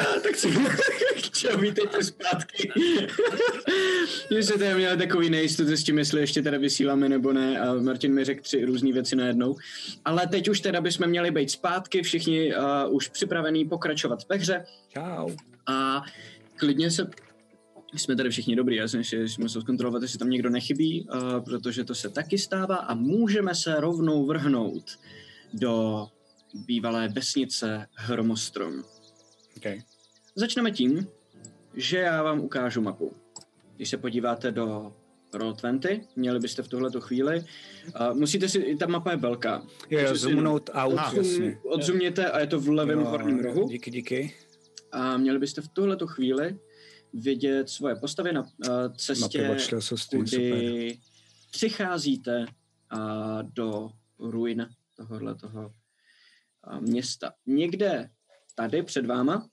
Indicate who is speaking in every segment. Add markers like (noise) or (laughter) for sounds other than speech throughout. Speaker 1: a, tak si chtěl vítejte zpátky. Že jsem tady měl takový nejistotu s tím, jestli ještě teda vysíláme nebo ne a Martin mi řekl tři různé věci najednou. Ale teď už teda bychom měli být zpátky, všichni uh, už připravení pokračovat ve hře.
Speaker 2: Čau.
Speaker 1: A klidně se jsme tady všichni dobrý, já jsem si musel zkontrolovat, jestli tam někdo nechybí, uh, protože to se taky stává a můžeme se rovnou vrhnout do bývalé vesnice Hromostrom.
Speaker 2: Okay.
Speaker 1: Začneme tím, že já vám ukážu mapu. Když se podíváte do Roll20, měli byste v tuhleto chvíli, uh, musíte si, ta mapa je velká.
Speaker 2: Jo, jo,
Speaker 1: Takže si
Speaker 2: zoomnout out,
Speaker 1: odzum-
Speaker 2: jasně.
Speaker 1: Odzuměte a je to v levém
Speaker 2: Jo,
Speaker 1: horním rohu.
Speaker 2: No, Díky, díky.
Speaker 1: A měli byste v tuhleto chvíli vidět svoje postavy na uh,
Speaker 2: Mapy
Speaker 1: cestě
Speaker 2: Watchless jsou s tím, super.
Speaker 1: kudy přicházíte a, do ruin tohohle toho a, města. Někde tady před váma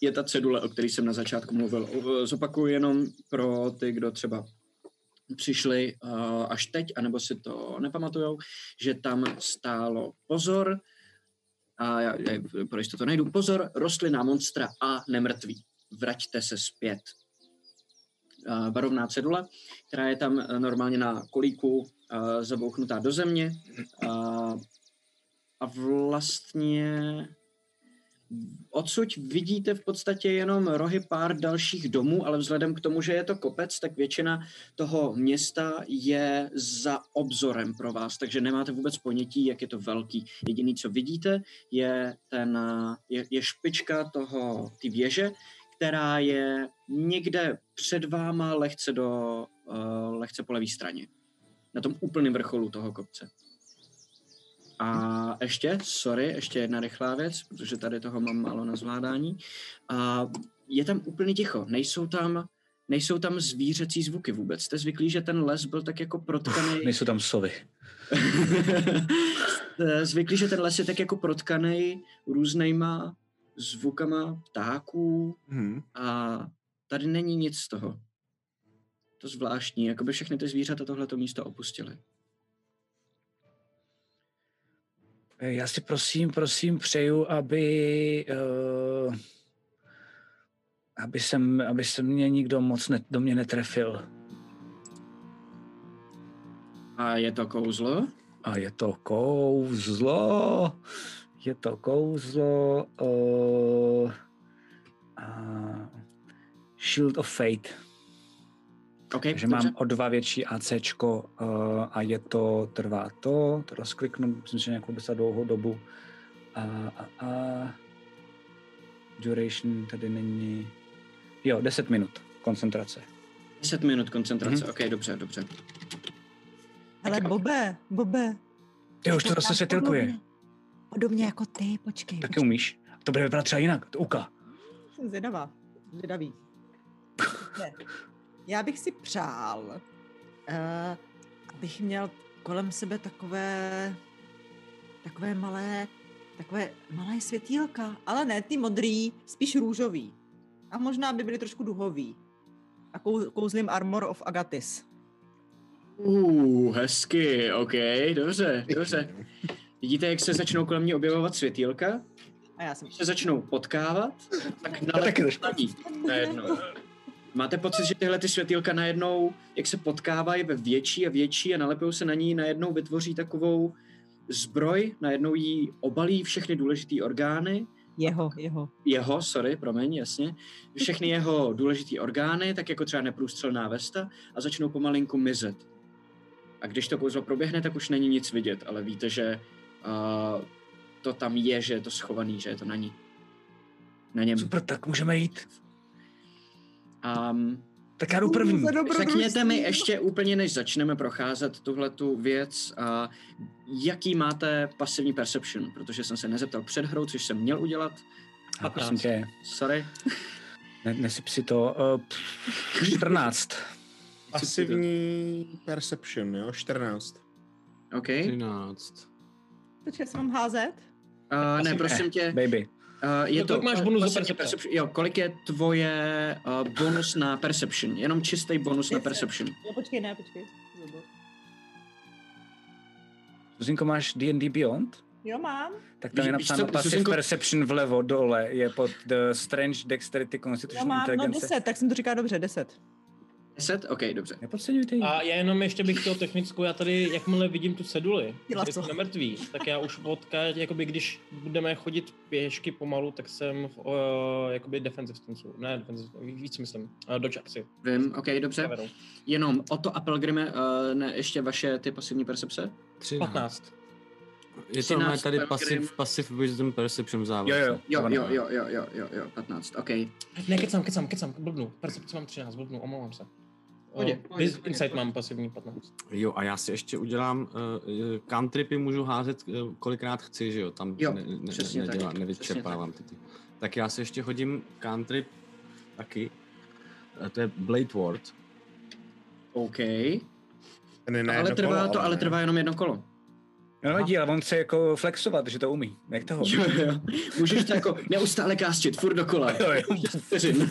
Speaker 1: je ta cedule, o které jsem na začátku mluvil. O- eh, Zopakuju jenom pro ty, kdo třeba přišli a, až teď, anebo si to nepamatujou, že tam stálo pozor, a já, já pro jistotu najdu, pozor, rostlina monstra a nemrtví. Vraťte se zpět. A Varovná cedule která je tam eh, normálně na kolíku eh, zabouchnutá do země. A, a vlastně odsud vidíte v podstatě jenom rohy pár dalších domů, ale vzhledem k tomu, že je to kopec, tak většina toho města je za obzorem pro vás, takže nemáte vůbec ponětí, jak je to velký. Jediný, co vidíte, je, ten, eh, je, je špička toho, ty věže, která je někde před váma lehce do, uh, lehce po levé straně. Na tom úplném vrcholu toho kopce. A ještě, sorry, ještě jedna rychlá věc, protože tady toho mám málo na zvládání. A je tam úplně ticho, nejsou tam, nejsou tam zvířecí zvuky vůbec. Jste zvyklí, že ten les byl tak jako protkaný
Speaker 2: Nejsou
Speaker 1: (laughs)
Speaker 2: tam sovy.
Speaker 1: Eh, zvyklí, že ten les je tak jako protkaný různýma zvukama ptáků
Speaker 3: Hmm.
Speaker 1: a tady není nic z toho. To zvláštní, jako by všechny ty zvířata tohleto místo opustily.
Speaker 2: Eh, Já si prosím, prosím přeju, aby uh, aby, jsem, aby se mě nikdo moc ne, do mě netrefil.
Speaker 1: A je to kouzlo?
Speaker 2: A je to kouzlo. Je to kouzlo. Uh, uh, Shield of Fate.
Speaker 1: OK, dobře.
Speaker 2: Takže mám o dva větší ACčko uh, a je to, trvá to, to rozkliknu, myslím, že nějakou docela dlouhou dobu. A, a, a duration tady není, jo, 10 minut koncentrace.
Speaker 1: 10 minut koncentrace,
Speaker 2: Mhm.
Speaker 1: OK, dobře, dobře.
Speaker 4: Hele, Bobe, Bobe.
Speaker 2: Ty už
Speaker 4: je
Speaker 2: to zase
Speaker 4: tak
Speaker 2: setilkuje,
Speaker 4: podobně- Podobně jako ty, počkej.
Speaker 2: taky umíš. To bude vypadat třeba jinak, to uka.
Speaker 4: počkej. Jsem zvědavá,
Speaker 2: (laughs)
Speaker 4: zvědavý. Ne. Já bych si přál, uh, abych měl kolem sebe takové, takové malé, takové malé světílka, ale ne ty modrý, spíš růžový. A možná by byly trošku duhový. A kou- kouzlím Armor of Agatis.
Speaker 1: Uh, hezky, OK, dobře, dobře. Vidíte, jak se začnou kolem mě objevovat světýlka?
Speaker 4: A já jsem...
Speaker 1: Když se začnou potkávat, tak
Speaker 2: taky
Speaker 1: nalepí
Speaker 2: trošku.
Speaker 1: na ní. Najednou. Máte pocit, že tyhle ty světýlka najednou, jak se potkávají ve větší a větší a nalepují se na ní, najednou vytvoří takovou zbroj, najednou jí obalí všechny důležité orgány,
Speaker 4: Jeho, jeho.
Speaker 1: jeho, sorry, promiň, jasně, všechny jeho důležité orgány, tak jako třeba neprůstřelná vesta a začnou pomalinku mizet. A když to kouzlo proběhne, tak už není nic vidět, ale víte, že uh, to tam je, že je to schovaný, že je to na ní. Na něm.
Speaker 2: Super, tak můžeme jít.
Speaker 1: Um,
Speaker 2: Tak já jdu první.
Speaker 4: Za dobrodružství.
Speaker 1: řekněte mi ještě úplně, než začneme procházet tuhle tu věc, a jaký máte pasivní perception, protože jsem se nezeptal před hrou, což jsem měl udělat.
Speaker 2: A prosím tě,
Speaker 1: Sorry.
Speaker 2: ne, nesyp si to. Uh, 14.
Speaker 3: Pasivní perception, jo? 14.
Speaker 1: OK.
Speaker 5: 13.
Speaker 4: Počkej, já se mám házet?
Speaker 1: Uh, ne,
Speaker 2: Pasivní.
Speaker 1: prosím tě.
Speaker 2: Baby.
Speaker 1: Uh, je
Speaker 5: Eh, No,
Speaker 1: to,
Speaker 5: kolik máš bonus za
Speaker 1: vlastně
Speaker 5: percepci?
Speaker 1: percep- Jo, kolik je tvoje uh, bonus na perception? Jenom čistý bonus na
Speaker 4: Deset.
Speaker 1: perception.
Speaker 4: Jo, No, počkej, ne, počkej.
Speaker 2: Zuzinko, máš D&D Beyond?
Speaker 4: Jo, mám.
Speaker 2: Tak tam je
Speaker 1: Víš- víš
Speaker 2: napsáno
Speaker 1: co,
Speaker 2: passive
Speaker 1: Zuzanko-
Speaker 2: perception vlevo dole, je pod the strange dexterity
Speaker 4: Jo,
Speaker 2: constitution
Speaker 4: mám, no
Speaker 2: intelligence.
Speaker 4: 10, tak jsem to říkala dobře, 10.
Speaker 1: 10? OK, dobře.
Speaker 2: Nepodceňujte ji.
Speaker 5: A já jenom ještě bych chtěl technickou, já tady, jakmile vidím tu ceduli,
Speaker 4: Dělá
Speaker 5: že
Speaker 4: co?
Speaker 5: jsme mrtví, tak já už odka, jakoby když budeme chodit pěšky pomalu, tak jsem v, uh, jakoby defensive stancu, ne defensive, víc co myslím, uh, dodge aksi.
Speaker 1: Vím, OK, dobře.
Speaker 5: Severou.
Speaker 1: Jenom o to a Pelgrime, uh, ne, ještě vaše ty pasivní percepce?
Speaker 5: 15.
Speaker 6: Je to normálně
Speaker 1: 13
Speaker 6: tady
Speaker 1: Pelgrim.
Speaker 6: passive, passive wisdom perception závaz.
Speaker 2: Jo, jo,
Speaker 1: Jo,
Speaker 2: Ano.
Speaker 1: jo, jo, jo, jo, jo, jo, 15, OK.
Speaker 5: Ne, kecám, kecám, kecám, blbnu, percepci mám 13, blbnu, omlouvám se.
Speaker 1: Pojď,
Speaker 5: Eh,
Speaker 1: pojď,
Speaker 5: vis-
Speaker 1: pojď,
Speaker 5: Insight
Speaker 1: pojď.
Speaker 5: mám pasivní 15.
Speaker 6: Jo, a já si ještě udělám, uh, cantripy můžu házet, eh, kolikrát chci, že jo, tam
Speaker 1: Jo,
Speaker 6: ne, ne,
Speaker 1: přesně tak,
Speaker 6: nedělá,
Speaker 1: přesně
Speaker 6: nevyčerpávám ty, ty. Tak já si ještě hodím cantrip taky, Eh, to je Blade Ward.
Speaker 1: OK.
Speaker 3: Ten je na
Speaker 1: ale
Speaker 3: jedno
Speaker 1: trvá
Speaker 3: kolo,
Speaker 1: to, ale
Speaker 3: ne?
Speaker 1: trvá jenom jedno kolo.
Speaker 2: No vadí, ale on se jako flexovat, že to umí. Jak toho?
Speaker 1: Jo, jo. Můžeš to jako neustále kástit, furt dokola.
Speaker 2: Jo, jo.
Speaker 1: Šest vteřin.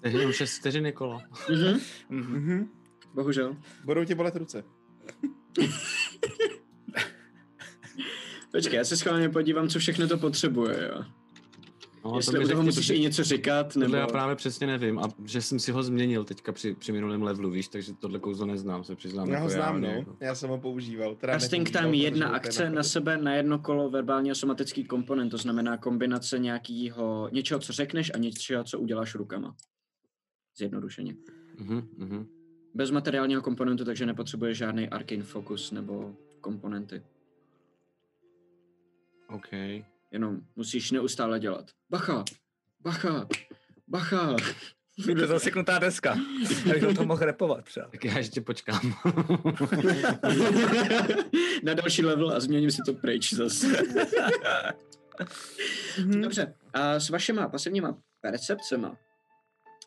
Speaker 6: To je jenom 6 vteřin je kolo.
Speaker 1: Mhm,
Speaker 2: Mhm.
Speaker 3: Mhm.
Speaker 1: Bohužel.
Speaker 3: Budou ti bolet ruce.
Speaker 1: Počkej, já se schválně podívám, co všechno to potřebuje, jo.
Speaker 6: No, a
Speaker 1: Jestli
Speaker 6: mi
Speaker 1: u toho
Speaker 6: řekni,
Speaker 1: musíš
Speaker 6: protože
Speaker 1: i něco říkat,
Speaker 6: tohle
Speaker 1: nebo...
Speaker 6: já právě přesně nevím, a že jsem si ho změnil teďka při, při minulém levelu, víš, takže tohle kouzlo neznám, se přiznám.
Speaker 3: Já ho
Speaker 6: jako
Speaker 3: znám,
Speaker 6: ne,
Speaker 3: no.
Speaker 6: jako-
Speaker 3: Já jsem ho používal. Teda
Speaker 1: Casting
Speaker 3: nepoužíval,
Speaker 1: time
Speaker 3: protože
Speaker 1: jedna
Speaker 3: úplně
Speaker 1: akce na
Speaker 3: napadl.
Speaker 1: sebe na jedno kolo verbálně a somatický komponent, to znamená kombinace nějakého, něčeho, co řekneš a něčeho, co uděláš rukama. Zjednodušeně.
Speaker 6: Mhm, mhm.
Speaker 1: Bez materiálního komponentu, takže nepotřebuješ žádný arcane focus nebo komponenty.
Speaker 6: OK.
Speaker 1: Jenom musíš neustále dělat. Bacha! Bacha! Bacha!
Speaker 2: Bude zaseknutá deska. Já bych do toho mohl repovat třeba.
Speaker 6: Tak já ještě počkám.
Speaker 1: na další level a změním si to pryč zase.
Speaker 4: Mhm.
Speaker 1: Dobře, a s vašima pasivníma percepcema,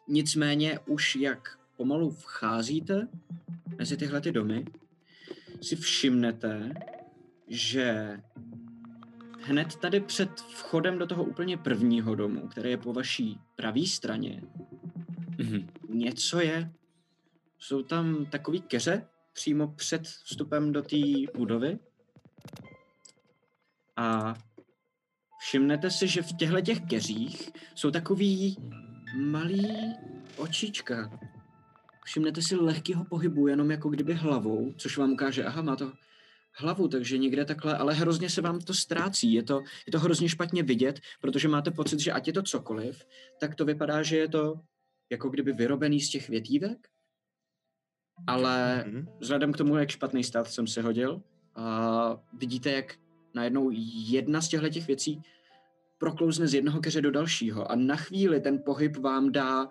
Speaker 1: nicméně už jak pomalu vcházíte mezi tyhle ty domy, si všimnete, že hned tady před vchodem do toho úplně prvního domu, který je po vaší pravé straně, něco je. Jsou tam takový keře přímo před vstupem do té budovy. A všimnete si, že v těchto těch keřích jsou takový malý očička. Všimnete si lehkého pohybu, jenom jako kdyby hlavou, což vám ukáže, aha, má to hlavu, takže někde takhle, ale hrozně se vám to ztrácí. Je to, je to hrozně špatně vidět, protože máte pocit, že ať je to cokoliv, tak to vypadá, že je to jako kdyby vyrobený z těch větívek, ale
Speaker 3: Mhm.
Speaker 1: vzhledem k tomu, jak špatný stát jsem si hodil, a vidíte, jak najednou jedna z těchto těch věcí proklouzne z jednoho keře do dalšího a na chvíli ten pohyb vám dá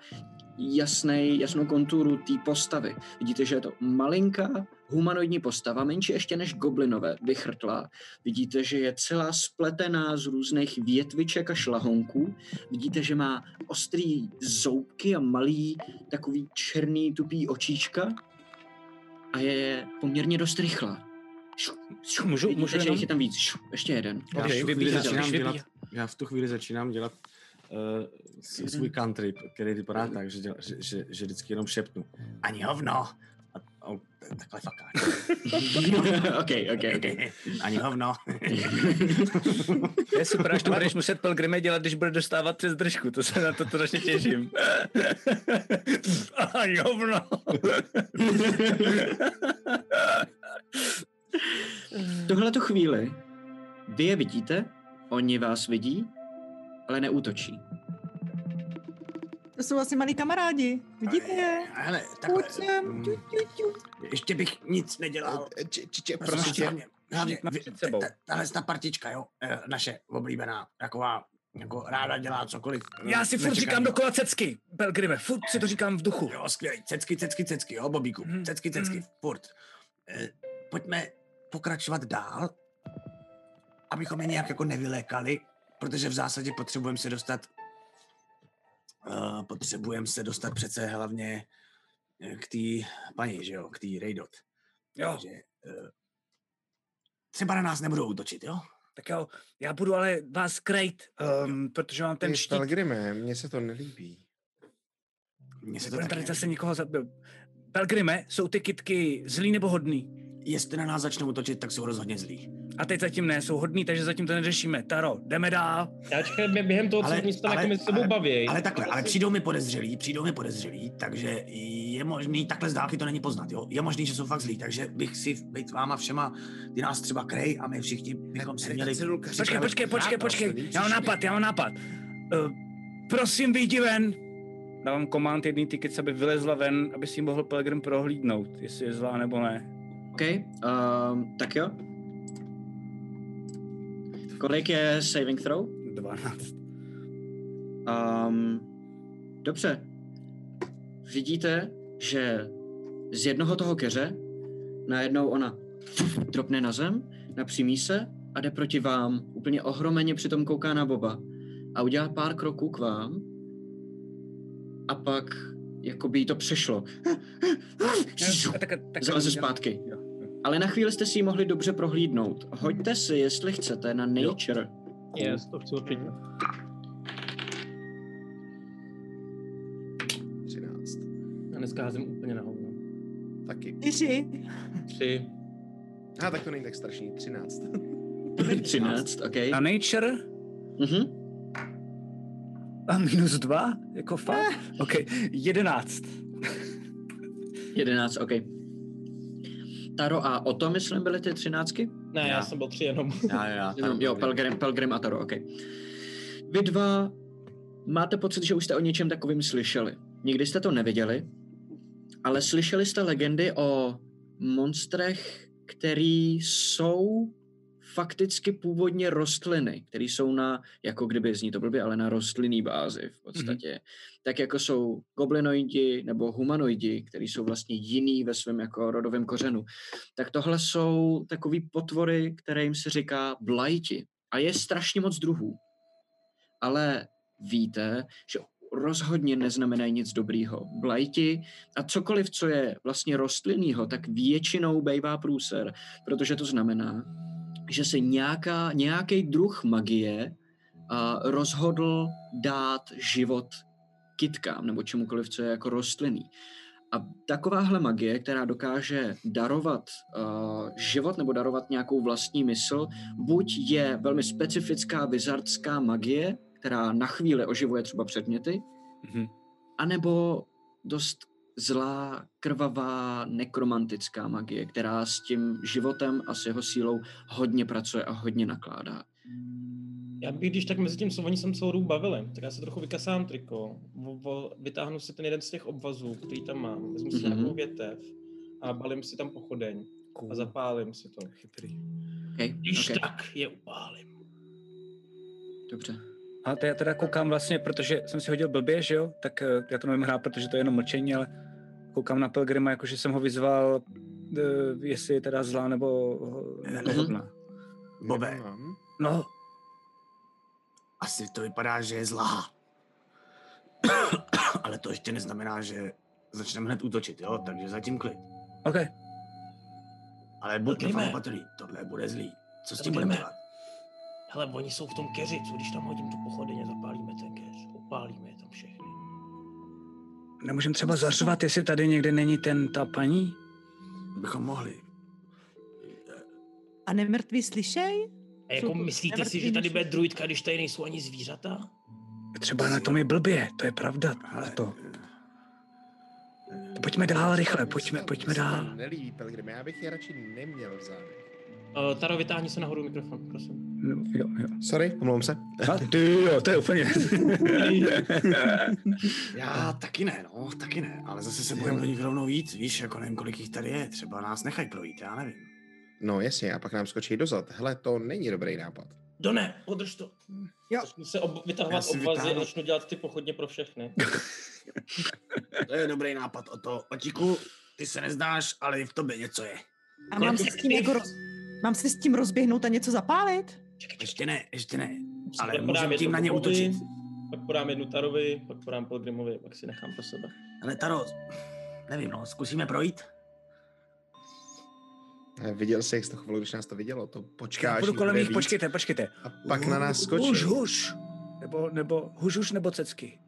Speaker 1: jasnej, jasnou konturu té postavy. Vidíte, že je to malinká humanoidní postava, menší ještě než goblinové, vychrtlá. Vidíte, že je celá spletená z různých větviček a šlahonků. Vidíte, že má ostrý zoubky a malý takový černý tupý očíčka a je poměrně dost rychlá. Šup, šup.
Speaker 2: Můžu-
Speaker 1: Vidíte,
Speaker 2: můžu
Speaker 1: že
Speaker 2: jenom?
Speaker 1: jich je tam víc. Šup, ještě jeden.
Speaker 6: Já
Speaker 2: Když
Speaker 6: v tu chvíli
Speaker 2: vybíhá,
Speaker 6: začínám
Speaker 2: když
Speaker 6: dělat,
Speaker 2: vybíhá.
Speaker 6: já v tu chvíli začínám dělat uh, svůj country, který vypadá tak, že, děla, že, že, že vždycky jenom šepnu. Ani hovno! A, a, takhle faká.
Speaker 1: (laughs) ok, ok, ok.
Speaker 6: Ani hovno!
Speaker 2: To Je super, až to budeš muset Pelgrime dělat, když bude dostávat přes držku. To se na to strašně těším. (laughs) A jovno.
Speaker 1: (laughs) tuhle tu chvíli vy je vidíte, oni vás vidí, ale neútočí.
Speaker 4: To jsou asi malí kamarádi. Vidíte je?
Speaker 6: Hele, takhle.
Speaker 4: Pojď sem.
Speaker 6: mm,
Speaker 4: Ťu, ťu, ťu.
Speaker 6: Ještě bych nic nedělal.
Speaker 3: Či, či, či,
Speaker 6: Prostě
Speaker 3: prosím tě.
Speaker 6: hlavně, hlavně
Speaker 2: Má
Speaker 6: vy-
Speaker 2: před sebou.
Speaker 6: ta- tahle ta partička, jo, eh, naše oblíbená, taková, jako ráda dělá cokoliv. eh,
Speaker 2: Já si furt
Speaker 6: nečekaného.
Speaker 2: říkám dokola cecky, Pelgrime. Furt si to říkám v duchu.
Speaker 6: Jo, skvělý. Cecky, cecky, cecky, jo, Bobíku.
Speaker 2: Mhm.
Speaker 6: Cecky, cecky,
Speaker 2: Mhm.
Speaker 6: furt. Eh, pojďme pokračovat dál, abychom je nějak jako nevylékali, protože v zásadě potřebujeme se dostat uh, potřebujeme se dostat přece hlavně eh, k té paní, že jo, k té Rejdot.
Speaker 2: Jo,
Speaker 6: Takže uh, třeba na nás nebudou útočit, jo?
Speaker 2: tak jo. Já budu ale vás krejt, um, protože mám ten
Speaker 3: Ten
Speaker 2: štít.
Speaker 3: Pelgrime, mně se to nelíbí.
Speaker 6: Mně se to
Speaker 2: Budeme tady
Speaker 6: taky nelíbí.
Speaker 2: zase někoho zabil. Pelgrime, jsou ty kitky zlý nebo hodný?
Speaker 6: jestli na nás začnou útočit, tak jsou rozhodně zlí.
Speaker 2: A teď zatím ne, jsou hodní, takže zatím to neřešíme. Taro, jdeme dál.
Speaker 5: Já čekám bě- během toho, co
Speaker 6: Ale-
Speaker 5: oni se tam jako
Speaker 6: ale-
Speaker 5: mezi sebou
Speaker 6: ale-
Speaker 5: baví.
Speaker 6: Ale takhle, ale přijdou mi podezřelí, přijdou mi podezřelí, takže je možný, takhle z dálky to není poznat, jo? Je možný, že jsou fakt zlí, takže bych si být váma všema, ty nás třeba krej a my všichni bychom si měli...
Speaker 2: Počkej, počkej, počkej, počkej, já mám nápad, já mám nápad. Uh, prosím, vyjdi ven. Dávám komand jedný tiket, aby vylezla ven, aby si ji mohl Pelgrim prohlídnout, jestli je zlá nebo ne.
Speaker 1: OK,
Speaker 6: ehm,
Speaker 1: um, tak jo. Kolik je saving throw?
Speaker 2: 12.
Speaker 1: Um, dobře. Vidíte, že z jednoho toho keře najednou ona dropne na zem, napřímí se a jde proti vám. Úplně ohromeně přitom kouká na Boba a udělá pár kroků k vám a pak jako by jí to přešlo.
Speaker 2: A tak, tak,
Speaker 1: Zaleze zpátky. Ale na chvíli jste si ji mohli dobře prohlídnout. Hoďte si, jestli chcete, na Nature.
Speaker 5: Yes, to chci určitě.
Speaker 3: 13.
Speaker 5: Já dneska házím úplně na hovno.
Speaker 3: Taky.
Speaker 4: Čtyři.
Speaker 5: Tři.
Speaker 3: Aha, tak to není tak strašný. 13.
Speaker 1: 13, OK.
Speaker 2: Na Nature
Speaker 1: Mhm.
Speaker 2: a minus dva, jako fakt.
Speaker 1: Eh.
Speaker 2: OK, jedenáct.
Speaker 1: 11, OK. Taro a Oto, myslím, byly ty třináctky?
Speaker 5: Ne, já,
Speaker 6: Já.
Speaker 5: jsem byl tři jenom.
Speaker 6: Já, já,
Speaker 5: (laughs)
Speaker 1: Jenom, jo, Pelgrim, Pelgrim a Taro, OK. Vy dva máte pocit, že už jste o něčem takovým slyšeli. Nikdy jste to neviděli, ale slyšeli jste legendy o monstrech, který jsou fakticky původně rostliny, které jsou na, jako kdyby zní to blbě, ale na rostlinný bázi v podstatě. Mm-hmm. Tak jako jsou goblinoidi nebo humanoidi, který jsou vlastně jiný ve svém jako rodovém kořenu tak tohle jsou takový potvory, které jim se říká blajti. A je strašně moc druhů. Ale víte, že rozhodně neznamenají nic dobrýho. Blajti a cokoliv, co je vlastně rostlinnýho, tak většinou bejvá průser, protože to znamená, že se nějaká, nějaký druh magie a, rozhodl dát život kytkám nebo čemukoliv, co je jako rostlinný. A takováhle magie, která dokáže darovat uh, život nebo darovat nějakou vlastní mysl, buď je velmi specifická vizardská magie, která na chvíli oživuje třeba předměty,
Speaker 2: Mhm.
Speaker 1: anebo dost zlá, krvavá, nekromantická magie, která s tím životem a s jeho sílou hodně pracuje a hodně nakládá.
Speaker 5: Já bych když tak mezi tím, co oni jsem celou dobu bavili, tak já se trochu vykasám triko, vo- vo- vytáhnu si ten jeden z těch obvazů, který tam mám, vezmu si
Speaker 1: Mhm.
Speaker 5: nějakou větev a balím si tam pochodeň a zapálím si to.
Speaker 2: Chytrý.
Speaker 1: Okay?
Speaker 5: Když
Speaker 1: Okay.
Speaker 5: tak je upálím.
Speaker 1: Dobře.
Speaker 2: A to já teda koukám vlastně, protože jsem si hodil blbě, že jo? Tak eh, já to nevím hrát, protože to je jenom mlčení, ale koukám na Pelgrima, jakože jsem ho vyzval, eh, jestli je teda zlá nebo, eh, nebo
Speaker 6: Mhm.
Speaker 2: hodná.
Speaker 6: Bobe.
Speaker 3: Nemám.
Speaker 2: No,
Speaker 6: Asi to vypadá, že je zlá. (coughs) Ale to ještě neznamená, že začneme hned útočit, jo? Takže zatím klid.
Speaker 2: OK.
Speaker 6: Ale buďme
Speaker 5: Klidíme.
Speaker 6: fakt opatrný, tohle bude zlý. Co s tím
Speaker 5: Klidíme.
Speaker 6: budeme dělat?
Speaker 5: Hele, oni jsou v tom keři, co když tam hodím tu pochodeň a zapálíme ten keř, upálíme je tam všechny.
Speaker 2: Nemůžeme třeba zařvat, jestli tady někde není ten, ta paní?
Speaker 6: Bychom mohli.
Speaker 4: A nemrtví slyšej?
Speaker 5: A jako
Speaker 4: Jsou to
Speaker 5: myslíte si, že
Speaker 4: nemrtví
Speaker 5: tady bude
Speaker 4: duše.
Speaker 5: druidka, když tady nejsou ani zvířata?
Speaker 2: Třeba na tom je blbě, to je pravda. Ale to. Pojďme dál rychle, pojďme, pojďme
Speaker 3: Mně se to
Speaker 2: dál.
Speaker 3: Nelíbí, Pelgrim, já bych je radši neměl v zádech.
Speaker 5: Uh, Taro, vytáhni se nahoru mikrofon, prosím.
Speaker 2: No, jo, jo.
Speaker 3: Sorry, omlouvám se.
Speaker 2: A ty jo, to je úplně...
Speaker 3: (laughs)
Speaker 6: Já taky ne, no, taky ne. Ale zase se budeme do nich rovnou jít, víš, jako nevím, kolik jich tady je. Třeba nás nechají projít, já nevím.
Speaker 3: No jasně, a pak nám skočí dozad. Hele, to není dobrý nápad.
Speaker 5: Done, podrž to.
Speaker 4: Hm. Jo.
Speaker 5: Začnu se ob-
Speaker 6: Já
Speaker 5: vytahovat
Speaker 6: si
Speaker 5: obvazy a
Speaker 6: vytáhnu-
Speaker 5: začnu dělat ty pochodně pro všechny.
Speaker 6: To je dobrý nápad o to. Otíku, ty se neznáš, ale v tobě něco je.
Speaker 4: A mám se s tím jako roz... Mám se s tím rozběhnout a něco zapálit?
Speaker 6: Ještě ne, ještě ne. Ale
Speaker 5: Pak
Speaker 6: můžeme
Speaker 5: podám
Speaker 6: tím
Speaker 5: jednu
Speaker 6: na ně
Speaker 5: Bobovi,
Speaker 6: útočit.
Speaker 5: Pak podám jednu Tarovi, pak podám Pelgrimovi, pak si nechám pro sebe.
Speaker 6: Ale Taro, nevím, no, zkusíme projít.
Speaker 3: Eh, Viděl jsi, jak se to chovalo, když nás to vidělo. To počkáš.
Speaker 2: Já budu
Speaker 3: jich
Speaker 2: kolem
Speaker 3: bude
Speaker 2: nich,
Speaker 3: víc
Speaker 2: počkejte, počkejte.
Speaker 3: A pak na nás skočí.
Speaker 2: Huž, huž. Nebo, nebo huž, huž nebo cecky.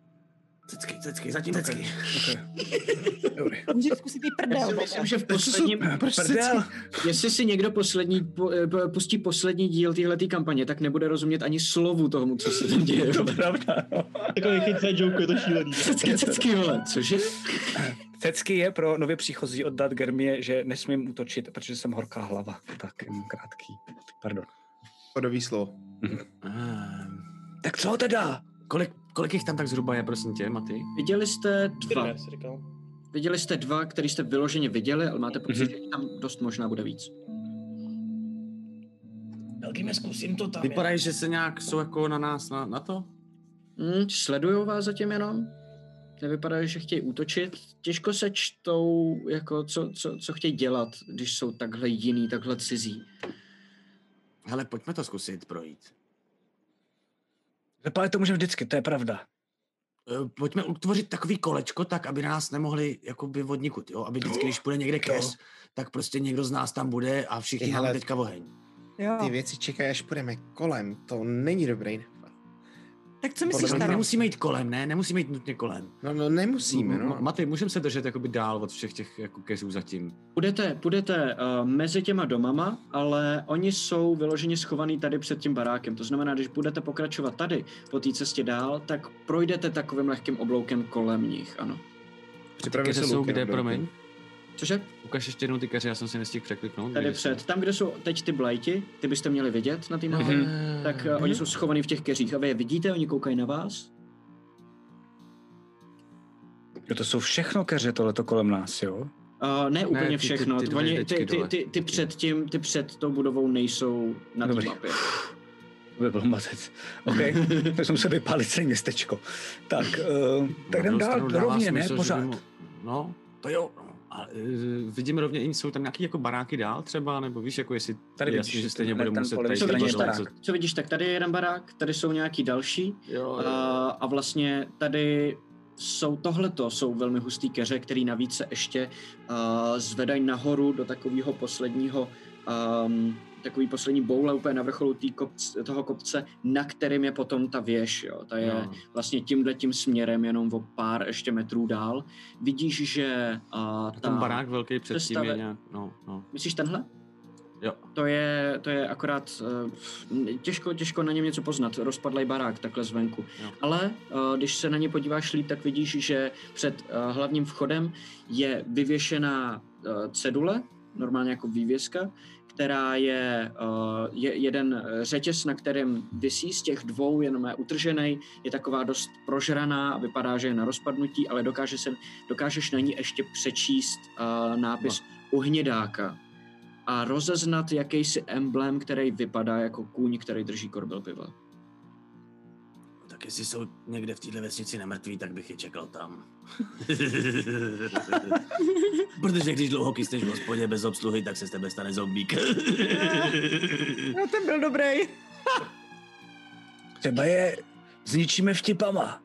Speaker 6: Cecky, cecky, zatím cecky.
Speaker 4: Můžeš zkusit i
Speaker 1: Já si
Speaker 4: prdel.
Speaker 1: myslím, že v posledním,
Speaker 3: Proč
Speaker 2: Jako Prdel.
Speaker 1: jestli si někdo poslední, po, eh, pustí poslední díl téhleté kampaně, tak nebude rozumět ani slovu tomu, co se tam děje.
Speaker 2: (laughs) To je pravda, no.
Speaker 5: Takový chytré Jako joke, je to šílený.
Speaker 1: Cecky, cecky, vole, cože?
Speaker 2: Cecky je pro nově příchozí oddat Germie, že nesmím útočit, protože jsem horká hlava. Tak, jenom krátký. Pardon.
Speaker 3: Kodový slovo.
Speaker 6: Ehm, Tak co teda? Kolik, kolik jich tam tak zhruba je, prosím tě, Maty?
Speaker 1: Viděli jste dva.
Speaker 5: Čtyři, jsi říkal.
Speaker 1: Viděli jste dva, který jste vyloženě viděli, ale máte
Speaker 2: Mhm.
Speaker 1: pocit, že jich tam dost možná bude víc.
Speaker 5: Velkým zkusím to tam.
Speaker 6: Vypadají, že se nějak jsou jako na nás, na, na to?
Speaker 1: Hmm, sledujou vás zatím jenom? Nevypadá, že chtějí útočit. Těžko se čtou, jako co, co, co chtějí dělat, když jsou takhle jiný, takhle cizí.
Speaker 6: Hele, pojďme to zkusit projít.
Speaker 2: Zapálit to můžeme vždycky, to je pravda.
Speaker 6: Eh, Pojďme utvořit takový kolečko, tak aby na nás nemohli jako jakoby vodnikud, jo? Aby vždycky, když půjde někde kes, tak prostě někdo z nás tam bude a všichni
Speaker 3: Ty hele.
Speaker 6: máme teďka oheň.
Speaker 4: Jo.
Speaker 3: Ty věci čekají, až půjdeme kolem. To není dobrý nápad.
Speaker 4: Tak co
Speaker 6: Podle
Speaker 4: myslíš
Speaker 6: mě
Speaker 4: tady?
Speaker 6: nemusíme jít kolem, ne? Nemusíme jít nutně kolem.
Speaker 3: No, no nemusíme,
Speaker 7: M-
Speaker 3: no.
Speaker 7: Maty, můžeme se držet jakoby dál od všech těch jako kezů zatím.
Speaker 1: Půjdete, půjdete uh, mezi těma domama, ale oni jsou vyloženě schovaný tady před tím barákem. To znamená, když budete pokračovat tady po té cestě dál, tak projdete takovým lehkým obloukem kolem nich, ano.
Speaker 3: Připravil
Speaker 7: Keze
Speaker 3: se
Speaker 7: jsou
Speaker 3: Luky,
Speaker 7: kde,
Speaker 3: dobrý.
Speaker 7: promiň?
Speaker 1: Cože?
Speaker 7: Ukaž ještě jednou ty keře, já jsem si nestihl překliknout.
Speaker 1: Tady
Speaker 7: kde jsou.
Speaker 1: před. Tam, kde jsou teď ty blajti, ty byste měli vidět na té mapě,
Speaker 2: Mhm.
Speaker 1: tak uh, oni jsou schovaný v těch keřích a vy je vidíte, oni koukají na vás.
Speaker 2: Jo, No to jsou všechno keře tohleto kolem nás, jo?
Speaker 1: Uh, ne úplně ne,
Speaker 7: ty- ty-
Speaker 1: všechno. Ty,
Speaker 7: ty
Speaker 1: ty,
Speaker 7: dva
Speaker 1: Oni,
Speaker 7: jedečky
Speaker 1: ty, ty,
Speaker 7: dole.
Speaker 1: ty, ty, před tím, ty před tou budovou nejsou na té
Speaker 2: Dobrý.
Speaker 1: mapě.
Speaker 2: To by byl matec.
Speaker 7: (laughs)
Speaker 2: OK, tak jsme se vypálit celé městečko. Tak, uh, tak
Speaker 7: Na druhou
Speaker 2: jdem dál,
Speaker 7: stranu dává
Speaker 2: rovně, ne?
Speaker 7: smysl, že by
Speaker 2: Pořád.
Speaker 7: mo- No, to jo. no. A e, vidím rovně, i jsou tam nějaký jako baráky dál třeba, nebo víš, jako jestli
Speaker 2: Tady
Speaker 7: tady je
Speaker 2: vidíš,
Speaker 7: jasný,
Speaker 2: že
Speaker 7: že stejně
Speaker 2: ten-
Speaker 7: budeme
Speaker 2: ten
Speaker 7: muset
Speaker 2: polevý
Speaker 7: tady
Speaker 1: Co
Speaker 2: straně
Speaker 1: vidíš,
Speaker 2: je barák.
Speaker 1: tak, co vidíš tak? Tady je jeden barák, tady jsou nějaký další.
Speaker 7: Jo,
Speaker 1: Uh, a vlastně tady jsou tohleto, jsou velmi hustý keře, který navíc se ještě uh, zvedají nahoru do takového posledního um, takový poslední boule úplně na vrcholu tý kopce, toho kopce, na kterým je potom ta věž, jo. Ta je,
Speaker 7: jo.
Speaker 1: vlastně tímhle tím směrem, jenom o pár ještě metrů dál. Vidíš, že a,
Speaker 7: A
Speaker 1: ta,
Speaker 7: ten barák velký před tím
Speaker 1: Představe-
Speaker 7: je nějak, no, no.
Speaker 1: Myslíš tenhle?
Speaker 7: Jo.
Speaker 1: To je, to je akorát eh, těžko, těžko na něm něco poznat, rozpadlej barák takhle zvenku.
Speaker 7: Jo.
Speaker 1: Ale eh, když se na ně podíváš líp, tak vidíš, že před eh, hlavním vchodem je vyvěšená eh, cedule, normálně jako vývězka, která je, eh, je jeden eh, řetěz, na kterém visí z těch dvou, jenom je utržený, je taková dost prožraná a vypadá, že je na rozpadnutí, ale dokáže se, dokážeš na ní ještě přečíst eh, nápis no. uhnědáka a rozeznat jakýsi emblém, který vypadá jako kůň, který drží korbel piva.
Speaker 6: Tak jestli jsou někde v téhle vesnici nemrtví, tak bych je čekal tam.
Speaker 3: (laughs)
Speaker 6: Protože když dlouho kysneš v hospodě bez obsluhy, tak se z tebe stane zombík.
Speaker 4: (laughs) No ten byl dobrý.
Speaker 2: (laughs) Třeba je zničíme vtipama.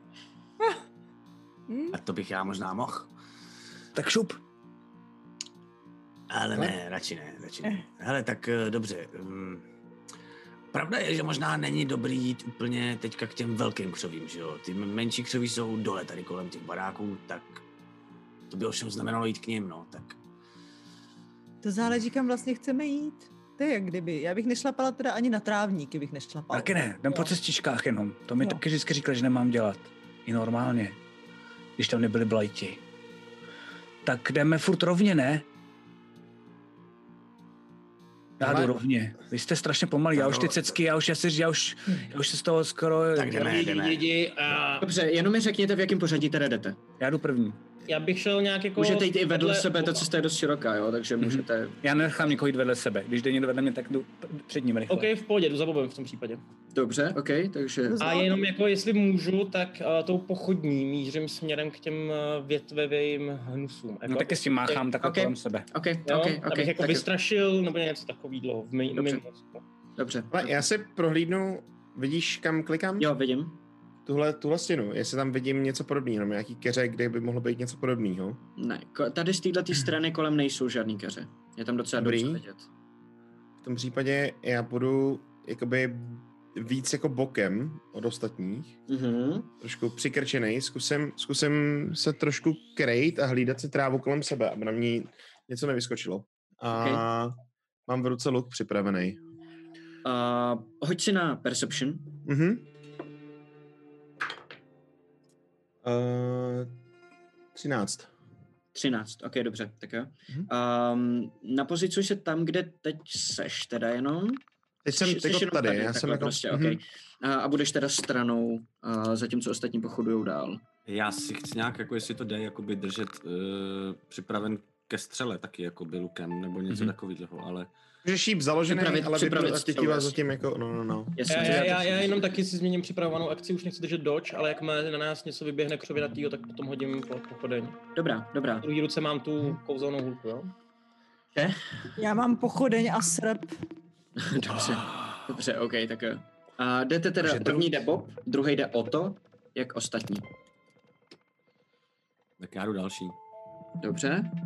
Speaker 4: Hm?
Speaker 6: A to bych já možná mohl.
Speaker 2: Tak šup.
Speaker 6: Ale ne, radši ne, radši ne. Hele, tak eh, dobře. Um, pravda je, že možná není dobrý jít úplně teďka k těm velkým křovím, že jo? Ty m- menší křoví jsou dole tady kolem těch baráků, tak to by ovšem znamenalo jít k ním, no, tak.
Speaker 4: To záleží, kam vlastně chceme jít. To je jak kdyby. Já bych nešlapala teda ani na trávníky, bych nešlapala.
Speaker 2: Taky ne, jdem po
Speaker 4: Jo.
Speaker 2: cestičkách jenom. To mi
Speaker 4: Jo.
Speaker 2: taky vždycky říkali, že nemám dělat. I normálně, když tam nebyli blajti. Tak jdeme furt rovně, ne? Já jdu
Speaker 3: Ale-
Speaker 2: rovně. Vy jste strašně pomalý, já
Speaker 6: Tak
Speaker 2: už
Speaker 6: jo.
Speaker 2: ty cecky, já už, já, si, já už, já už se z toho skoro...
Speaker 6: Tak jdeme, jdeme.
Speaker 5: Lidi, a
Speaker 1: Dobře, jenom mi řekněte, v jakém pořadí teda jdete.
Speaker 2: Já jdu první.
Speaker 5: já bych šel nějak jako...
Speaker 1: Můžete jít i vedle sebe, ta
Speaker 5: to
Speaker 1: cesta je dost široká, jo, takže můžete...
Speaker 2: Mhm. Já nenechám nikoho jít vedle sebe. Když jde někdo vedle mě, tak jdu p- před ním rychle.
Speaker 5: OK, v pohodě, jdu za Bobem v tom případě.
Speaker 1: Dobře, OK, takže...
Speaker 5: A jenom jako, jestli můžu, tak uh, tou pochodní mířím směrem k těm uh, větvevým hnusům. Jako,
Speaker 2: No tak s tím máchám takhle
Speaker 1: Ok.
Speaker 2: kolem sebe.
Speaker 1: OK,
Speaker 5: jo,
Speaker 1: OK,
Speaker 5: okay,
Speaker 1: OK,
Speaker 5: abych jako
Speaker 1: tak,
Speaker 5: vystrašil, nebo něco takový dlouho v mý,
Speaker 1: Dobře.
Speaker 5: mým mozku.
Speaker 1: dobře.
Speaker 3: Ale já si prohlídnu, vidíš, kam klikám?
Speaker 1: Jo, vidím.
Speaker 3: Tuhle, tuhle stěnu, jestli tam vidím něco podobného, nebo nějaký keře, kde by mohlo být něco podobného.
Speaker 1: Ne, ko- tady z této strany kolem nejsou žádný keře. Je tam docela
Speaker 3: Dobrý.
Speaker 1: dobře vidět.
Speaker 3: V tom případě já budu jakoby víc jako bokem od ostatních,
Speaker 1: Mm-hmm.
Speaker 3: trošku přikrčený, zkusím, zkusím se trošku krejt a hlídat si trávu kolem sebe, aby na mě něco nevyskočilo. A okay. mám v ruce luk připravený.
Speaker 1: Uh, hoď si na Perception.
Speaker 3: Mhm. Uh, 13.
Speaker 1: 13, ok, dobře, tak jo.
Speaker 3: Mhm.
Speaker 1: Um, na pozici se tam, kde teď seš teda jenom.
Speaker 3: Teď jsem
Speaker 1: Seš- seš
Speaker 3: jako
Speaker 1: jenom
Speaker 3: tady, já
Speaker 1: takhle
Speaker 3: jsem jako-
Speaker 1: Prostě,
Speaker 3: mhm.
Speaker 1: okay. a, a budeš teda stranou, uh, zatímco ostatní pochodují dál. (laughs)
Speaker 7: Já si chci nějak, jako jestli to jde, jakoby držet uh, připraven ke střele taky, jako by lukem, nebo něco
Speaker 1: Mhm.
Speaker 7: mm-hmm. takového, ale...
Speaker 3: Můžeš jíp založený,
Speaker 1: Připravit-
Speaker 3: ale
Speaker 1: připravit
Speaker 3: vypravit
Speaker 1: střelu,
Speaker 3: aktiva
Speaker 1: jasně.
Speaker 3: zatím jako, no, no, no.
Speaker 1: Jasně,
Speaker 5: Já,
Speaker 1: to
Speaker 5: já,
Speaker 1: je
Speaker 5: já,
Speaker 1: jasný.
Speaker 5: já jenom taky si změním připravovanou akci, už nechci držet doč, ale jakmile na nás něco vyběhne křovinatýho, tak potom hodím po, pochodeň.
Speaker 1: Dobrá, dobrá.
Speaker 5: V druhé ruce mám tu kouzelnou hulku, jo?
Speaker 4: Já mám pochodeň a srp.
Speaker 1: dobře, dobře, ok, tak jo. A jdete teda, první jde Bob, druhý jde o to, jak ostatní.
Speaker 7: Tak já jdu další.
Speaker 1: Dobře,
Speaker 3: A
Speaker 4: Tak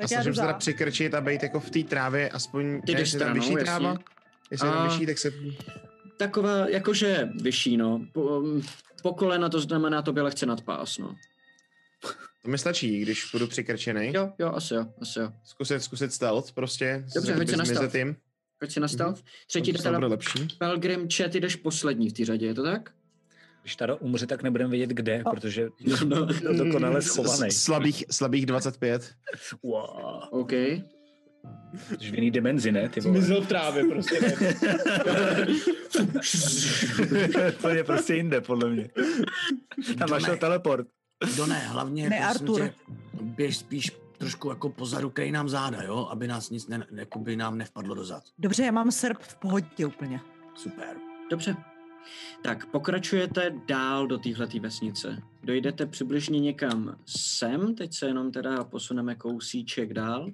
Speaker 4: já jdu
Speaker 3: snažím se teda
Speaker 4: za.
Speaker 3: přikrčit a být jako v té trávě, aspoň,
Speaker 1: Ty
Speaker 3: ne,
Speaker 1: jdeš
Speaker 3: jestli je tam
Speaker 1: stranou,
Speaker 3: vyšší
Speaker 1: jasně.
Speaker 3: tráva, jestli je
Speaker 1: A-
Speaker 3: tam vyšší, tak se
Speaker 1: taková, jakože vyšší, no. Po, um, po kolena to znamená, to by lehce nad pás, no.
Speaker 3: To mi stačí, když budu přikrčený.
Speaker 1: Jo, jo, asi jo, asi jo.
Speaker 3: Zkusit, zkusit stealth prostě.
Speaker 1: Dobře, hoď se na stealth.
Speaker 3: Tím.
Speaker 1: Pojď si na stealth. Třetí
Speaker 3: Třetí
Speaker 1: jde
Speaker 3: to
Speaker 1: teda
Speaker 3: bude lepší.
Speaker 1: Pelgrim Chat, jdeš poslední v té řadě, je to tak?
Speaker 2: Když Taro umře, tak nebudeme vědět kde, protože
Speaker 1: (laughs) No, no.
Speaker 2: je dokonale
Speaker 3: Mm,
Speaker 2: schovaný.
Speaker 3: s- Slabých, slabých 25.
Speaker 2: Wow.
Speaker 1: OK.
Speaker 2: Jsi v jiný dimenzi, ne? Ty vole.
Speaker 5: Zmizel v trávě prostě. ne?
Speaker 2: (laughs) to je prostě jinde, podle mě. Tam máš
Speaker 6: Dome.
Speaker 2: to teleport.
Speaker 6: Doné, hlavně
Speaker 4: Ne,
Speaker 6: prosím
Speaker 4: Artur.
Speaker 6: tě, běž spíš trošku jako pozadu, krej nám záda, jo? Aby nás nic ne, jakoby nám nevpadlo dozad.
Speaker 4: Dobře, já mám srp v pohodě úplně.
Speaker 6: Super.
Speaker 1: Dobře. Tak, pokračujete dál do téhletý vesnice. Dojdete přibližně někam sem, teď se jenom teda posuneme kousíček dál.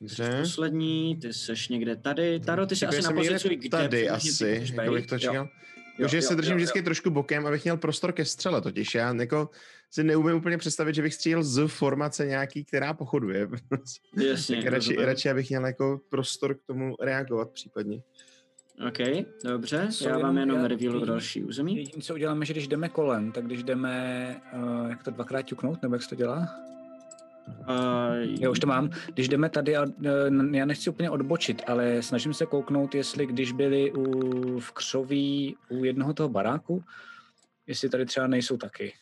Speaker 3: Dobře.
Speaker 1: Poslední, ty seš někde tady. Taro, ty jsi
Speaker 3: Jako
Speaker 1: asi na
Speaker 3: jsem někde
Speaker 1: pozici, kde
Speaker 3: tady
Speaker 1: přibližně ty
Speaker 3: asi,
Speaker 1: můžeš
Speaker 3: jako bych
Speaker 1: být.
Speaker 3: to
Speaker 1: Jo,
Speaker 3: čekal.
Speaker 1: jo,
Speaker 3: Protože se
Speaker 1: jo,
Speaker 3: držím
Speaker 1: jo,
Speaker 3: vždycky trošku bokem, abych měl prostor ke střele totiž. Já jako si neumím úplně představit, že bych střílel z formace nějaký, která pochoduje.
Speaker 1: jo.
Speaker 3: (laughs)
Speaker 1: Jasně,
Speaker 3: tak radši,
Speaker 1: rozumím.
Speaker 3: radši, abych měl jako prostor k tomu reagovat případně.
Speaker 1: OK, dobře,
Speaker 2: Jsou
Speaker 1: já vám
Speaker 2: jenom
Speaker 1: jenom
Speaker 2: já-
Speaker 1: revealu
Speaker 2: ty-
Speaker 1: další území.
Speaker 2: Jediné, co uděláme, že když jdeme kolem, tak když jdeme, uh, jak to dvakrát ťuknout, nebo jak se to dělá?
Speaker 1: Uh,
Speaker 2: Já už to mám. Když jdeme tady, a, eh, n- já nechci úplně odbočit, ale snažím se kouknout, jestli když byli u, v křoví u jednoho toho baráku, jestli tady třeba nejsou taky.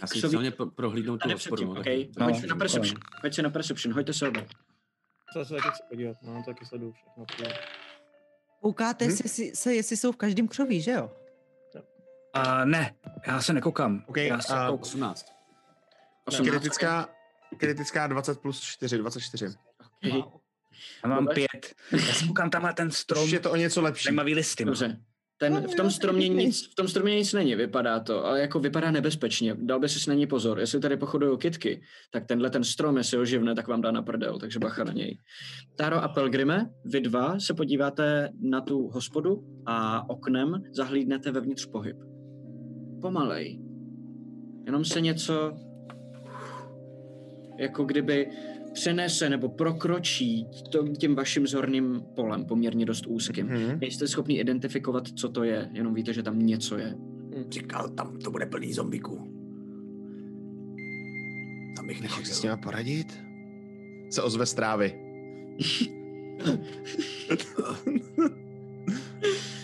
Speaker 7: Já si
Speaker 1: Křoví-
Speaker 7: chci hlavně pro, prohlídnout tu
Speaker 1: Tady
Speaker 7: hospodu.
Speaker 1: předtím,
Speaker 7: no,
Speaker 1: OK.
Speaker 7: taky.
Speaker 1: No,
Speaker 7: Takže
Speaker 1: hoď na perception, hoď se na perception, hoďte se oba.
Speaker 5: To se taky chci podívat, no, to taky sleduju všechno. tyhle.
Speaker 4: Koukáte
Speaker 5: Mhm.
Speaker 3: Hm?
Speaker 4: si- si, se, jestli jsou v každém křoví, že jo?
Speaker 2: A ne, já se nekoukám.
Speaker 3: OK,
Speaker 2: já se
Speaker 3: a-
Speaker 2: koukám.
Speaker 7: 18.
Speaker 1: 18.
Speaker 3: Kritická, kritická 20 plus 4, 24.
Speaker 1: OK.
Speaker 2: já mám
Speaker 1: vůbec?
Speaker 2: pět. Já se koukám tam na ten strom,
Speaker 3: Už je to o něco lepší.
Speaker 2: zajímavý listy. má.
Speaker 1: Dobře. Ten, v, tom stromě nic, v tom stromě nic není, vypadá to, ale jako vypadá nebezpečně. Dal by si na ní pozor. Jestli tady pochodují kitky, tak tenhle ten strom, jestli ho živne, tak vám dá na prdel, takže bacha na něj. Taro a Pelgrime, vy dva se podíváte na tu hospodu a oknem zahlídnete vevnitř pohyb. Pomalej. Jenom se něco jako kdyby přenese nebo prokročí to- tím vaším zorným polem, poměrně dost úzkým.
Speaker 3: Mhm.
Speaker 1: Nejste schopni identifikovat, co to je, jenom víte, že tam něco je.
Speaker 4: Mhm.
Speaker 6: Říkal, tam to bude plný zombiků. Tam bych
Speaker 3: Nechci si s
Speaker 6: nechodil.
Speaker 3: nima poradit? Se ozve z trávy.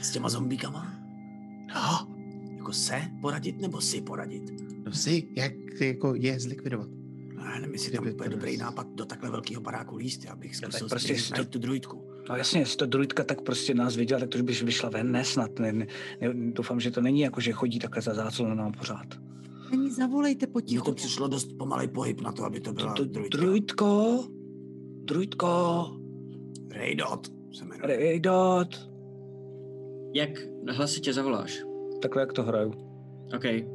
Speaker 6: S těma zombíkama? No. Jako se poradit nebo si poradit?
Speaker 3: (laughs) No si, jak ty jako je zlikvidovat.
Speaker 6: No, já nevím, jestli tam
Speaker 3: Kdyby
Speaker 6: úplně
Speaker 3: to
Speaker 6: dobrý
Speaker 3: nes-
Speaker 6: nápad do takhle velkého baráku líst, já bych
Speaker 2: tak
Speaker 6: zkusil
Speaker 2: prostě
Speaker 6: prostě
Speaker 2: si to-
Speaker 6: najít tu druidku.
Speaker 2: No jasně, jestli to druidka tak prostě nás viděla, tak to už bych vyšla ven, ne snad. Ne, ne, doufám, že to není jako, že chodí takhle za záclonou pořád.
Speaker 4: Ani zavolejte
Speaker 6: Mně to
Speaker 4: potichu.
Speaker 6: přišlo dost pomalej pohyb na to, aby to byla
Speaker 2: To, to,
Speaker 6: druidka.
Speaker 2: druidko, druidko,
Speaker 6: Rejdot se jmenuje.
Speaker 2: rejdot.
Speaker 1: Jak hlasitě zavoláš?
Speaker 2: Takhle jak to hraju.
Speaker 1: OK.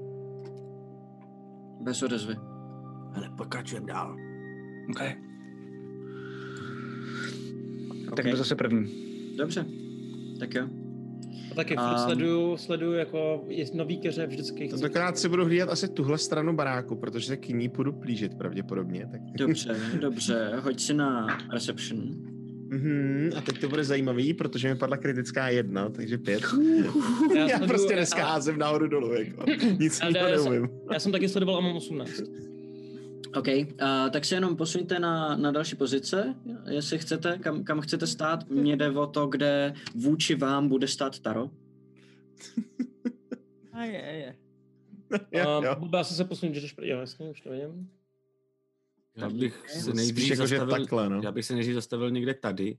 Speaker 1: Bez odezvy.
Speaker 6: Hele, pokračujem dál.
Speaker 2: Okay. Tak
Speaker 1: Okay.
Speaker 2: byl zase první.
Speaker 1: Dobře. Tak jo.
Speaker 5: A taky
Speaker 1: A-
Speaker 5: furt sleduju, sleduju jako jest nový keře vždycky. chci-
Speaker 3: Tentokrát si budu hlídat asi tuhle stranu baráku, protože se k ní půjdu plížit pravděpodobně. Tak
Speaker 1: Dobře, dobře. Hoď si na reception.
Speaker 3: Mhm, a teď to bude zajímavý, protože mi padla kritická jedna, takže pět.
Speaker 5: Já
Speaker 3: Já,
Speaker 5: sleduju-
Speaker 3: prostě
Speaker 5: já-
Speaker 3: dneska házím nahoru dolů, jako. Nic
Speaker 5: Já-
Speaker 3: jiného
Speaker 5: já-
Speaker 3: neumím.
Speaker 5: Já jsem taky sledoval a mám 18.
Speaker 1: OK, uh, tak se jenom posuňte na, na další pozice, jestli chcete, kam, kam chcete stát. Mně jde o to, kde vůči vám bude stát Taro.
Speaker 4: A je, je.
Speaker 5: Jo, jo. Bube, asi se posunu, že to Jo, jasně, už to vidím.
Speaker 7: Já bych
Speaker 3: Spíš
Speaker 7: se nejdřív
Speaker 3: jako, že
Speaker 7: zastavil,
Speaker 3: takhle, no.
Speaker 7: já bych se nejdřív zastavil někde tady.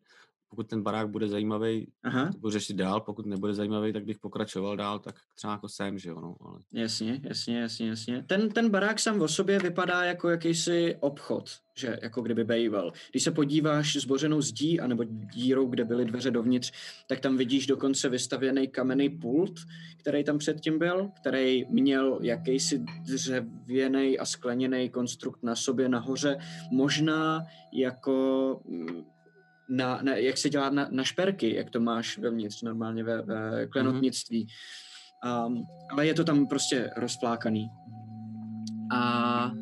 Speaker 7: Pokud ten barák bude zajímavý,
Speaker 1: Aha,
Speaker 7: budu řešit dál, pokud nebude zajímavý, tak bych pokračoval dál, tak třeba jako sem, že jo, no, ale
Speaker 1: jasně, jasně, jasně, jasně. Ten, ten barák sám o sobě vypadá jako jakýsi obchod, že jako kdyby bejval. Když se podíváš zbořenou zdí, anebo dírou, kde byly dveře dovnitř, tak tam vidíš dokonce vystavěný kamenný pult, který tam předtím byl, který měl jakýsi dřevěný a skleněný konstrukt na sobě nahoře, možná jako mm, na, na, jak se dělá na, na šperky, jak to máš vevnitř normálně ve, ve klenotnictví. Um, ale je to tam prostě rozflákaný. A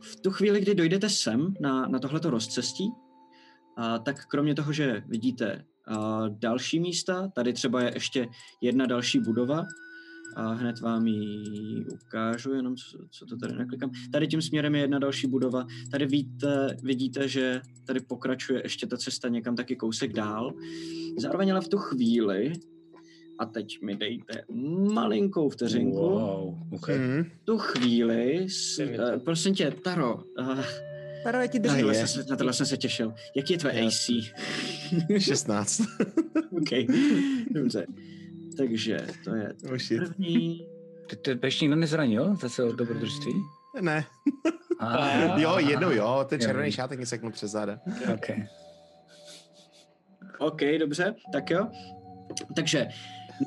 Speaker 1: v tu chvíli, kdy dojdete sem na, na tohleto rozcestí, a tak kromě toho, že vidíte a další místa, tady třeba je ještě jedna další budova, a hned vám ji ukážu, jenom co, co to tady naklikám. Tady tím směrem je jedna další budova. Tady víte, vidíte, že tady pokračuje ještě ta cesta někam taky kousek dál. Zároveň ale v tu chvíli, a teď mi dejte malinkou vteřinku,
Speaker 2: Wow, okay.
Speaker 3: Mhm.
Speaker 1: v tu chvíli, s,
Speaker 5: Dej mi to.
Speaker 1: uh, prosím tě, Taro, uh,
Speaker 4: Taro, já ti
Speaker 1: na,
Speaker 4: držím.
Speaker 1: tohle
Speaker 3: je.
Speaker 1: jsem se, na tohle jsem se těšil. Jaký je tvé
Speaker 3: Já-
Speaker 1: AC?
Speaker 3: 16.
Speaker 1: (laughs) OK, dobře. Takže to je
Speaker 3: Oh shit.
Speaker 1: první.
Speaker 2: Ty, ty ještě nikdo nezranil zase od dobrodružství?
Speaker 3: Ne.
Speaker 5: A-
Speaker 3: Jo, jednou jo, ten
Speaker 2: Ah. Jo.
Speaker 3: červený šátek mi seknul přes záda.
Speaker 2: Okay.
Speaker 1: OK, dobře, tak jo. Takže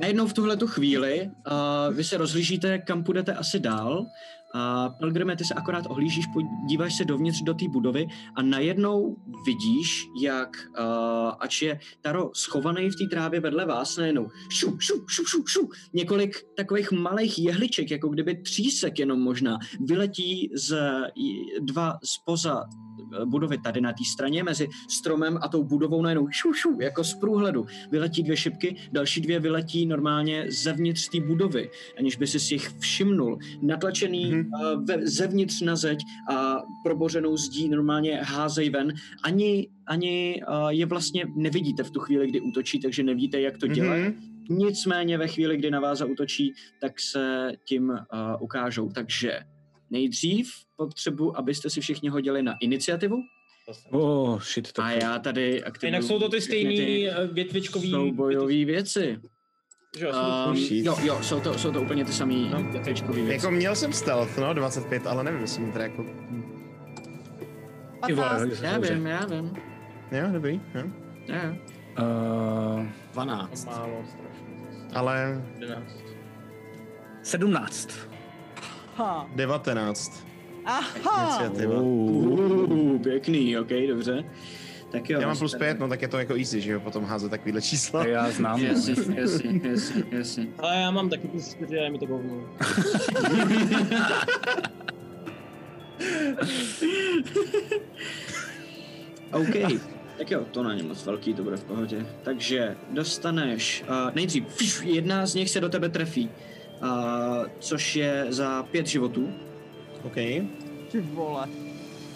Speaker 1: najednou v tuhle tu chvíli uh, vy se rozlížíte, kam půjdete asi dál. A Pilgrime, ty se akorát ohlížíš, podíváš se dovnitř do té budovy a najednou vidíš, jak uh, ač je Taro schovaný v té trávě vedle vás, najednou šup, šup, šup, šup, šup, několik takových malých jehliček, jako kdyby třísek jenom možná, vyletí z i- dva spoza eh, budovy tady na té straně mezi stromem a tou budovou najednou šu, šu, jako z průhledu. Vyletí dvě šipky, další dvě vyletí normálně zevnitř té budovy, aniž by si jich všimnul. Natlačený
Speaker 3: Mhm.
Speaker 1: mm ve, zevnitř na zeď a probořenou zdí normálně házej ven. Ani, ani eh, je vlastně nevidíte v tu chvíli, kdy útočí, takže nevíte, jak to dělá.
Speaker 3: Mhm.
Speaker 1: Nicméně ve chvíli, kdy na vás zautočí, tak se tím uh, ukážou. Takže nejdřív potřebu, abyste si všichni hodili na iniciativu
Speaker 2: Oh, shit, to
Speaker 1: a já tady aktivuji
Speaker 5: Jinak jsou to ty
Speaker 1: všechny
Speaker 5: stejný
Speaker 1: ty
Speaker 5: eh, větvičkový...
Speaker 1: soubojový věci.
Speaker 5: Že jo, jsou to-
Speaker 1: Um,
Speaker 3: shit.
Speaker 1: jo, jo, jsou to, jsou to úplně ty samý
Speaker 5: No,
Speaker 1: no, větvičkový věci.
Speaker 3: Jako měl jsem stealth, no, 25, ale nevím, jestli mi teda jako...
Speaker 2: Ty vole,
Speaker 4: 15.
Speaker 2: hodil jsem se
Speaker 1: Já
Speaker 2: dobře.
Speaker 1: vím, já vím.
Speaker 3: Jo, dobrý, jo.
Speaker 1: Já.
Speaker 5: Eh,
Speaker 2: Uh,
Speaker 7: 12.
Speaker 5: Málo, strašně.
Speaker 3: Ale
Speaker 5: 11.
Speaker 2: 17.
Speaker 4: Aha.
Speaker 3: 19.
Speaker 4: Aha.
Speaker 3: Iniciativa.
Speaker 1: Uh, Ah. pěkný, ok, dobře. Tak jo.
Speaker 3: Já mám plus
Speaker 1: super.
Speaker 3: 5, no tak je to jako easy, že jo, potom házet takovýhle čísla.
Speaker 2: Já znám.
Speaker 1: Jasně, jasně, jasně, jasně.
Speaker 5: Ale já mám taky plus 4 a mi to govno.
Speaker 1: OK. Tak jo, to není moc velký, to bude v pohodě. Takže dostaneš, uh, nejdřív pš, jedna z nich se do tebe trefí, uh, což je za pět životů.
Speaker 3: OK.
Speaker 4: Ty vole.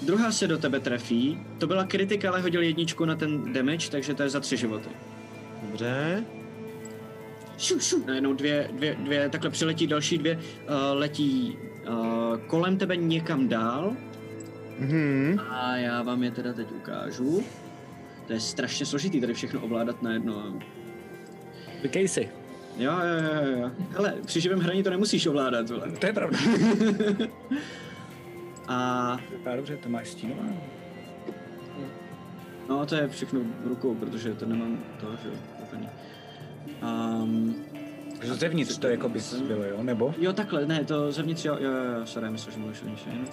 Speaker 1: Druhá se do tebe trefí, to byla kritika, ale hodil jedničku na ten damage, takže to je za tři životy.
Speaker 3: Dobře.
Speaker 1: Šu, šu. Najednou dvě, dvě, dvě, takhle přiletí další dvě, uh, letí uh, kolem tebe někam dál.
Speaker 3: Mhm.
Speaker 1: A já vám je teda teď ukážu. To je strašně složitý tady všechno ovládat najednou.
Speaker 2: Vykej si.
Speaker 1: Jo, jo, jo, jo. Hele, při živém hraní to nemusíš ovládat, vole.
Speaker 2: To
Speaker 1: (laughs)
Speaker 2: je pravda.
Speaker 1: A
Speaker 2: Vypadá dobře, to máš stínová.
Speaker 1: no, to je všechno rukou, protože to nemám to, že jo, úplně. Um,
Speaker 2: Takže zevnitř to jako by bylo, jo? Nebo?
Speaker 1: jo, takhle, ne, to zevnitř, jo, jo, jo, sorry, myslím, že mluvíš o něčem jiném.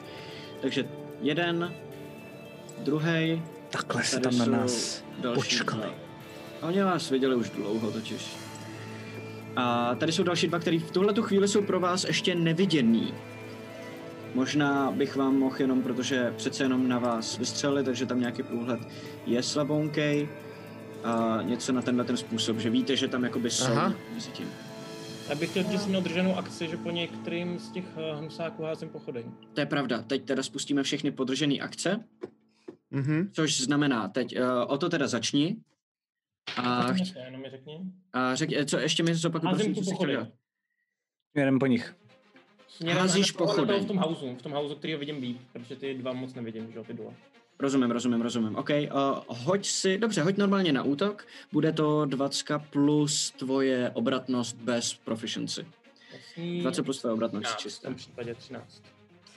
Speaker 1: Takže jeden, druhý,
Speaker 2: Takhle se
Speaker 1: tady
Speaker 2: tam na
Speaker 1: jsou
Speaker 2: nás
Speaker 1: další
Speaker 2: počkali.
Speaker 1: dva. A Oni vás viděli už dlouho totiž. A tady jsou další dva, které v tuhle chvíli jsou pro vás ještě neviděný. Možná bych vám mohl jenom, protože přece jenom na vás vystřelili, takže tam nějaký průhled je slabounkej. A něco na tenhle ten způsob, že víte, že tam jakoby jsou
Speaker 3: Aha.
Speaker 1: mezi tím.
Speaker 5: Já bych chtěl, že jsem měl drženou akci, že po některým z těch eh, hmsáků házím pochodeň.
Speaker 1: To je pravda. Teď teda spustíme všechny podržené akce,
Speaker 3: Mhm.
Speaker 1: což znamená, teď uh, o to teda začni. A,
Speaker 5: A
Speaker 1: chť-
Speaker 5: chci... Jenom mi řekni.
Speaker 1: a řek, eh, co ještě mi zopakuj,
Speaker 5: Házím
Speaker 1: prosím,
Speaker 5: tu
Speaker 1: co jsi chtěl dělat.
Speaker 5: pochodeň.
Speaker 2: Směrem po nich.
Speaker 5: Směrem
Speaker 1: Házíš
Speaker 5: na- na- na- na-
Speaker 1: pochodeň.
Speaker 5: V tom hausu, v tom hausu, který ho vidím líp, protože ty dva moc nevidím, že jo, ty dole.
Speaker 1: Rozumím, rozumím, rozumím. OK, uh, hoď si, dobře, hoď normálně na útok. Bude to 20 plus tvoje obratnost bez proficiency.
Speaker 5: Jasný.
Speaker 1: 20 plus tvoje obratnost
Speaker 5: 13, Vlastně- v
Speaker 1: čisté.
Speaker 5: tom případě 13.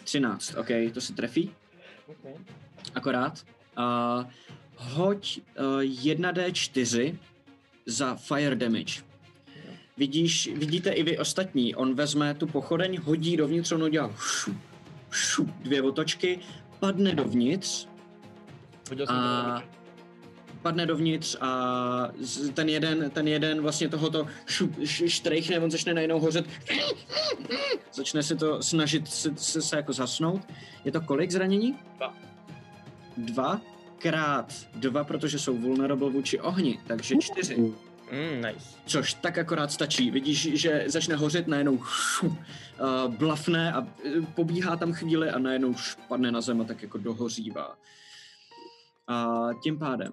Speaker 1: 13, OK, to se trefí,
Speaker 5: Okay.
Speaker 1: akorát. Uh, hoď uh, 1d4 za fire damage. Vidíš, vidíte i vy ostatní, on vezme tu pochodeň, hodí dovnitř, on udělá šup, šup, dvě otočky, padne dovnitř,
Speaker 5: Hodil jsem
Speaker 1: A-
Speaker 5: to
Speaker 1: padne dovnitř a z- ten jeden, ten jeden vlastně tohoto šup, š, štrejchne, on začne najednou hořet. Začne se to snažit se, se, se jako zasnout. Je to kolik zranění?
Speaker 5: Dva.
Speaker 1: Dva krát dva, protože jsou vulnerable vůči ohni, takže čtyři.
Speaker 5: mm, nice.
Speaker 1: Což tak akorát stačí. Vidíš, že začne hořet, najednou šup, uh, blafne a eh, pobíhá tam chvíli a najednou už padne na zem a tak jako dohořívá. A tím pádem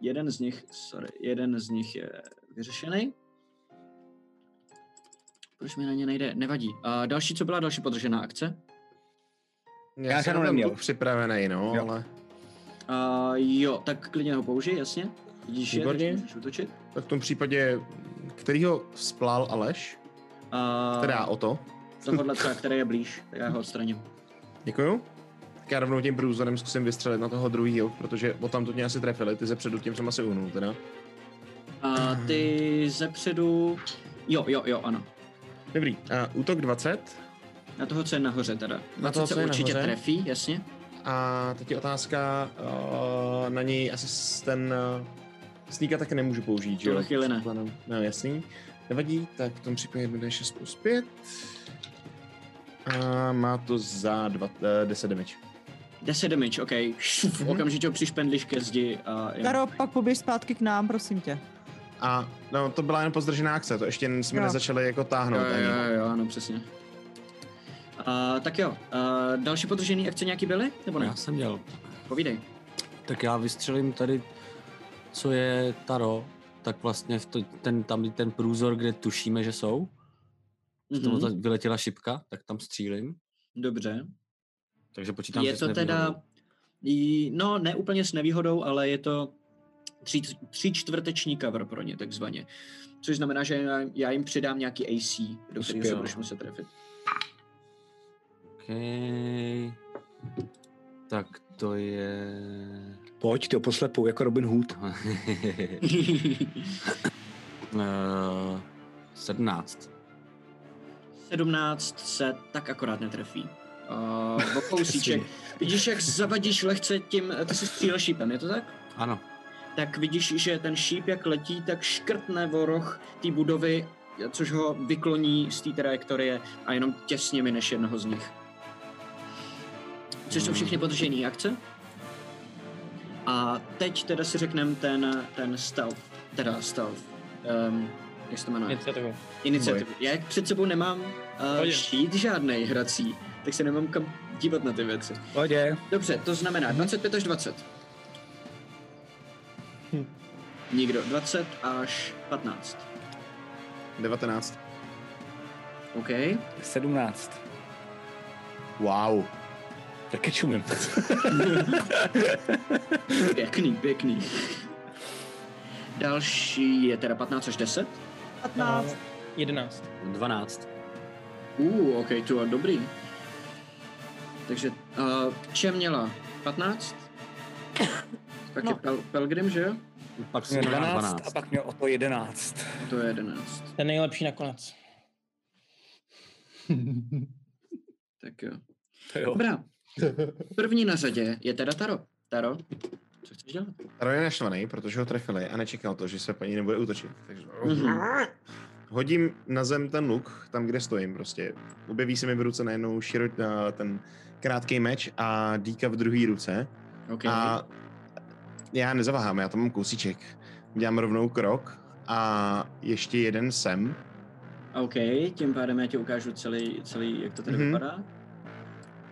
Speaker 1: jeden z nich, sorry, jeden z nich je vyřešený. Proč mi na ně nejde? Nevadí. A další, co byla další podržená akce?
Speaker 3: Já,
Speaker 2: Já
Speaker 3: jsem
Speaker 2: žádnou
Speaker 3: na to
Speaker 2: neměl.
Speaker 3: byl připravený, no,
Speaker 2: Jo.
Speaker 3: ale
Speaker 1: A jo, tak klidně ho použij, jasně. Vidíš, je,
Speaker 3: Výborně.
Speaker 1: takže můžeš útočit.
Speaker 3: tak v tom případě, kterýho splál Aleš,
Speaker 1: A
Speaker 3: teda o to,
Speaker 1: tohohle třeba, který je blíž, tak já ho odstraním.
Speaker 3: děkuju. Tak já rovnou tím průzorem zkusím vystřelit na toho druhýho, protože o tam to mě asi trefili, ty ze předu tím jsem asi uhnul teda.
Speaker 1: A ty zepředu... Jo, jo, jo, ano.
Speaker 3: Dobrý, a útok 20
Speaker 1: Na toho, co je nahoře teda. Na
Speaker 3: toho, co je
Speaker 1: určitě
Speaker 3: nahoře.
Speaker 1: trefí, jasně.
Speaker 3: a teď je otázka, eh, na něj asi s- ten uh, sníka taky nemůžu použít, že
Speaker 1: tuhle chvíli ne.
Speaker 3: Předpokládám. No jasný, nevadí, tak v tom případě 1d6 plus 5 a má to za dva, eh, 10 damage. Mhm.
Speaker 1: 10 damage, OK. Mm-hmm. Okamžitě ho přišpendliš ke zdi a jo.
Speaker 4: Karo, pak poběž zpátky k nám, prosím tě.
Speaker 3: A no, to byla jen pozdržená akce, to ještě jsme
Speaker 4: Jo.
Speaker 3: nezačali jako táhnout
Speaker 1: jo,
Speaker 3: ani.
Speaker 1: jo, jo, jo, ano, přesně.
Speaker 3: (laughs)
Speaker 1: A, tak jo, a, další podržený akce nějaký byly? Nebo ne?
Speaker 7: Já jsem dělal.
Speaker 1: Povídej.
Speaker 7: Tak já vystřelím tady, co je Taro, tak vlastně v to, ten, tam je ten průzor, kde tušíme, že jsou. Mm-hmm.
Speaker 1: Mhm.
Speaker 7: ta vyletěla šipka, tak tam střílím.
Speaker 1: Dobře.
Speaker 7: Takže počítám,
Speaker 1: je
Speaker 7: že s
Speaker 1: to
Speaker 7: nevýhodou.
Speaker 1: teda, i- no ne úplně s nevýhodou, ale je to tři, tři čtvrteční cover pro ně takzvaně. Což znamená, že já- já jim přidám nějaký AC, do kterého se
Speaker 7: Skvělé.
Speaker 1: budeš muset trefit.
Speaker 7: Okay. Tak to je...
Speaker 2: Pojď, ty ho poslepu, jako Robin Hood.
Speaker 7: (laughs) Eh, 17.
Speaker 1: 17 se tak akorát netrefí. Uh, kousíček. vidíš, jak zavadíš lehce tím, ty jsi střílel šípem, je to tak?
Speaker 7: Ano.
Speaker 1: Tak vidíš, že ten šíp jak letí, tak škrtne voroch té budovy, což ho vykloní z té trajektorie a jenom těsně mi než jednoho z nich. Což jsou všechny podržené akce. A teď teda si řekneme ten, ten stealth, teda stealth, um, jak se to jmenuje?
Speaker 5: Něco takového.
Speaker 1: Iniciativu. Já jak před sebou nemám uh,
Speaker 5: Pohodě.
Speaker 1: šít žádnej hrací, tak se nemám kam dívat na ty věci.
Speaker 2: Pojďe.
Speaker 1: Dobře, to znamená 25 až 20. Nikdo. 20 až 15.
Speaker 3: 19.
Speaker 1: OK.
Speaker 2: 17.
Speaker 3: Wow.
Speaker 2: Tak kečumím.
Speaker 1: Pěkný, pěkný. Další je teda 15 až 10.
Speaker 4: 15.
Speaker 1: No.
Speaker 5: 11.
Speaker 7: 12.
Speaker 1: Uh, OK, to je dobrý. Takže uh, čem měla? 15? Pak no.
Speaker 4: No.
Speaker 1: je Pel- Pelgrim, že jo?
Speaker 7: Pak jsem
Speaker 2: Měl
Speaker 7: 12.
Speaker 2: 12
Speaker 7: 12.
Speaker 2: a pak měl o to 11.
Speaker 1: To je 11.
Speaker 5: Ten nejlepší nakonec.
Speaker 1: Tak jo.
Speaker 2: Jo. (laughs)
Speaker 1: Dobrá. První na řadě je teda Taro. Taro, co chceš dělat?
Speaker 3: Roy je naštvaný, protože ho trefili a nečekal to, že se paní nebude útočit. Takže...
Speaker 1: Mhm.
Speaker 3: hodím na zem ten luk, tam, kde stojím prostě. Objeví se mi v ruce najednou širot, eh, ten krátký meč a dýka v druhé ruce.
Speaker 1: OK.
Speaker 3: A já nezaváhám, já tam mám kousíček. Dělám rovnou krok a ještě jeden sem.
Speaker 1: OK, tím pádem já ti ukážu celý, celý jak to tady
Speaker 3: Mhm.
Speaker 1: vypadá.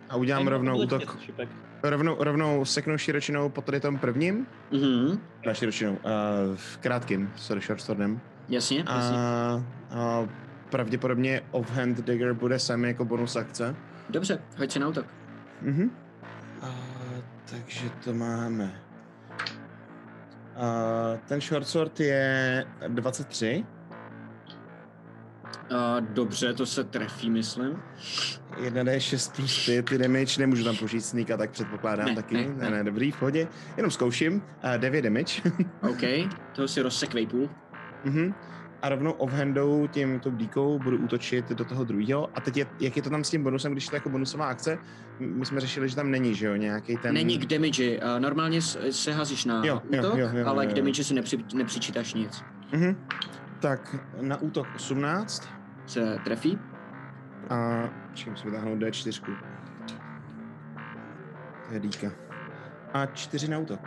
Speaker 3: A udělám
Speaker 5: Jen
Speaker 3: rovnou
Speaker 5: odletět,
Speaker 3: útok.
Speaker 5: šipek.
Speaker 3: Rovnou, rovnou seknu širočinou po tady tom prvním.
Speaker 1: Mhm,
Speaker 3: Na širočinou. Uh, v krátkým, sorry, short swordem.
Speaker 1: jasně,
Speaker 3: A,
Speaker 1: jasně.
Speaker 3: a pravděpodobně offhand dagger bude sem jako bonus akce.
Speaker 1: Dobře, hoď si na útok.
Speaker 3: Mhm. A, takže to máme. A, ten short sword je 23.
Speaker 1: A, dobře, to se trefí, myslím.
Speaker 3: 1d6 plus 5 damage, nemůžu tam použít sneak a tak předpokládám
Speaker 1: Ne,
Speaker 3: taky.
Speaker 1: ne,
Speaker 3: Ne, ne,
Speaker 1: ne.
Speaker 3: ne, dobrý, v pohodě. Jenom zkouším. A 9 damage.
Speaker 1: (laughs) OK, toho si rozsekvej půl.
Speaker 3: mhm. A rovnou offhandou tím tou díkou budu útočit do toho druhého. A teď je, jak je to tam s tím bonusem, když je to jako bonusová akce? M- My jsme řešili, že tam není, že jo, nějaký ten...
Speaker 1: Není k damage. A normálně s- eh, se hazíš na
Speaker 3: Jo, jo,
Speaker 1: útok,
Speaker 3: jo, jo, jo,
Speaker 1: ale k
Speaker 3: jo.
Speaker 1: damage si nepři, nepřičítáš nic.
Speaker 3: Mhm. Tak na útok 18
Speaker 1: Se trefí.
Speaker 3: a čím si vytáhnout D4. To je díka. A 4 na útok.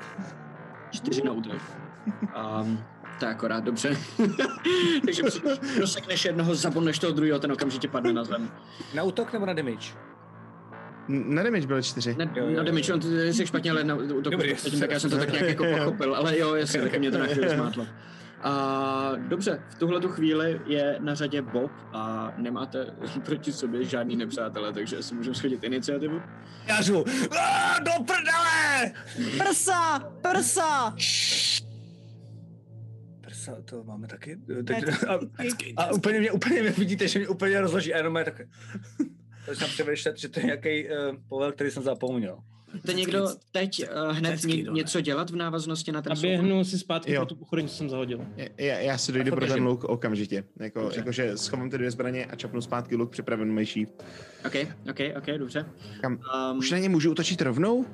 Speaker 1: Čtyři na útok. Um, to je akorát dobře. (laughs) Takže při- rozsekneš jednoho, zaboneš toho druhého, ten okamžitě padne na zem.
Speaker 2: Na útok nebo na damage?
Speaker 3: N- Na damage byly 4.
Speaker 1: Ne,
Speaker 2: Jo, jo,
Speaker 1: no
Speaker 2: jo.
Speaker 1: damage, on ty jsi špatně, ale na útok
Speaker 2: Dobrý,
Speaker 1: předtím, tak já jsem to tak nějak jako pochopil, ale jo,
Speaker 2: (laughs)
Speaker 1: jasně, taky mě to na chvíli smátlo. A dobře, v tuhle tu chvíli je na řadě Bob a nemáte (laughs) proti sobě žádný nepřátelé, takže si můžeme schodit iniciativu.
Speaker 2: Já řvu, "Aaa, do prdele!
Speaker 4: Prsa! Prsa!
Speaker 2: Prsa, to máme taky. Tak, a, a, úplně mě, úplně mě vidíte, že mě úplně rozloží a jenom je takové. To jsem přemýšlet, že to je nějaký uh, povel, který jsem zapomněl.
Speaker 1: Chce někdo teď uh, hned
Speaker 7: Vždycky
Speaker 1: ně,
Speaker 7: jdu, ne?
Speaker 1: něco dělat v návaznosti na ten
Speaker 5: A běhnu si zpátky
Speaker 3: Jo.
Speaker 5: pro tu pochodeň, co jsem zahodil.
Speaker 3: Já, já si dojdu
Speaker 5: Tak
Speaker 3: pro ten
Speaker 5: podržím.
Speaker 3: luk okamžitě. Jako,
Speaker 1: Dobře.
Speaker 3: jakože schovám ty dvě zbraně a čapnu zpátky luk připraven mejší.
Speaker 1: OK, OK, OK, dobře.
Speaker 3: Kam?
Speaker 1: Um,
Speaker 3: Už na ně můžu útočit rovnou?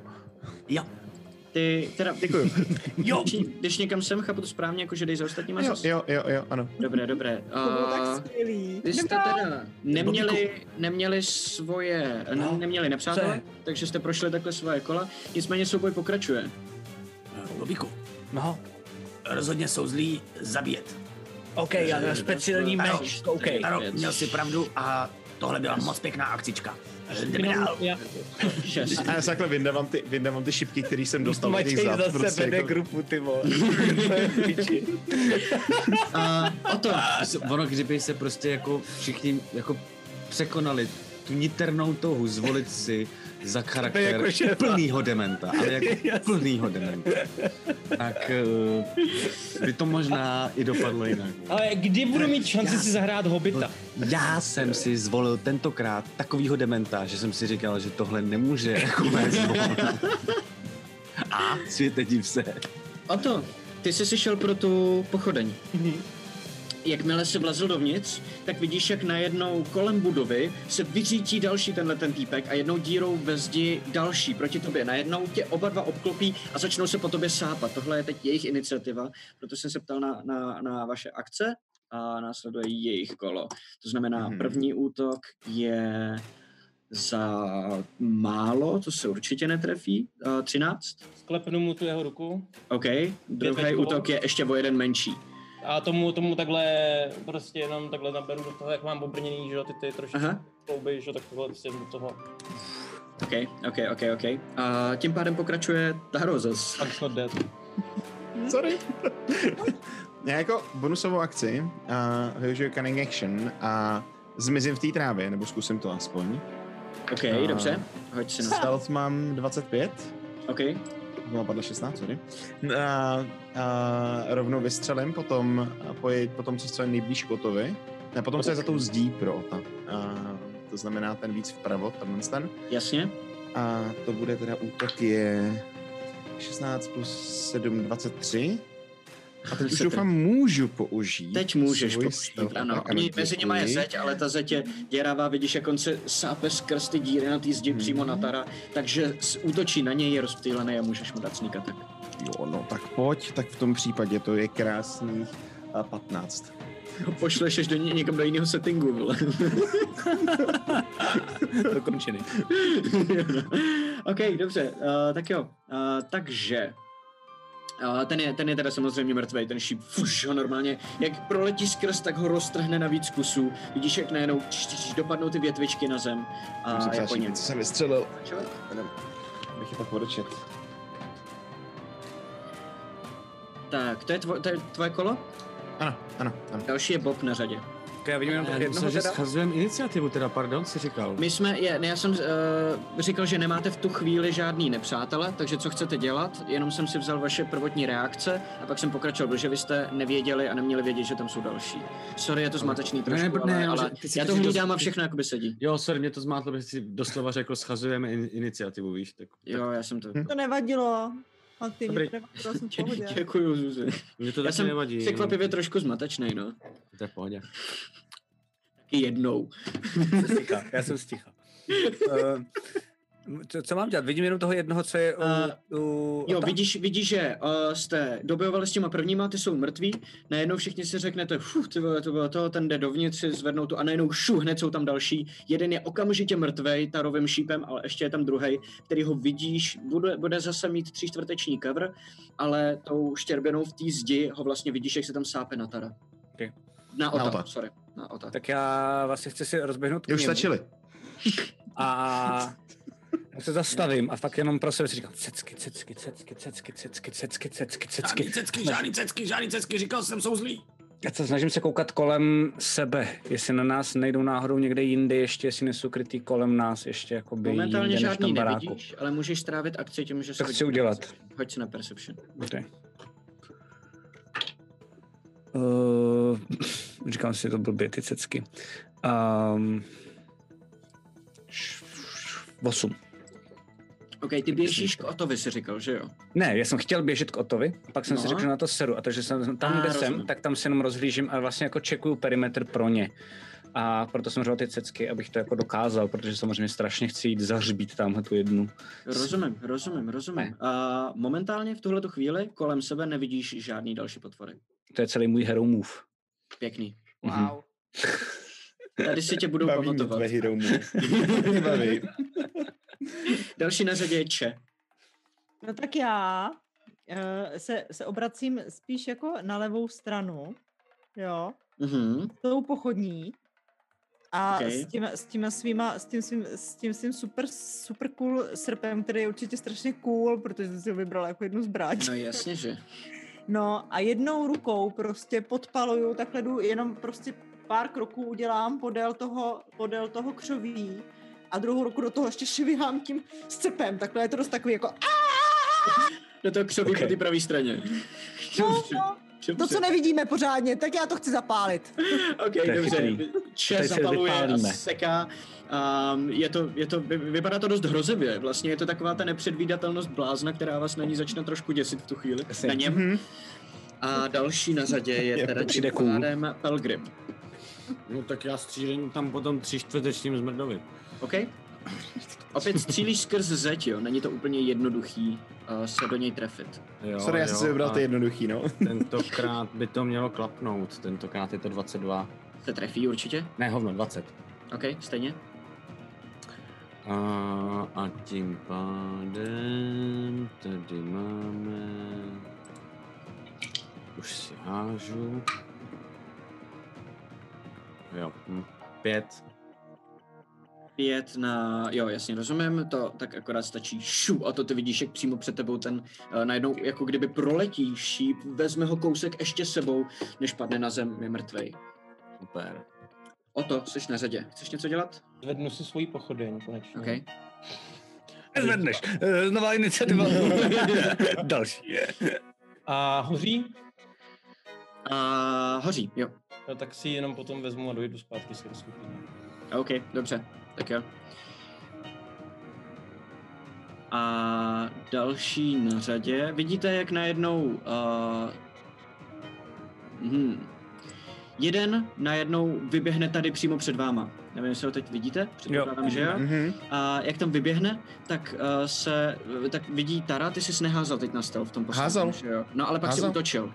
Speaker 1: ty, teda, (laughs)
Speaker 3: Děkuju.
Speaker 1: jo. Když někam sem, chápu to správně, jako že dej za ostatníma
Speaker 3: jo,
Speaker 1: zas?
Speaker 3: jo, jo, jo,
Speaker 1: (laughs)
Speaker 3: ano.
Speaker 1: Dobré, dobré.
Speaker 4: To bylo tak
Speaker 1: Uh,
Speaker 4: skvělý.
Speaker 1: Vy jste teda neměli, neměli svoje, no,
Speaker 7: No,
Speaker 1: neměli nepřátelé,
Speaker 7: co
Speaker 1: takže jste prošli takhle svoje kola, nicméně souboj pokračuje.
Speaker 6: Lobiku,
Speaker 7: No,
Speaker 6: rozhodně jsou zlí zabíjet.
Speaker 2: OK, já mám speciální
Speaker 6: Ano.
Speaker 2: meč. OK.
Speaker 6: Ano,
Speaker 1: Věc.
Speaker 6: měl jsi pravdu a tohle byla moc pěkná akcička. Eh, Jdeme
Speaker 5: Jenom
Speaker 6: dál.
Speaker 5: já-
Speaker 1: Šest.
Speaker 3: A já se takhle vyndávám ty, vyndávám ty šipky, které jsem dostal. od těch
Speaker 2: Matěj
Speaker 3: zad,
Speaker 2: zase
Speaker 3: prostě
Speaker 2: vede
Speaker 3: jako-
Speaker 2: grupu,
Speaker 3: (laughs)
Speaker 2: ty vole. To je v piči.
Speaker 1: A o to,
Speaker 7: ono kdyby se prostě jako všichni jako překonali tu niternou touhu zvolit si za charakter
Speaker 2: jako šéfa.
Speaker 7: plnýho dementa,
Speaker 3: No,
Speaker 7: ale jako
Speaker 2: (laughs) Jasně.
Speaker 7: plnýho dementa, tak eh, by to možná i dopadlo jinak.
Speaker 5: Ale Eh,
Speaker 4: (laughs)
Speaker 5: kdy budu mít šanci si zahrát Hobita?
Speaker 7: Já jsem si zvolil tentokrát takovýho dementa, že jsem si říkal, že tohle nemůže jako mé A světe div se.
Speaker 1: o to, ty jsi si šel pro tu pochodeň. Jakmile se vlezl dovnitř, tak vidíš, jak najednou kolem budovy se vyřítí další tenhle ten týpek a jednou dírou ve zdi další proti tobě. Najednou tě oba dva obklopí a začnou se po tobě sápat. Tohle je teď jejich iniciativa, proto jsem se ptal na, na, na vaše akce a následuje jejich kolo. To znamená,
Speaker 3: Mhm.
Speaker 1: první útok je za málo, to se určitě netrefí, uh, 13.
Speaker 5: Sklepnu mu tu jeho ruku
Speaker 1: OK, druhý
Speaker 5: Pětečko.
Speaker 1: útok je ještě o jeden menší.
Speaker 5: a tomu, tomu takhle prostě jenom takhle naberu do toho, jak mám obrněný, že jo, ty, ty trošku
Speaker 1: Aha.
Speaker 5: klouby, že jo, tak tohle prostě do toho.
Speaker 1: OK, OK, OK, OK. A tím pádem pokračuje Taro zas.
Speaker 5: I'm not dead.
Speaker 3: Sorry. Já jako bonusovou akci uh, využiju cunning action a zmizím v té trávě, nebo zkusím to aspoň.
Speaker 1: OK,
Speaker 3: A-
Speaker 1: dobře. Hoď si na stav.
Speaker 3: Stealth mám 25.
Speaker 1: OK,
Speaker 3: Byla padla 16, sorry. No, A, a rovnou vystřelím, potom, a po, jej- potom co se nejblíž Kotovi. Ne, potom co je za tou zdí pro Ota. A, to znamená ten víc vpravo, tenhle ten.
Speaker 1: jasně.
Speaker 3: A to bude teda útok je 16 plus 7, 23. A teď už
Speaker 1: Se
Speaker 3: doufám můžu použít.
Speaker 1: Teď můžeš
Speaker 3: svůj
Speaker 1: použít,
Speaker 3: stealth.
Speaker 1: ano.
Speaker 3: Tak,
Speaker 1: Oni, mezi nimi je
Speaker 3: děkuji.
Speaker 1: zeď, ale ta zeď je děravá, vidíš, jak on se sápe skrz ty díry na té zdi
Speaker 3: Mhm.
Speaker 1: přímo na Tara, takže s- útočí na něj, je rozptýlený a můžeš mu dát sníka tak.
Speaker 3: Jo, no tak pojď, tak v tom případě to je krásných a 15.
Speaker 1: Ho pošleš až do ně, někam do jiného settingu, vole.
Speaker 2: (laughs) do končiny.
Speaker 1: ok, dobře, uh, tak jo. Uh, takže... Uh, ten, je, ten je teda samozřejmě mrtvý, ten šíp, fuš, ho normálně, jak proletí skrz, tak ho roztrhne na víc kusů. Vidíš, jak najednou č, č, č, dopadnou ty větvičky na zem a je po něm.
Speaker 3: co jsem vystřelil. Bych je pak odečet.
Speaker 1: Tak, to je, tvo, to je tvoje kolo?
Speaker 3: Ano, ano, ano.
Speaker 1: Další je Bob na řadě.
Speaker 2: Tak já vidím jenom
Speaker 7: Já
Speaker 2: jednoho
Speaker 7: myslím, že
Speaker 2: teda.
Speaker 7: schazujeme iniciativu, teda, pardon, si říkal.
Speaker 1: My jsme, je, ne, já jsem uh, říkal, že nemáte v tu chvíli žádný nepřátele, takže co chcete dělat, jenom jsem si vzal vaše prvotní reakce a pak jsem pokračoval, protože vy jste nevěděli a neměli vědět, že tam jsou další. Sorry, je to zmatečný trošku,
Speaker 7: ne,
Speaker 1: ale,
Speaker 7: ne,
Speaker 1: ale
Speaker 7: že ty si-
Speaker 1: já
Speaker 7: ty
Speaker 1: to
Speaker 7: si dost-
Speaker 1: hlídám a
Speaker 7: ty-
Speaker 1: všechno jakoby sedí.
Speaker 7: Jo, sorry, mě to zmátlo, protože si doslova řekl, schazujeme in, iniciativu, víš. Tak,
Speaker 1: Jo, já jsem to...
Speaker 4: To nevadilo. Aktivně
Speaker 7: Dobrý.
Speaker 4: to nevadilo, jsem v pohodě.
Speaker 1: Děkuju, Zuzi.
Speaker 7: mě to
Speaker 1: Já
Speaker 7: taky
Speaker 1: jsem
Speaker 7: nevadí.
Speaker 1: překvapivě trošku zmatečný, no.
Speaker 7: To je v pohodě.
Speaker 1: Taky jednou.
Speaker 2: Sticha, já jsem sticha. (laughs) Eh, co, co mám dělat? Vidím jenom toho jednoho, co je u...
Speaker 1: Eh,
Speaker 2: u
Speaker 1: Jo,
Speaker 2: tam-
Speaker 1: vidíš, vidíš že uh, jste dobojovali s těma prvníma, ty jsou mrtví, najednou všichni si řeknete, fuh, ty vole, to bylo to, ten jde dovnitř, si zvednou tu a najednou šu, hned jsou tam další. Jeden je okamžitě mrtvej tarovým šípem, ale ještě je tam druhý, který ho vidíš, bude, bude zase mít tři čtvrteční cover, ale tou štěrbenou v té zdi ho vlastně vidíš, jak se tam sápe na tara.
Speaker 2: Ok.
Speaker 1: Na otak,
Speaker 3: otak.
Speaker 1: sorry. Na otak.
Speaker 2: Tak já vlastně chci si rozběhnout k
Speaker 3: Je už
Speaker 2: němu
Speaker 3: stačili.
Speaker 2: A já se zastavím a fakt jenom pro sebe si říkám cecky, cecky, cecky, cecky, cecky, cecky, cecky, cecky.
Speaker 6: Žádný cecky, žádný cecky, žádný cecky, říkal jsem, jsou zlí.
Speaker 2: Já se snažím se koukat kolem sebe, jestli na nás nejdou náhodou někde jinde ještě, jestli nejsou krytý kolem nás ještě jakoby
Speaker 1: Momentálně
Speaker 2: jinde než v
Speaker 1: žádný
Speaker 2: tom baráku.
Speaker 1: nevidíš, ale můžeš strávit akci tím, že se
Speaker 2: To chci
Speaker 1: hodíš na
Speaker 2: udělat.
Speaker 1: perception. Hoď si na perception.
Speaker 2: Okay. Uh, říkám si, to blbě ty cecky. Um, š- osm.
Speaker 1: OK, ty běžíš k Otovi, si říkal, že jo?
Speaker 2: Ne, já jsem chtěl běžet k Otovi, a pak jsem no. si
Speaker 1: No.
Speaker 2: řekl, že na to seru. A takže jsem tam,
Speaker 1: A,
Speaker 2: kde
Speaker 1: rozumím.
Speaker 2: jsem, tak tam se jenom rozhlížím a vlastně jako čekuju perimetr pro ně. A proto jsem řval ty cecky, abych to jako dokázal, protože samozřejmě strašně chci jít zahřbít tamhle tu jednu.
Speaker 1: Rozumím, rozumím, rozumím. A momentálně v tuhle chvíli kolem sebe nevidíš žádný další potvory.
Speaker 2: To je celý můj hero move.
Speaker 1: Pěkný.
Speaker 2: Mhm.
Speaker 4: Wow.
Speaker 1: Tady si tě budou pamatovat.
Speaker 3: hero
Speaker 1: (laughs)
Speaker 3: Baví.
Speaker 1: Další na řadě je Če.
Speaker 4: No tak já eh, se, se obracím spíš jako na levou stranu, jo,
Speaker 1: Mhm.
Speaker 4: tou pochodní a
Speaker 1: Okej.
Speaker 4: s, tím, s těma svýma, s tím svým, s tím svým super, super cool srpem, který je určitě strašně cool, protože jsem si ho vybrala jako jednu zbraň.
Speaker 1: No jasně, že.
Speaker 4: (laughs) No a jednou rukou prostě podpaluju, takhle jdu, jenom prostě pár kroků udělám podél toho, podél toho křoví a druhou ruku do toho ještě švihám tím scepem, takhle je to dost takový jako
Speaker 1: Do toho křoví
Speaker 2: Ok.
Speaker 1: po té pravé straně.
Speaker 4: no,
Speaker 1: Dobře,
Speaker 4: no, to,
Speaker 1: dobře.
Speaker 4: co nevidíme pořádně, tak já to chci zapálit.
Speaker 1: OK,
Speaker 2: To je
Speaker 1: dobře.
Speaker 2: chytrý.
Speaker 1: Če
Speaker 2: Tady se
Speaker 1: zapaluje a
Speaker 2: vypálíme.
Speaker 1: seká. Um, je to, je to, vy- vypadá to dost hrozivě. Vlastně je to taková ta nepředvídatelnost blázna, která vás na ní začne trošku děsit v tu chvíli.
Speaker 2: Jasně.
Speaker 1: Na něm.
Speaker 7: Mhm.
Speaker 2: Mhm.
Speaker 1: A další na řadě je
Speaker 3: Je
Speaker 1: teda
Speaker 3: to
Speaker 1: tím
Speaker 2: přijde cool.
Speaker 1: pádem Pelgrim.
Speaker 7: No tak já střílím tam potom tři čtvrtečním zmrdovi.
Speaker 1: OK. Opět střílíš skrz zeď, jo. Není to úplně jednoduchý uh, se do něj trefit.
Speaker 7: Jo,
Speaker 3: Sorry, já jsem
Speaker 7: jo,
Speaker 3: si vybral
Speaker 7: a
Speaker 3: ty jednoduchý, no. (laughs)
Speaker 7: Tentokrát by to mělo klapnout, tentokrát je to 22.
Speaker 1: Se trefí určitě.
Speaker 7: Ne, hovno, 20.
Speaker 1: OK, stejně.
Speaker 7: A, a tím pádem tady máme... Už si hážu. Jo, hm, pět.
Speaker 1: Pět na... Jo, jasně, rozumím. To tak akorát stačí šu a to ty vidíš, jak přímo před tebou ten uh, najednou jako kdyby proletí šíp, vezme ho kousek ještě sebou, než padne na zem, je mrtvej.
Speaker 7: Super.
Speaker 1: O to, jsi na řadě. Chceš něco dělat?
Speaker 5: Zvednu si svoji pochodeň konečně.
Speaker 1: OK.
Speaker 2: Zvedneš. Eh,
Speaker 1: (laughs)
Speaker 2: Znova iniciativa. Další.
Speaker 5: A hoří?
Speaker 1: Uh, hoří, jo.
Speaker 5: No, tak si jenom potom vezmu a dojdu zpátky si rozkupím.
Speaker 1: OK, dobře, tak jo. A další na řadě. Vidíte, jak najednou... Uh, hmm, jeden najednou vyběhne tady přímo před váma. Nevím, jestli ho teď vidíte, předpokládám, že jo.
Speaker 3: Mhm.
Speaker 1: A jak tam vyběhne, tak uh, se, tak vidí Tara, ty jsi neházal teď na stealth v tom posledním,
Speaker 3: Házal.
Speaker 1: že jo? No ale pak si
Speaker 3: Házal.
Speaker 1: utočil.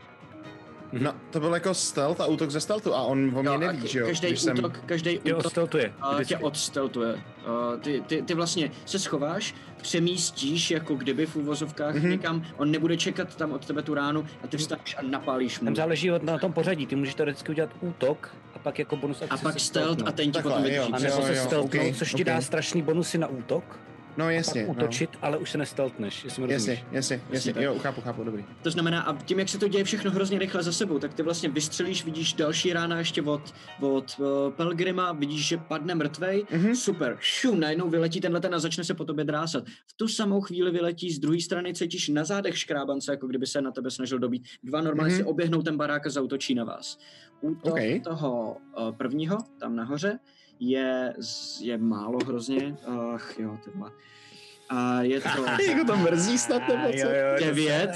Speaker 3: No, to byl jako stealth a útok ze stealthu a on o mě
Speaker 1: Jo, No, a
Speaker 3: neví,
Speaker 1: ka-
Speaker 3: že jo?
Speaker 1: Každý
Speaker 3: když jsem-
Speaker 1: útok, každý
Speaker 2: Tě
Speaker 1: útok
Speaker 2: odsteltuje.
Speaker 1: a, tě
Speaker 2: vždycky.
Speaker 1: odsteltuje. A, ty, ty, ty vlastně se schováš, přemístíš jako kdyby v úvozovkách
Speaker 3: Mhm.
Speaker 1: mm-hmm. někam, on nebude čekat tam od tebe tu ránu a ty vstaneš a napálíš mu.
Speaker 2: Tam záleží od, na tom pořadí, ty můžeš teoreticky udělat útok a pak jako bonus akci
Speaker 1: A pak
Speaker 2: se
Speaker 1: stealth a
Speaker 2: stealthnout.
Speaker 1: ten ti
Speaker 3: Takhle,
Speaker 1: potom
Speaker 3: jo. no,
Speaker 1: vydrží.
Speaker 2: a
Speaker 1: přes-
Speaker 2: nebo
Speaker 3: Jo,
Speaker 2: se
Speaker 3: jo,
Speaker 2: steltnou,
Speaker 3: okej,
Speaker 2: což ti
Speaker 3: okej.
Speaker 2: dá strašný bonusy na útok,
Speaker 3: No jasně,
Speaker 2: pak
Speaker 3: no.
Speaker 2: útočit, ale už se nesteltneš, jestli mi
Speaker 3: Jasně,
Speaker 2: rozumíš.
Speaker 3: jasně,
Speaker 1: Jasně,
Speaker 3: jasně,
Speaker 1: tak.
Speaker 3: jo, chápu, chápu, dobrý.
Speaker 1: To znamená, a tím, jak se to děje všechno hrozně rychle za sebou, tak ty vlastně vystřelíš, vidíš další rána ještě od, od eh, Pelgrima, vidíš, že padne mrtvej,
Speaker 3: Mhm.
Speaker 1: super, šum, najednou vyletí tenhle ten a začne se po tobě drásat. V tu samou chvíli vyletí, z druhé strany cítíš na zádech škrábance, jako kdyby se na tebe snažil dobít. Dva normálně
Speaker 3: Mhm.
Speaker 1: si oběhnou ten barák a zautočí na vás. Útok
Speaker 3: Okej.
Speaker 1: toho eh, prvního, tam nahoře, je, z- je málo hrozně, ach jo, ty vole. A je (laughs) to...
Speaker 3: (laughs) Jako to mrzí snad nebo co?
Speaker 1: Devět.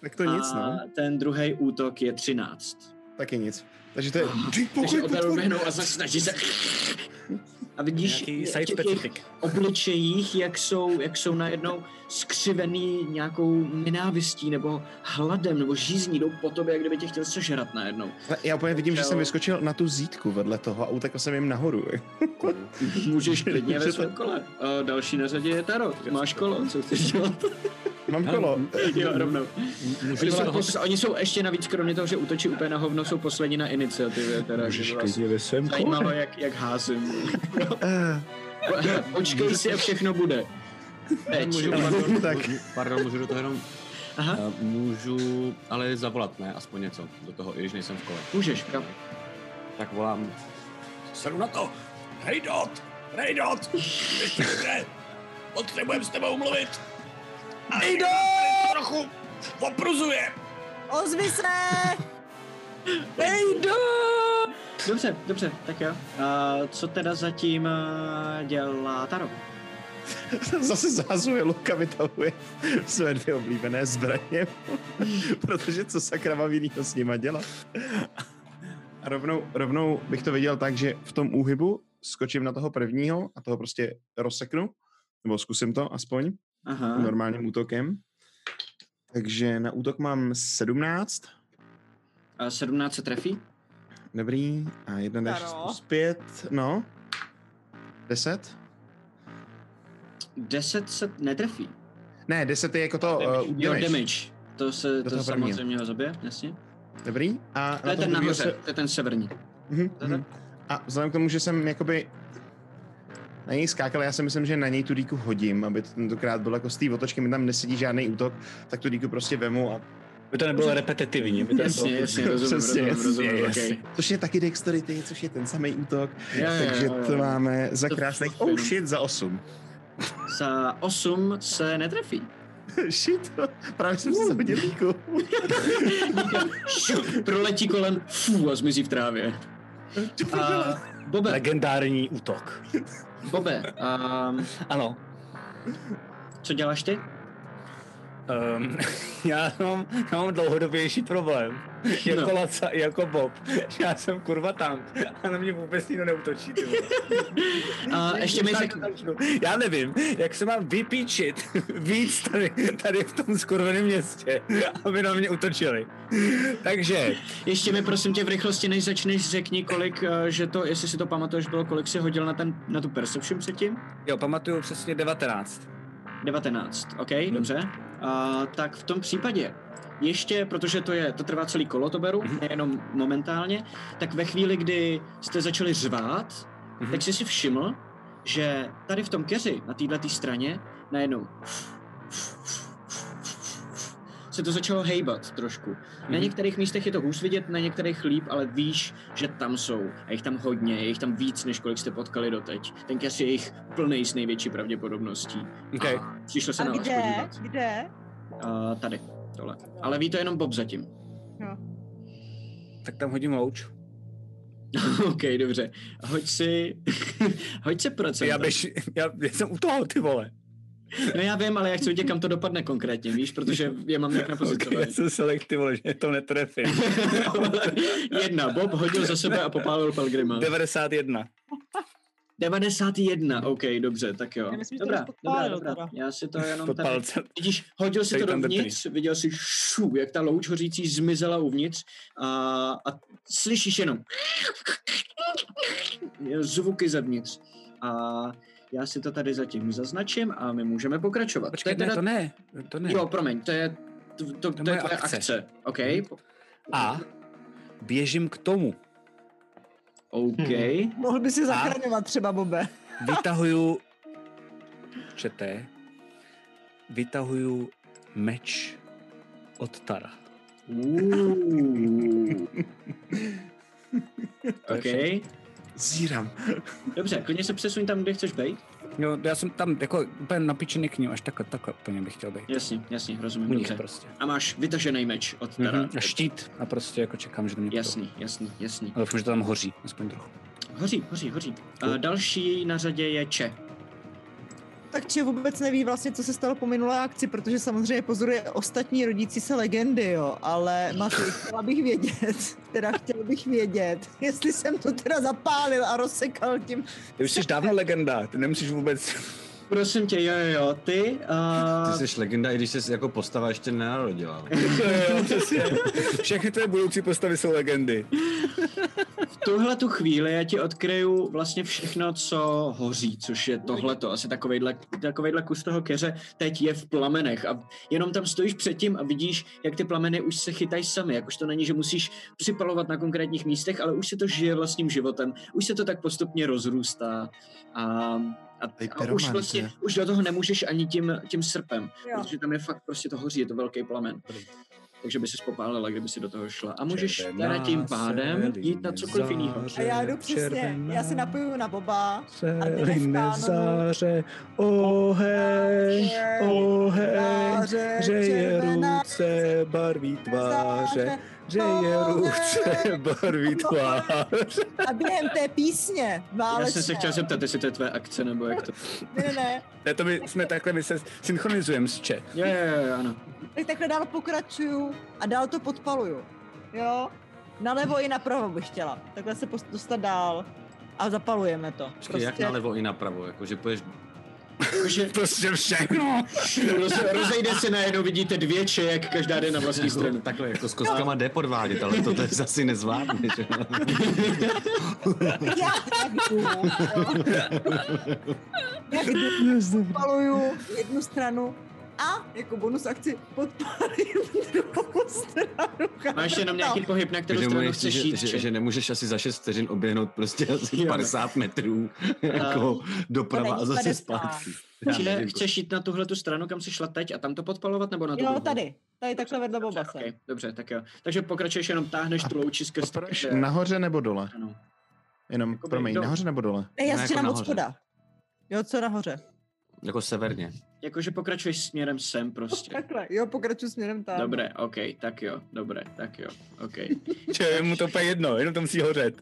Speaker 3: Tak to nic, no.
Speaker 1: A ten druhý útok je 13.
Speaker 3: Taky nic. Takže to je... Ty
Speaker 1: Takže
Speaker 3: pokoj,
Speaker 1: odaru
Speaker 3: pokoj.
Speaker 1: běhnou a snaží se... A vidíš
Speaker 2: Nějaký
Speaker 1: v
Speaker 2: side
Speaker 1: těch jejich
Speaker 2: specific.
Speaker 1: obličejích, jak jsou, jak jsou najednou skřivený nějakou nenávistí nebo hladem nebo žízní, jdou po tobě, jak kdyby tě chtěl sežrat najednou.
Speaker 3: Ale Já úplně vidím, že
Speaker 1: Čau.
Speaker 3: jsem vyskočil na tu zítku vedle toho a utekl jsem jim nahoru. (laughs)
Speaker 1: Můžeš klidně ve svém kole. A další na řadě je Tarot. Máš kolo, co chceš dělat?
Speaker 3: (laughs) Mám kolo.
Speaker 1: (laughs) jo, rovnou.
Speaker 7: Můžu
Speaker 1: Oni
Speaker 7: se
Speaker 1: jsou,
Speaker 7: ho
Speaker 1: pos, oni jsou ještě navíc, kromě toho, že útočí úplně na hovno, jsou poslední na iniciativě. Teda, že vlastně- vás
Speaker 2: ve svém
Speaker 1: zajímalo, jak, jak házím. Eh, Počkej si a všechno bude. Teď.
Speaker 7: Můžu, pardon,
Speaker 3: Tak.
Speaker 7: tak. pardon, můžu do toho jenom...
Speaker 1: Aha.
Speaker 7: Eh, Můžu, ale zavolat, ne? Aspoň něco do toho, i když nejsem v kole.
Speaker 1: Můžeš, kam?
Speaker 7: Tak volám.
Speaker 6: Seru na to. Hej dot, hej dot, ještě jde. Potřebujeme s tebou mluvit. A hej dot! Trochu opruzuje.
Speaker 4: Ozvi se!
Speaker 1: Dobře, dobře, tak jo. A co teda zatím a, dělá Taro?
Speaker 3: (laughs) Zase zahazuje Luka, vytahuje své dvě oblíbené zbraně. (laughs) Protože co sakra mám jinýho s nima dělat? A rovnou, rovnou bych to viděl tak, že v tom úhybu skočím na toho prvního a toho prostě rozseknu. Nebo zkusím to aspoň
Speaker 1: Aha,
Speaker 3: normálním útokem. Takže na útok mám 17.
Speaker 1: a 17 Eh, se trefí?
Speaker 3: Dobrý. A jedna d
Speaker 4: Taro.
Speaker 3: plus pět, no. Deset?
Speaker 1: 10 se netrefí.
Speaker 3: Ne, deset je jako to
Speaker 5: Damage.
Speaker 3: uh,
Speaker 1: Jo,
Speaker 3: damage.
Speaker 1: damage. To se
Speaker 3: Do
Speaker 1: to
Speaker 3: toho prvního.
Speaker 1: samozřejmě ho zabije, jasně.
Speaker 3: Dobrý. A
Speaker 1: To je ten
Speaker 3: druhýho
Speaker 1: nahoře,
Speaker 3: se-
Speaker 1: to je ten severní.
Speaker 3: Mhm,
Speaker 1: To je
Speaker 3: mhm.
Speaker 1: ten-
Speaker 3: A vzhledem k tomu, že jsem jakoby na něj skákal, já si myslím, že na něj tu díku hodím, aby to tentokrát bylo jako z té otočky, mi tam nesedí žádný útok, tak tu díku prostě vemu a...
Speaker 2: By to nebylo repetitivní. By to
Speaker 1: Jasně,
Speaker 2: nebylo...
Speaker 1: jasně, rozumím,
Speaker 3: Přesně,
Speaker 1: rozumím, rozumím,
Speaker 3: jasně,
Speaker 1: okej.
Speaker 3: jasně. Což je taky dexterity, což je ten samý útok,
Speaker 1: Jo, jo,
Speaker 3: takže
Speaker 1: jo, jo.
Speaker 3: to máme
Speaker 1: (laughs)
Speaker 3: za krásných...
Speaker 1: fakt
Speaker 3: Oh
Speaker 1: jenom-
Speaker 3: shit, za osm.
Speaker 1: Za 8 se netrefí.
Speaker 3: (laughs) Shit, právě jsem si zahodil díku.
Speaker 1: Šup, Proletí kolem, fů, a zmizí v trávě. A, Bobe,
Speaker 2: Legendární útok.
Speaker 1: Bobe, a,
Speaker 2: Ano.
Speaker 1: co děláš ty?
Speaker 2: Um, (laughs) já, mám, já mám dlouhodobější problém. Jako,
Speaker 1: No.
Speaker 2: no. Laca, jako Bob. Já jsem kurva tam a na mě vůbec nikdo neutočí. ty vole.
Speaker 1: A ještě mi
Speaker 2: Já
Speaker 1: řekni,
Speaker 2: dotačnu. Já nevím, jak se mám vypíčit (laughs) víc tady, tady v tom skurveném městě, aby na mě utočili.
Speaker 1: (laughs)
Speaker 2: Takže,
Speaker 1: ještě mi prosím tě v rychlosti, než začneš, řekni kolik, eh, že to, jestli si to pamatuješ, bylo kolik si hodil na, ten, na tu perception předtím?
Speaker 2: jo, pamatuju přesně 19.
Speaker 1: 19, ok, hmm. dobře. A, tak v tom případě ještě, protože to je, to trvá celý kolo, to beru,
Speaker 2: Mhm.
Speaker 1: nejenom momentálně, tak ve chvíli, kdy jste začali řvát,
Speaker 2: Mhm.
Speaker 1: tak jsi si všiml, že tady v tom keři, na této straně, najednou se to začalo hejbat trošku. Na
Speaker 2: Mhm.
Speaker 1: některých místech je to hůř vidět, na některých líp, ale víš, že tam jsou. A jich tam hodně, je jich tam víc, než kolik jste potkali doteď. Ten keř je jich plnej s největší pravděpodobností.
Speaker 2: Okay.
Speaker 1: A přišlo se
Speaker 4: A
Speaker 1: na vás
Speaker 4: kde?
Speaker 1: podívat.
Speaker 4: Kde?
Speaker 1: A tady, tohle. Ale ví to jenom Bob zatím.
Speaker 4: No.
Speaker 2: Tak tam hodím louč.
Speaker 1: (laughs) OK, dobře. Hoď si... (laughs) Hoď se procent.
Speaker 2: Já, běž, já, já jsem u toho, ty vole.
Speaker 1: (laughs) No já vím, ale já chci vidět, kam to dopadne konkrétně, víš, protože je mám nějak
Speaker 2: Okay, já
Speaker 1: napozitovaný.
Speaker 2: jsem select, ty vole, že
Speaker 1: (laughs)
Speaker 2: to netrefím.
Speaker 1: Jedna, Bob hodil za sebe a popálil Pelgrima.
Speaker 2: 91.
Speaker 1: 91, OK, dobře, tak jo.
Speaker 4: Myslím, že to
Speaker 1: Dobrá,
Speaker 4: už
Speaker 1: dobrá,
Speaker 4: podpálil
Speaker 1: dobrá.
Speaker 4: teda.
Speaker 1: Já si to jenom
Speaker 2: pod
Speaker 1: tady...
Speaker 2: palcem.
Speaker 1: Vidíš, hodil si
Speaker 2: Tady
Speaker 1: to
Speaker 2: tam
Speaker 1: dovnitř, viděl si šu, jak ta louč hořící zmizela uvnitř a, a slyšíš jenom zvuky zevnitř. A já si to tady zatím zaznačím a my můžeme pokračovat.
Speaker 2: Počkej,
Speaker 1: to je
Speaker 2: ne, to
Speaker 1: teda,
Speaker 2: ne, to ne.
Speaker 1: Jo, promiň, to je, to, to, to, je
Speaker 2: moje
Speaker 1: tvoje akce.
Speaker 2: akce. Mhm.
Speaker 1: akce. OK,
Speaker 2: A běžím k tomu.
Speaker 1: OK.
Speaker 4: Hmm. Mohl by si zachraňovat třeba, Bobe. (laughs)
Speaker 2: Vytahuju... Čete. Vytahuju meč od Tara.
Speaker 1: Uuu.
Speaker 4: (laughs)
Speaker 1: OK,
Speaker 3: Zírám.
Speaker 1: dobře, klidně se přesuň tam, kde chceš být.
Speaker 2: Jo, já jsem tam jako úplně napičený k ním, až takhle, takhle úplně bych chtěl být.
Speaker 1: Jasně, jasně, rozumím,
Speaker 2: U nich
Speaker 1: dobře.
Speaker 2: prostě.
Speaker 1: Mhm. A máš vytažený meč od Tara.
Speaker 2: Mhm. A štít a prostě jako čekám, že to mě půjdou.
Speaker 1: Jasný, jasný, jasný.
Speaker 2: Ale doufám, že to tam hoří, aspoň trochu.
Speaker 1: Hoří, hoří, hoří. A další na řadě je Če.
Speaker 4: Tak či vůbec neví vlastně, co se stalo po minulé akci, protože samozřejmě pozoruje ostatní rodící se legendy, jo. Ale Maty, chtěla bych vědět, (laughs) teda chtěl bych vědět, jestli jsem to teda zapálil a rozsekal tím.
Speaker 2: Ty už jsi dávno legenda, ty nemusíš vůbec...
Speaker 1: Prosím tě, jo, jo, jo, ty.
Speaker 7: Ty
Speaker 1: Uh,
Speaker 7: jsi legenda, i když jsi jako postava ještě
Speaker 1: (laughs)
Speaker 7: nenarodila. ale-
Speaker 2: jo, přesně. Všechny tvoje budoucí postavy jsou legendy.
Speaker 1: v tuhle tu chvíli já ti odkryju vlastně všechno, co hoří, což je tohleto, asi takovejhle, takovejhle kus toho keře teď je v plamenech a jenom tam stojíš před tím a vidíš, jak ty plameny už se chytají sami, jak už to není, že musíš připalovat na konkrétních místech, ale už se to žije vlastním životem, už se to tak postupně rozrůstá a, a,
Speaker 3: Tady
Speaker 1: a už
Speaker 3: pyromant,
Speaker 1: vlastně,
Speaker 3: je.
Speaker 1: už do toho nemůžeš ani tím, tím srpem.
Speaker 4: Jo.
Speaker 1: protože tam je fakt prostě to hoří, je to velký plamen. Takže by se popálila, kdyby si do toho šla. A můžeš
Speaker 2: Červená
Speaker 1: teda tím pádem
Speaker 2: se
Speaker 1: jít na cokoliv
Speaker 2: linie
Speaker 1: jiného.
Speaker 4: A já jdu přesně, já se napoju na Boba.
Speaker 2: Seliny
Speaker 4: A teď v plánu-
Speaker 2: záře, oheň, oheň,
Speaker 4: Tváře
Speaker 2: hřeje
Speaker 4: červená,
Speaker 2: ruce, barví tváře, hřeje ruce, barví tváře.
Speaker 4: A během té písně
Speaker 1: Já
Speaker 4: válečné.
Speaker 1: jsem se chtěl zeptat, jestli to je tvoje akce, nebo jak to...
Speaker 4: Ne, ne, ne.
Speaker 2: Ne, to my jsme takhle, my se synchronizujeme s Čet.
Speaker 1: Jo, jo, jo, ano.
Speaker 4: Tak takhle dál pokračuju a dál to podpaluju. Jo? Nalevo i napravo bych chtěla. Takhle se post- dostat dál. A zapalujeme to.
Speaker 1: Prostě-
Speaker 4: Prostě-
Speaker 7: Počkej, jak nalevo i napravo, jako že půjdeš...
Speaker 1: Takže
Speaker 2: (laughs) Prostě všechno.
Speaker 1: roz, rozejde se najednou, vidíte dvě če, jak každá jde na vlastní stranu.
Speaker 7: Takhle jako s kostkama jde podvádět, ale to teď asi nezvládneš. jo.
Speaker 4: (laughs) Já jdu, jo. Jak jdu, podpaluju jednu stranu a jako bonus akci podpalím druhou stranu.
Speaker 1: Máš jenom
Speaker 4: No.
Speaker 1: nějaký pohyb, na kterou
Speaker 7: Že, mu
Speaker 1: stranu
Speaker 7: ještě,
Speaker 1: chceš
Speaker 7: že,
Speaker 1: jít,
Speaker 7: že,
Speaker 1: že?
Speaker 7: že, nemůžeš asi za 6 vteřin oběhnout prostě asi
Speaker 1: Jo, ne.
Speaker 7: 50 metrů jako doprava a
Speaker 4: není
Speaker 7: zase
Speaker 4: 50.
Speaker 7: zpátky. Já
Speaker 1: Če,
Speaker 7: nevím,
Speaker 1: chceš jít na tuhle tu stranu, kam jsi šla teď a tam to podpalovat, nebo na tu
Speaker 4: Jo,
Speaker 1: druhou?
Speaker 4: tady. Tady takhle vedle Boba
Speaker 1: Dobře,
Speaker 4: se.
Speaker 1: okay, dobře, tak jo. Takže pokračuješ, jenom táhneš tu louči skrz...
Speaker 3: Proč? Nahoře nebo dole?
Speaker 1: Ano.
Speaker 3: Jenom,
Speaker 1: Jakoby
Speaker 3: promiň,
Speaker 1: do-
Speaker 3: nahoře nebo dole?
Speaker 4: Ne, já
Speaker 7: No, jako
Speaker 4: střílám od
Speaker 7: nahoře.
Speaker 4: spoda. Jo, co nahoře?
Speaker 7: Jako severně.
Speaker 1: Jakože pokračuješ směrem sem prostě.
Speaker 4: Takhle, jo, pokračuji směrem tam.
Speaker 1: Dobré, OK, tak jo, dobré, tak jo,
Speaker 7: (laughs)
Speaker 1: OK.
Speaker 2: Če, je mu to úplně jedno, jenom to musí hořet.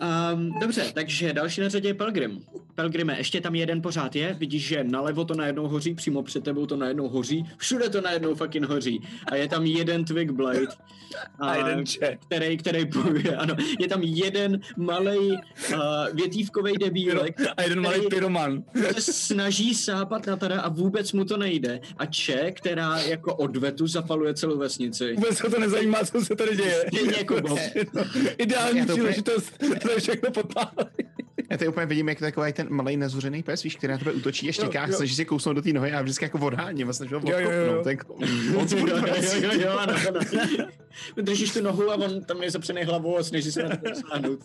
Speaker 1: Um, dobře, takže další na řadě je Pelgrim. Pelgrime, ještě tam jeden pořád je, vidíš, že nalevo to najednou hoří, přímo před tebou to najednou hoří, všude to najednou fucking hoří. A je tam jeden Twig Blade,
Speaker 2: (laughs)
Speaker 1: Eh,
Speaker 2: A jeden Čet.
Speaker 1: který, který bojuje, (laughs) ano. Je tam jeden malej uh, větívkovej debílek,
Speaker 2: A jeden malý
Speaker 1: Který-
Speaker 2: pyroman.
Speaker 1: se snaží sápat na tada a vůbec mu to nejde. A Če, která jako odvetu zapaluje celou vesnici.
Speaker 2: Vůbec ho to nezajímá, co se tady děje.
Speaker 1: Stejně jako Bob.
Speaker 2: (laughs) Ideální
Speaker 3: Já to úplně-
Speaker 2: příležitost, (laughs) to je všechno popálit.
Speaker 3: Já tady úplně vidím, jak takový ten malý nezuřený pes, víš, který na tebe útočí a štěká,
Speaker 2: jo.
Speaker 3: snaží se kousnout do té nohy a vždycky jako odháním, vlastně, že ho
Speaker 2: Jo, jo, jo.
Speaker 3: odkopnout.
Speaker 2: (laughs)
Speaker 3: Jako, on se
Speaker 1: Jo,
Speaker 3: bude
Speaker 1: jo,
Speaker 3: vracet.
Speaker 1: jo, jo, ano, ano. Držíš tu nohu a on tam je zapřený hlavou a snaží se na to sáhnout.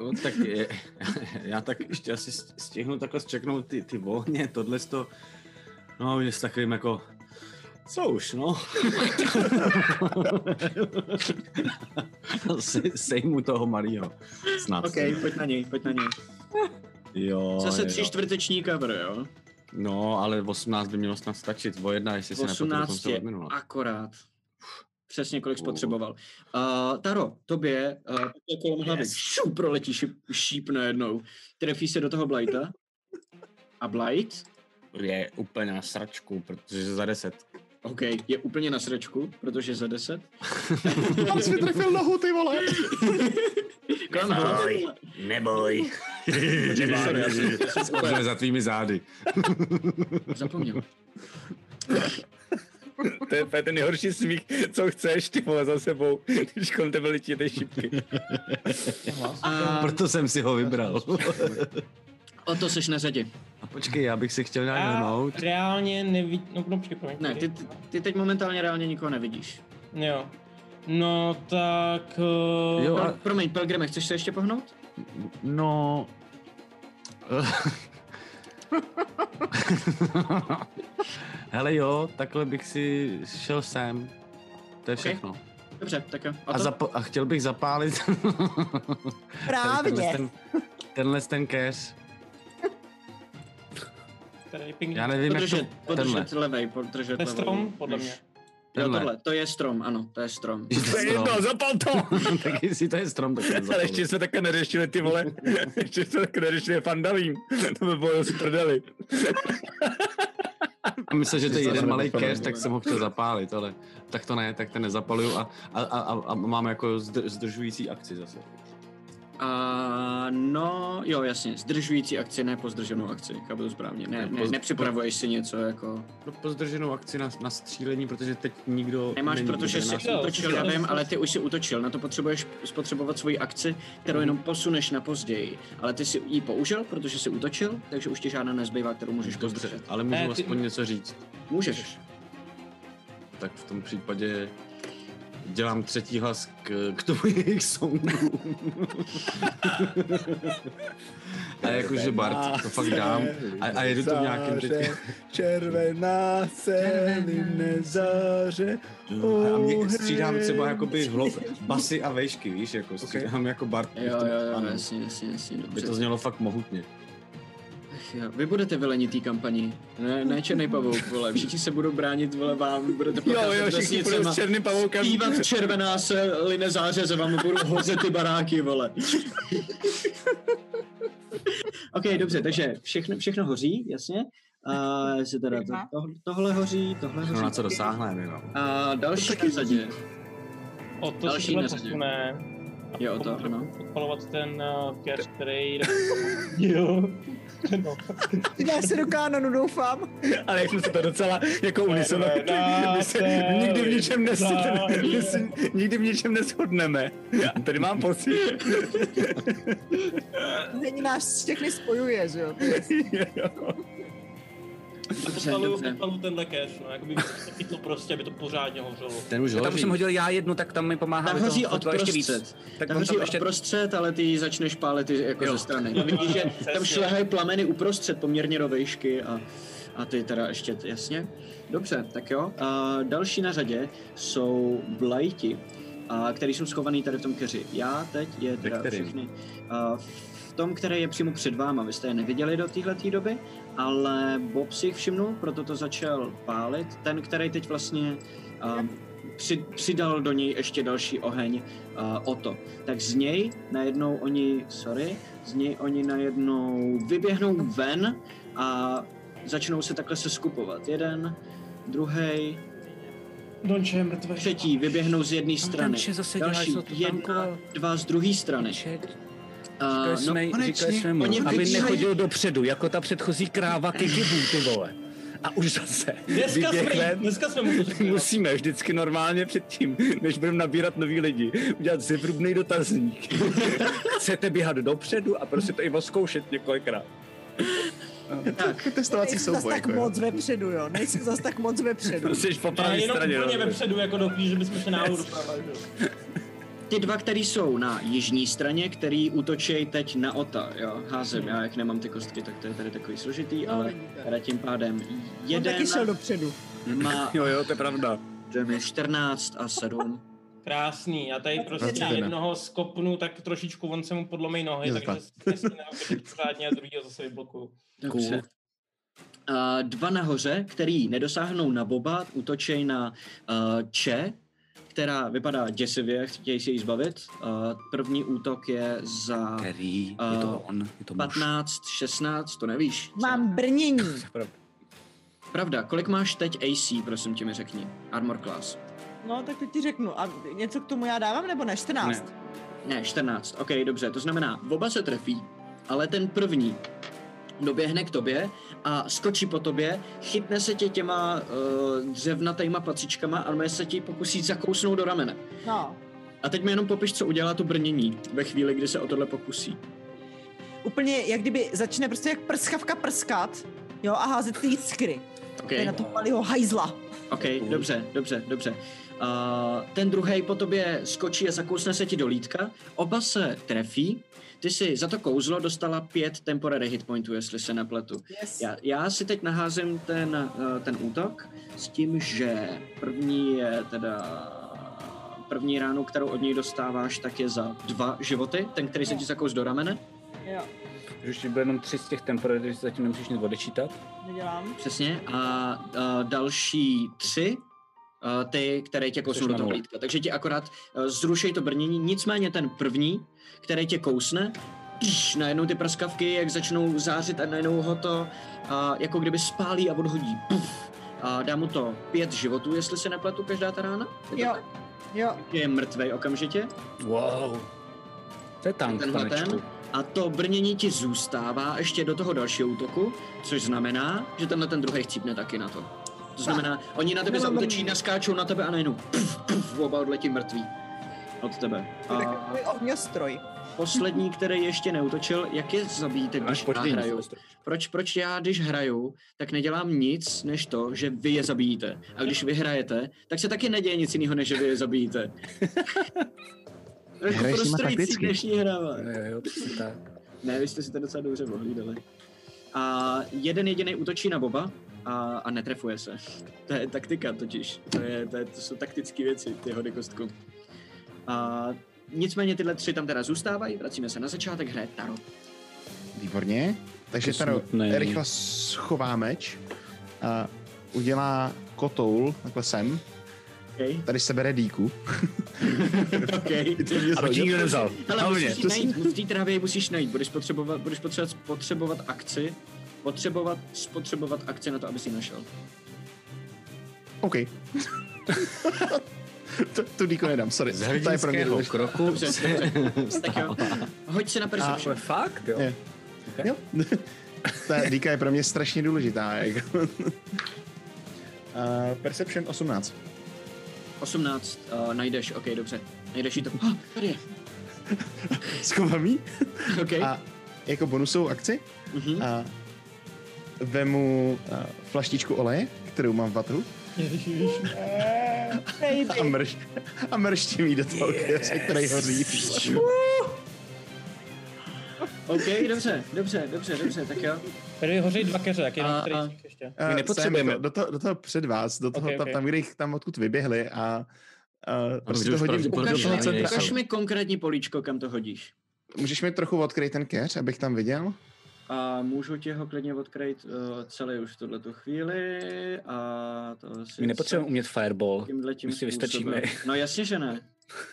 Speaker 7: No, tak je, (laughs) já tak ještě asi stihnu takhle zčeknout ty, ty vohně, tohle to. No, je s takovým jako, co
Speaker 1: (laughs)
Speaker 7: už, no. (laughs) Se- Sejmu toho malýho, snad.
Speaker 1: OK, pojď na něj, pojď na něj.
Speaker 7: Jo,
Speaker 1: Zase tři
Speaker 7: jo.
Speaker 1: čtvrteční cover, jo?
Speaker 7: No, ale 18 by mělo snad stačit, o jedna, jestli se nepletu,
Speaker 1: 18
Speaker 7: dokonce
Speaker 1: je
Speaker 7: od minula.
Speaker 1: akorát. Přesně kolik
Speaker 7: Uh.
Speaker 1: spotřeboval. Uh, Taro, tobě uh, takhle kolem hlavy
Speaker 2: Yes.
Speaker 1: šup, proletí šip, šíp najednou. Trefí se do toho Blighta. A Blight,
Speaker 7: Je úplně na sračku,
Speaker 1: (laughs)
Speaker 7: protože za 10.
Speaker 1: OK, je úplně na
Speaker 2: (laughs)
Speaker 1: sračku, protože za 10.
Speaker 3: On si mi trefil nohu, ty vole.
Speaker 6: Neboj, neboj.
Speaker 7: (laughs) Jsme za tvými zády.
Speaker 1: Zapomněl.
Speaker 2: To je úplně ten nejhorší smích, co chceš, ty vole, za sebou, když kolem tebe letí ty šipky.
Speaker 1: A
Speaker 7: Proto jsem si ho vybral.
Speaker 1: o to seš na řadě.
Speaker 7: A počkej, já bych si chtěl nějak
Speaker 5: Já
Speaker 7: hnout.
Speaker 5: reálně nevidím, no, no počkej, promiň.
Speaker 1: Ne, ty, ty- ty teď momentálně reálně nikoho nevidíš.
Speaker 5: Jo. No tak... eh,
Speaker 7: Jo,
Speaker 1: Pro,
Speaker 7: a,
Speaker 1: promiň, Pelgrime, chceš se ještě pohnout?
Speaker 7: no... (laughs) Hele jo, takhle bych si šel sem. To je všechno.
Speaker 1: Dobře, tak jo.
Speaker 7: A,
Speaker 1: to?
Speaker 7: zap- a chtěl bych zapálit (laughs)
Speaker 4: Právě.
Speaker 7: tenhle, ten, tenhle ten keř.
Speaker 5: Tady ping...
Speaker 7: Já nevím, jak
Speaker 1: Podržet,
Speaker 7: to... Tenhle.
Speaker 1: podržet levej, podržet
Speaker 5: To je
Speaker 1: levou.
Speaker 5: strom, podle
Speaker 1: než-
Speaker 5: mě.
Speaker 1: Jo,
Speaker 7: Tenhle.
Speaker 1: tohle, to je strom, ano, to je strom.
Speaker 7: Když to
Speaker 2: To
Speaker 7: je
Speaker 2: je
Speaker 7: strom,
Speaker 2: jedno, zapal to!
Speaker 7: (laughs) tak jestli to je strom, tak to
Speaker 2: Ale
Speaker 7: je
Speaker 2: ještě jsme takhle neřešili ty
Speaker 7: (laughs)
Speaker 2: vole, ještě jsme takhle neřešili fandalím, to by bylo z prdeli.
Speaker 7: A myslel, že to je
Speaker 3: Zase
Speaker 7: jeden
Speaker 3: nebo
Speaker 7: malý
Speaker 3: fenomen.
Speaker 7: keř, tak jsem ho chtěl zapálit, ale tak to ne, tak ten nezapaluju a, a, a, a- a mám jako zdr- zdržující akci zase.
Speaker 1: A no, jo, jasně, zdržující akci, ne pozdrženou akci, chápu to správně. Ne,
Speaker 7: Ne,
Speaker 1: ne,
Speaker 7: poz-
Speaker 1: nepřipravuješ si něco jako...
Speaker 7: No, pozdrženou akci na, na střílení, protože teď nikdo...
Speaker 1: Nemáš,
Speaker 7: není,
Speaker 1: protože
Speaker 7: kdo
Speaker 1: jsi
Speaker 7: na nás-
Speaker 5: Jo,
Speaker 1: útočil,
Speaker 5: jo.
Speaker 1: já vím, ale ty už si útočil, na to potřebuješ spotřebovat svoji akci, kterou jenom posuneš na později. Ale ty si ji použil, protože jsi útočil, takže už ti žádná nezbývá, kterou můžeš
Speaker 7: Dobře,
Speaker 1: pozdržet.
Speaker 7: ale můžu
Speaker 5: Ne, ty-
Speaker 7: aspoň něco říct.
Speaker 1: Můžeš.
Speaker 7: Tak v tom případě dělám třetí hlas k, k tomu jejich songu. a jakože Bart, to fakt dám. A, a jedu to v nějakém teď.
Speaker 2: Červená se nezáře.
Speaker 7: A
Speaker 1: Oh,
Speaker 7: mě střídám třeba jakoby hlo, basy a vejšky, víš, jako střídám jako Bart.
Speaker 1: Jo, jo, jo,
Speaker 7: ano.
Speaker 1: jasně, jasně, jasně,
Speaker 7: By
Speaker 1: dobře.
Speaker 7: to znělo fakt mohutně.
Speaker 1: Ach Jo, eh, vy budete vyleni té kampani. Ne, ne černý pavouk, vole. Všichni se budou bránit, vole, vám. Budete
Speaker 2: Jo, jo,
Speaker 1: procházet
Speaker 2: všichni
Speaker 1: vesnicema.
Speaker 2: budou s černým pavoukem.
Speaker 1: Zpívat červená se line zářeze, vám budu hozet ty baráky, vole. OK, dobře, takže všechno, všechno hoří, jasně. A jestli teda to, to, tohle hoří, tohle
Speaker 7: No na
Speaker 1: hoří.
Speaker 7: co dosáhneme, no.
Speaker 1: A další na řadě.
Speaker 5: O to
Speaker 1: Další
Speaker 5: se tohle
Speaker 1: na řadě.
Speaker 5: posune. A
Speaker 1: Jo, o to,
Speaker 5: potom
Speaker 1: ano.
Speaker 5: Odpalovat ten uh, keř, který jde... jo. No.
Speaker 4: (laughs) Já se do kánonu doufám.
Speaker 2: Ale jak jsme se to docela jako unisono,
Speaker 5: Červená
Speaker 2: (laughs) my se nikdy v ničem nes,
Speaker 5: záře.
Speaker 2: my se nikdy v ničem neshodneme. A tady mám pocit.
Speaker 4: Není nás všechny spojuje, že jo?
Speaker 2: jo.
Speaker 1: Dobře,
Speaker 5: Odpaluju,
Speaker 1: dobře.
Speaker 5: odpaluju tenhle keř, no. Jakoby se chytlo prostě, aby to pořádně hořelo.
Speaker 7: Ten už
Speaker 2: Tam
Speaker 7: hoří.
Speaker 2: už jsem hodil já jednu, tak tam mi pomáhá.
Speaker 1: Tam
Speaker 2: aby to
Speaker 1: hoří
Speaker 2: chodilo ještě víc.
Speaker 1: odprostřed.
Speaker 2: Tak
Speaker 1: Tam
Speaker 2: mám
Speaker 1: hoří
Speaker 2: tam ještě...
Speaker 1: odprostřed, ale ty ji začneš pálit jako
Speaker 2: Jo.
Speaker 1: ze strany. Vidíš, že tam
Speaker 5: Přesně.
Speaker 1: šlehají plameny uprostřed poměrně do vejšky a, a ty teda ještě, t- jasně. Dobře, tak jo. A další na řadě jsou blajti, a, který jsou schovaný tady v tom keři. Já teď je teda
Speaker 7: kterým?
Speaker 1: všechny a, v tom, který je přímo před váma. Vy jste je neviděli do téhle doby, ale Bob si jich všimnul, proto to začal pálit. Ten, který teď vlastně a, při, přidal do něj ještě další oheň uh, Oto. Tak z něj najednou oni, sorry, z něj oni najednou vyběhnou ven a začnou se takhle se skupovat. Jeden, druhý,
Speaker 5: Donče je mrtvý.
Speaker 1: třetí, vyběhnou z jedné strany.
Speaker 2: Donče zase dělá,
Speaker 1: Další,
Speaker 2: co to
Speaker 1: jedna,
Speaker 2: tankoval.
Speaker 1: dva z druhé strany.
Speaker 2: Říkali
Speaker 1: Uh, no,
Speaker 2: jsme, no, říkali jsme mu,
Speaker 1: Oni
Speaker 2: aby
Speaker 1: vybíhají-
Speaker 2: nechodil dopředu, jako ta předchozí kráva ke kibu, ty vole. A už zase
Speaker 5: Dneska jsme,
Speaker 2: vyběhne.
Speaker 5: dneska jsme mu to řekli. no.
Speaker 2: Musíme vždycky normálně předtím, než budeme nabírat nový lidi, udělat zevrubný dotazník. (laughs) Chcete běhat dopředu a prostě to i oskoušet několikrát.
Speaker 3: Tak. Testovací
Speaker 4: Nejsem zas
Speaker 3: souboj.
Speaker 4: tak
Speaker 3: Jako, jo.
Speaker 4: moc vepředu, jo. Nejsem zas tak moc vepředu.
Speaker 2: Jsi po
Speaker 5: Já
Speaker 2: pravé
Speaker 5: jenom
Speaker 2: straně.
Speaker 5: úplně
Speaker 2: no.
Speaker 5: vepředu, jako do kříže, bychom šli náhodou doprava, že jo.
Speaker 1: Ty dva, který jsou na jižní straně, který útočí teď na Ota, jo, házem, já jak nemám ty kostky, tak to je tady takový složitý,
Speaker 2: No,
Speaker 1: ale teda tím pádem
Speaker 4: On
Speaker 1: jeden
Speaker 4: taky šel dopředu.
Speaker 1: má
Speaker 2: Jo, jo, to je pravda.
Speaker 1: Jdeme 14 a 7.
Speaker 5: Krásný, já tady prostě
Speaker 4: Jedna.
Speaker 5: jednoho skopnu, tak trošičku on se mu podlomej nohy,
Speaker 3: Je to
Speaker 5: takže se pořádně a druhýho zase vyblokuju.
Speaker 1: Dobře. A dva nahoře, který nedosáhnou na Boba, útočej na uh, Če, která vypadá děsivě, chtějí se jí zbavit. Uh, první útok je za
Speaker 2: Který,
Speaker 1: je to
Speaker 2: on, je to
Speaker 1: 15, 16, to nevíš. co?
Speaker 4: Mám
Speaker 2: (laughs)
Speaker 4: brnění.
Speaker 1: Pravda, kolik máš teď AC, prosím tě mi řekni. Armor class.
Speaker 4: No, tak to ti řeknu. A něco k tomu já dávám, nebo ne? 14?
Speaker 2: Ne.
Speaker 1: Ne, 14. OK, dobře, to znamená, oba se trefí, ale ten první doběhne k tobě a skočí po tobě, chytne se tě těma uh, dřevnatýma patřičkama a normálně se ti pokusí zakousnout do ramene.
Speaker 4: No,
Speaker 1: A teď mi jenom popiš, co udělá to brnění ve chvíli, kdy se o tohle pokusí.
Speaker 4: úplně jak kdyby začne prostě jak prskavka prskat, jo, a házet ty jiskry.
Speaker 1: OK,
Speaker 4: Okay. Na to malýho hajzla.
Speaker 1: OK, dobře, dobře, dobře. Uh, ten druhý po tobě skočí a zakousne se ti do lítka. Oba se trefí. Ty si za to kouzlo dostala pět temporary hit pointů, jestli se nepletu.
Speaker 4: Yes.
Speaker 1: Já, já si teď naházím ten, eh, ten útok s tím, že první je teda první ránu, kterou od něj dostáváš, tak je za dva životy, ten, který se ti zakous do ramene,
Speaker 4: Jo,
Speaker 2: Že už ti bude jenom tři z těch temporary, takže zatím nemusíš nic odečítat.
Speaker 4: nedělám.
Speaker 1: přesně, a, a další tři, a ty, které tě kousnou
Speaker 2: Což
Speaker 1: do
Speaker 2: na
Speaker 1: toho
Speaker 2: nule.
Speaker 1: lítka. Takže ti akorát eh, zrušej to brnění, nicméně ten první, který tě kousne, Iš, najednou ty prskavky, jak začnou zářit a najednou ho to a, jako kdyby spálí a odhodí. Puf. A dá mu to pět životů, jestli se nepletu, každá ta rána. Je to
Speaker 4: Jo, jo.
Speaker 1: je mrtvej okamžitě
Speaker 2: Wow. To je tank,
Speaker 1: Tenhle
Speaker 2: panečku.
Speaker 1: ten? a to brnění ti zůstává ještě do toho dalšího útoku, což znamená, že tenhle ten druhý chcípne taky na to. To znamená, oni na tebe zautočí, naskáčou na tebe a najednou puf, puf, oba odletí mrtví od tebe.
Speaker 4: To je
Speaker 1: A
Speaker 4: takový ohňostroj.
Speaker 1: poslední, který ještě neutočil, jak je zabijíte,
Speaker 2: Máš
Speaker 1: když já
Speaker 2: počkej,
Speaker 1: hraju? Proč, proč já, když hraju, tak nedělám nic, než to, že vy je zabijíte. A když vy hrajete, tak se taky neděje nic jiného, než že vy je zabijíte. Jako
Speaker 3: Hraješ s nima
Speaker 1: frustrující
Speaker 3: takticky.
Speaker 1: dnešní hra. vole.
Speaker 2: Jo, jo, přesně tak.
Speaker 1: Ne, vy jste si to docela dobře ohlídali. A jeden jediný útočí na Boba a, a netrefuje se. To je taktika totiž. To, je, to, je, to jsou taktické věci, ty hody kostku. A nicméně tyhle tři tam teda zůstávají, vracíme se na začátek, hraje Taro.
Speaker 3: Výborně. Takže
Speaker 2: To
Speaker 3: Taro
Speaker 2: smutný.
Speaker 3: rychle schová meč a udělá kotoul, takhle sem.
Speaker 1: OK,
Speaker 3: Tady se bere dýku. (laughs)
Speaker 1: OK.
Speaker 2: Aby ti nikdo nevzal.
Speaker 1: Ale
Speaker 2: Na mě.
Speaker 1: musíš jít najít, v té trávě musíš najít, budeš potřebovat, budeš potřebovat, potřebovat akci, potřebovat, spotřebovat akci na to, aby si ji našel.
Speaker 3: OK. (laughs) to, tu dýku nedám, sorry. To je pro mě důležité.
Speaker 7: kroku
Speaker 1: Dobře,
Speaker 7: se...
Speaker 3: (laughs)
Speaker 1: dobře. Tak
Speaker 2: (laughs)
Speaker 1: jo, hoď se na perception.
Speaker 2: Ale fakt, jo.
Speaker 3: Je. Jo. Ta dýka je pro mě strašně důležitá. Jako. Uh, Perception 18.
Speaker 1: 18, uh, najdeš, ok, dobře. Najdeš jí to,
Speaker 3: Prostě
Speaker 1: oh, tady je,
Speaker 3: Schovám jí.
Speaker 1: ok. A,
Speaker 3: A jako bonusovou akci
Speaker 1: uh-huh.
Speaker 3: a vemu a, flaštičku oleje, kterou mám v vatru
Speaker 4: Eh,
Speaker 3: a, mrš, a mrštím jí do toho yes. který hoří.
Speaker 1: ok, dobře, dobře, dobře, dobře, tak jo.
Speaker 5: Tady hoří dva keře, jak jenom
Speaker 1: A-
Speaker 5: který
Speaker 1: a- Eh,
Speaker 5: cík ještě.
Speaker 3: A
Speaker 2: My nepotřebujeme.
Speaker 3: sem, Do, do, toho, do toho před vás, do toho
Speaker 5: Ok,
Speaker 3: tam,
Speaker 5: ok.
Speaker 3: tam, kde jich tam odkud vyběhli a a prostě
Speaker 7: protože
Speaker 3: to
Speaker 7: už
Speaker 3: hodím
Speaker 7: pravděpodobně
Speaker 3: do
Speaker 1: Ukaž
Speaker 3: toho
Speaker 1: mi,
Speaker 7: ani nejsou.
Speaker 3: centra.
Speaker 1: ukaž mi konkrétní políčko, kam to hodíš.
Speaker 3: Můžeš mi trochu odkryt ten keř, abych tam viděl?
Speaker 1: A můžu ti ho klidně odkryt uh, celý už v tuhle chvíli a to si...
Speaker 2: My nepotřebujeme umět fireball.
Speaker 1: tímhle tím
Speaker 2: my si vystačíme.
Speaker 1: způsobem. No jasně,
Speaker 3: (laughs)
Speaker 1: že ne.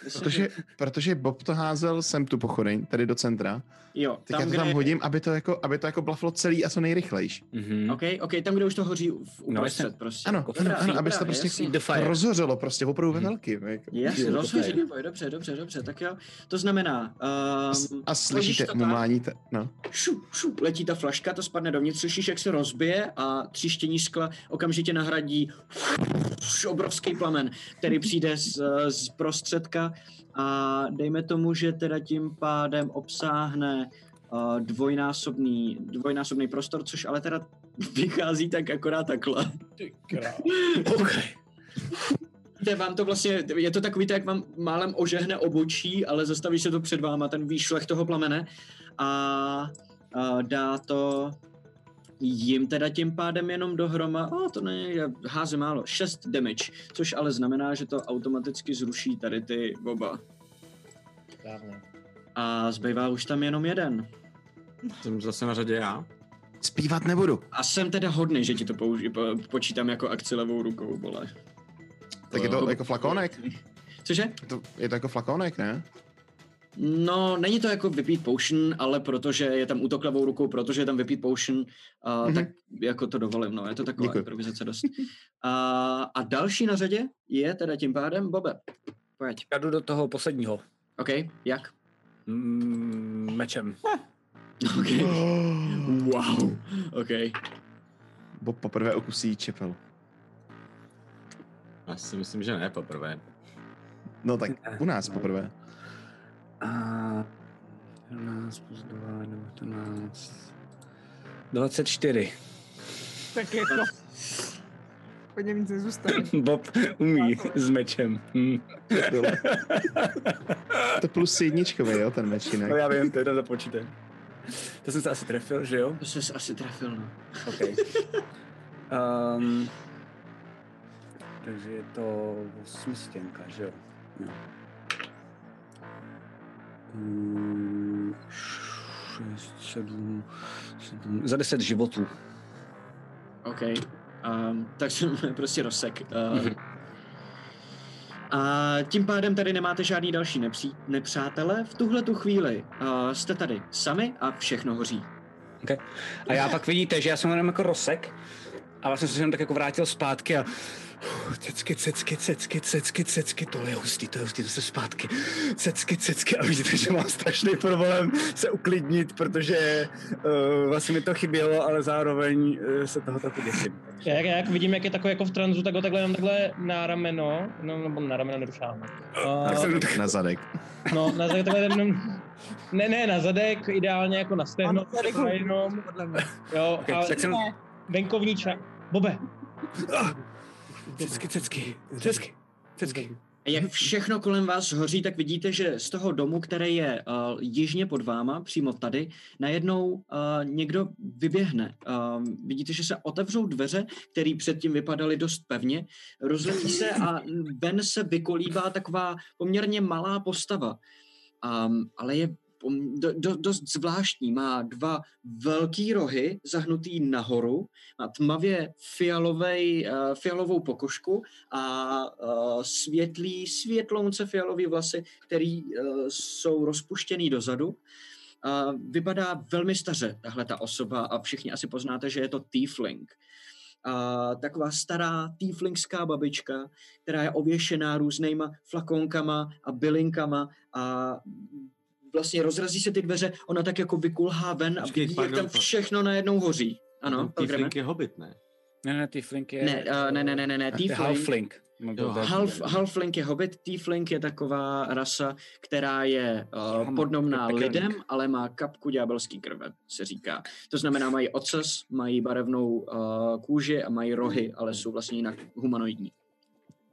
Speaker 1: Jasně,
Speaker 3: Protože,
Speaker 1: že-
Speaker 3: protože Bob to házel sem tu pochodeň, tady do centra.
Speaker 1: Jo,
Speaker 3: Tak tam, já to tam
Speaker 1: kde-
Speaker 3: hodím, aby to jako, aby to jako blaflo celý a co nejrychlejš.
Speaker 2: Mhm. No,
Speaker 1: OK, OK, tam, kde už to hoří v uprostřed,
Speaker 2: jasně.
Speaker 1: prostě.
Speaker 3: Ano,
Speaker 1: Dobrá,
Speaker 3: ano, ano, aby se to
Speaker 1: dobrá,
Speaker 3: prostě
Speaker 1: jasně.
Speaker 2: Feed the fire.
Speaker 3: Rozhořelo prostě opravdu ve velkým. Jako.
Speaker 1: Jasně,
Speaker 2: Jo, to
Speaker 1: rozhoří
Speaker 2: fajn.
Speaker 1: vývoj, dobře, dobře, dobře, tak jo. To znamená... Um,
Speaker 3: A slyšíte, mumláníte. No.
Speaker 1: šup, šup, letí ta flaška, to spadne dovnitř, slyšíš, jak se rozbije a tříštění skla okamžitě nahradí obrovský plamen, který přijde z, z prostředka a dejme tomu, že teda tím pádem obsáhne uh, dvojnásobný, dvojnásobný prostor, což ale teda (laughs) vychází tak akorát takhle.
Speaker 5: Ty krá-
Speaker 1: Víte, vám to vlastně, je to takový, tak jak vám málem ožehne obočí, ale zastaví se to před váma, ten výšlech toho plamene a, a dá to jim teda tím pádem jenom dohroma, o to ne, já házím málo, 6 damage, což ale znamená, že to automaticky zruší tady ty oba.
Speaker 5: Správně.
Speaker 1: A zbývá už tam jenom jeden.
Speaker 7: Jsem zase na řadě já.
Speaker 3: Zpívat nebudu.
Speaker 1: A jsem teda hodný, že ti to použi- po- počítám jako akci levou rukou, vole. Eh,
Speaker 3: Tak je to jako flakonek?
Speaker 1: Cože?
Speaker 3: To, je to jako flakonek, ne?
Speaker 1: No, není to jako vypít potion, ale protože je tam útok levou rukou, protože je tam vypít potion, uh, mm-hmm.
Speaker 3: Mhm.
Speaker 1: tak jako to dovolím, no, je to taková
Speaker 3: Děkuji.
Speaker 1: improvizace dost. (laughs) A, a další na řadě je teda tím pádem Bobe. Pojď.
Speaker 2: Já jdu do toho posledního.
Speaker 1: OK, jak?
Speaker 2: Mm, mečem.
Speaker 3: (gasps)
Speaker 1: Okay. Wow. OK.
Speaker 3: Bob poprvé okusí čepel.
Speaker 7: Já si myslím, že ne poprvé.
Speaker 3: No tak u nás poprvé.
Speaker 2: A 11 plus 2, 19. 24.
Speaker 4: Tak jako... Po něm nic nezůstane.
Speaker 2: (laughs) Bob umí s mečem. Hm.
Speaker 1: (laughs)
Speaker 3: Dole. to plus jedničkový, jo, ten meč
Speaker 2: No já
Speaker 3: jinak.
Speaker 2: vím, to je tam započítem. To jsem se asi trefil, že jo?
Speaker 1: To se asi trefil, no.
Speaker 2: OK. Um, takže je to osmistěnka, že jo? Jo. Mm, šest, sedm, sedm, za deset životů.
Speaker 1: OK. Um, tak jsem (laughs) prostě rozsek. Uh, a tím pádem tady nemáte žádný další nepří, nepřátele. V tuhle tu chvíli uh, jste tady sami a všechno hoří.
Speaker 2: A já pak vidíte, že já jsem jenom jako rosek a vlastně jsem se jenom tak jako vrátil zpátky a cecky, cecky, cecky, cecky, cecky, tohle je hustý, to je hustý, zase zpátky, cecky, cecky a vidíte, že mám strašný problém se uklidnit, protože uh, vlastně mi to chybělo, ale zároveň uh, se toho taky děsím.
Speaker 5: Já, jak, jak vidím, jak je takový jako v tranzu, tak ho takhle jenom takhle na rameno, no, nebo na rameno nerušáme.
Speaker 2: Tak jsem
Speaker 3: Na zadek.
Speaker 5: No, na zadek takhle jenom, ne, ne, na zadek, ideálně jako na stehno,
Speaker 4: Mám tady
Speaker 5: takhle jenom,
Speaker 4: podle mě.
Speaker 5: jo,
Speaker 2: Okay,
Speaker 5: a
Speaker 2: tak jsem...
Speaker 5: venkovní ča... Bobe,
Speaker 2: Cecky, cecky, cecky, cecky.
Speaker 1: A Jak všechno kolem vás hoří, tak vidíte, že z toho domu, který je uh, jižně pod váma, přímo tady, najednou uh, někdo vyběhne. Um, vidíte, že se otevřou dveře, které předtím vypadaly dost pevně, rozletí se a ven se vykolíbá taková poměrně malá postava. Um, ale je pom- do, do, dost zvláštní. Má dva velký rohy zahnutý nahoru, má tmavě fialovej, uh, fialovou pokožku a uh, světlý, světlounce fialový vlasy, který uh, jsou rozpuštěný dozadu. Uh, vypadá velmi staře tahle ta osoba a všichni asi poznáte, že je to tiefling. Uh, taková stará tieflingská babička, která je ověšená různýma flakonkama a bylinkama a vlastně rozrazí se ty dveře, ona tak jako vykulhá ven a
Speaker 7: Počkej,
Speaker 1: vidí, jak
Speaker 7: pardon,
Speaker 1: tam
Speaker 7: pa-
Speaker 1: všechno najednou hoří. Ano,
Speaker 7: Ten
Speaker 1: Tiefling
Speaker 7: Flink je hobbit, ne?
Speaker 2: Ne, ne, ty flinky.
Speaker 1: ne, uh, ne, ne, ne, ne, ne, Tiefling.
Speaker 2: Halfling.
Speaker 7: Jo,
Speaker 1: Half, halfling je hobbit, tiefling je taková rasa, která je
Speaker 2: Já mám
Speaker 1: uh, podobná
Speaker 2: pekelník.
Speaker 1: lidem, ale má kapku ďábelský krve, se říká. To znamená, mají oces, mají barevnou uh, kůži a mají rohy, ale jsou vlastně jinak humanoidní.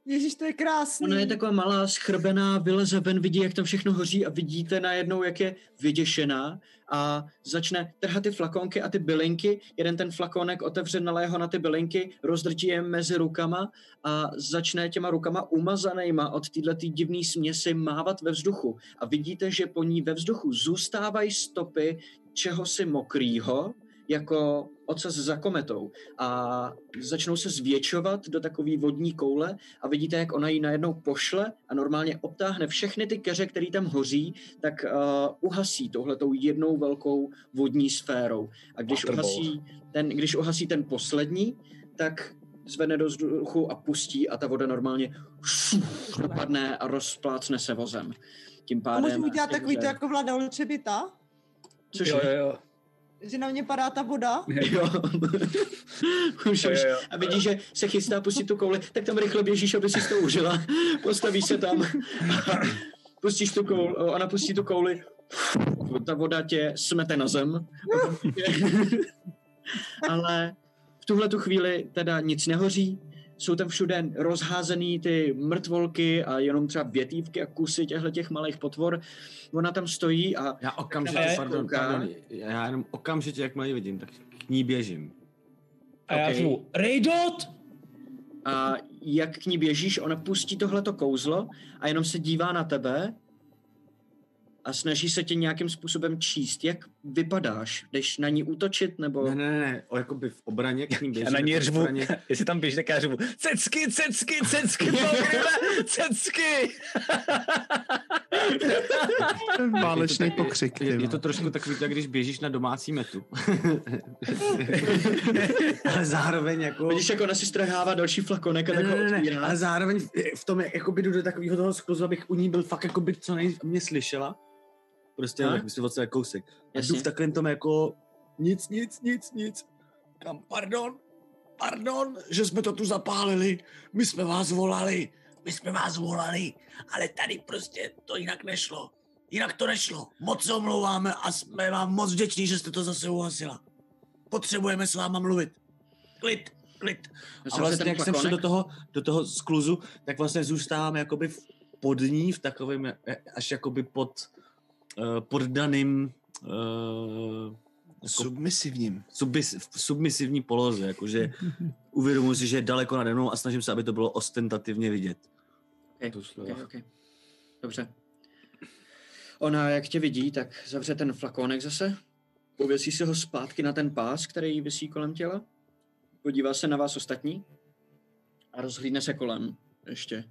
Speaker 4: Ježíš, to je krásný.
Speaker 1: Ona je taková malá, schrbená, vyleze ven, vidí, jak tam všechno hoří a vidíte najednou, jak je vyděšená a začne trhat ty flakonky a ty bylinky. Jeden ten flakonek otevře, nalé ho na ty bylinky, rozdrtí je mezi rukama a začne těma rukama umazanejma od této divné směsi mávat ve vzduchu. A vidíte, že po ní ve vzduchu zůstávají stopy čehosi mokrýho, jako ocas za kometou a začnou se zvětšovat do takové vodní koule a vidíte, jak ona ji najednou pošle a normálně obtáhne všechny ty keře, které tam hoří, tak uh, uhasí touhletou jednou velkou vodní sférou. A když
Speaker 2: Waterbowl.
Speaker 1: uhasí, ten, když uhasí ten poslední, tak zvedne do vzduchu a pustí a ta voda normálně dopadne a rozplácne se vozem. Tím
Speaker 4: A
Speaker 1: pádem...
Speaker 4: můžu udělat takový to jako Vlada Olčebita,
Speaker 1: Což
Speaker 2: Jo, jo, jo.
Speaker 4: že na mě padá ta voda.
Speaker 1: Jo. už, (laughs)
Speaker 2: Jo,
Speaker 1: už.
Speaker 2: jo, jo.
Speaker 1: A vidíš, že se chystá pustit tu kouli, tak tam rychle běžíš, aby si to užila. (laughs) Postavíš se tam. (laughs) Pustíš tu kouli, ona pustí tu kouli. Ta voda tě smete na zem. (laughs) Ale v tuhle tu chvíli teda nic nehoří. Jsou tam všude rozházený ty mrtvolky a jenom třeba větívky a kusy těchto těch malých potvor. Ona tam stojí a
Speaker 7: Já okamžitě,
Speaker 5: Ne.
Speaker 7: pardon,
Speaker 1: Kouká.
Speaker 7: pardon, já jenom okamžitě, jakmile ji vidím, tak k ní běžím.
Speaker 5: a já
Speaker 1: Okej.
Speaker 5: řvu, Rejdot!
Speaker 1: A jak k ní běžíš, ona pustí tohleto kouzlo a jenom se dívá na tebe a snaží se tě nějakým způsobem číst. Jak vypadáš? Jdeš na ní útočit nebo...
Speaker 7: Ne, ne, ne, ne, o, jakoby v obraně k ní běžím.
Speaker 2: Já na ní
Speaker 7: jako v
Speaker 2: řvu,
Speaker 7: obraně.
Speaker 2: jestli tam běží, tak já řvu, cecky, cecky, cecky, pokrve, cecky.
Speaker 3: Válečný
Speaker 7: Je to tak-
Speaker 3: pokřik, ty
Speaker 7: Je, je
Speaker 3: vole.
Speaker 7: to trošku takový, tak když běžíš na
Speaker 1: (laughs)
Speaker 7: domácí metu. ale zároveň jako...
Speaker 1: Vidíš, jak ona si strhává další flakonek a
Speaker 7: Ne,
Speaker 1: tak ho
Speaker 7: ne, ne, ne,
Speaker 1: otvírá.
Speaker 7: ale zároveň v- v tom, jak, jakoby jdu do takového toho skluzu, abych u ní byl fakt, jakoby co nej, mě slyšela. Prostě,
Speaker 1: Aha. No,
Speaker 7: jak myslím, od sebe kousek. A jdu
Speaker 1: Jasně.
Speaker 7: v takovém tom jako nic, nic, nic, nic. Kam, pardon,
Speaker 6: Pardon, že jsme to tu zapálili. My jsme vás volali. My jsme vás volali, ale tady prostě to jinak nešlo. Jinak to nešlo. Moc se omlouváme a jsme vám moc vděční, že jste to zase uhasila. Potřebujeme s váma mluvit. Klid, klid.
Speaker 7: A vlastně, jak jsem šel do toho, do toho skluzu, tak vlastně zůstávám jakoby v- pod ní, v takovém, eh, až jakoby pod eh, poddaným eh,
Speaker 3: Submisivním.
Speaker 7: submis, v submisivní poloze, jakože
Speaker 3: (laughs)
Speaker 7: uvědomuji si, že je daleko nade mnou a snažím se, aby to bylo ostentativně vidět.
Speaker 1: Okay, okay. Dobře. Ona, jak tě vidí, tak zavře ten flakonek zase, pověsí si ho zpátky na ten pás, který jí visí kolem těla, podívá se na vás ostatní a rozhlídne se kolem ještě.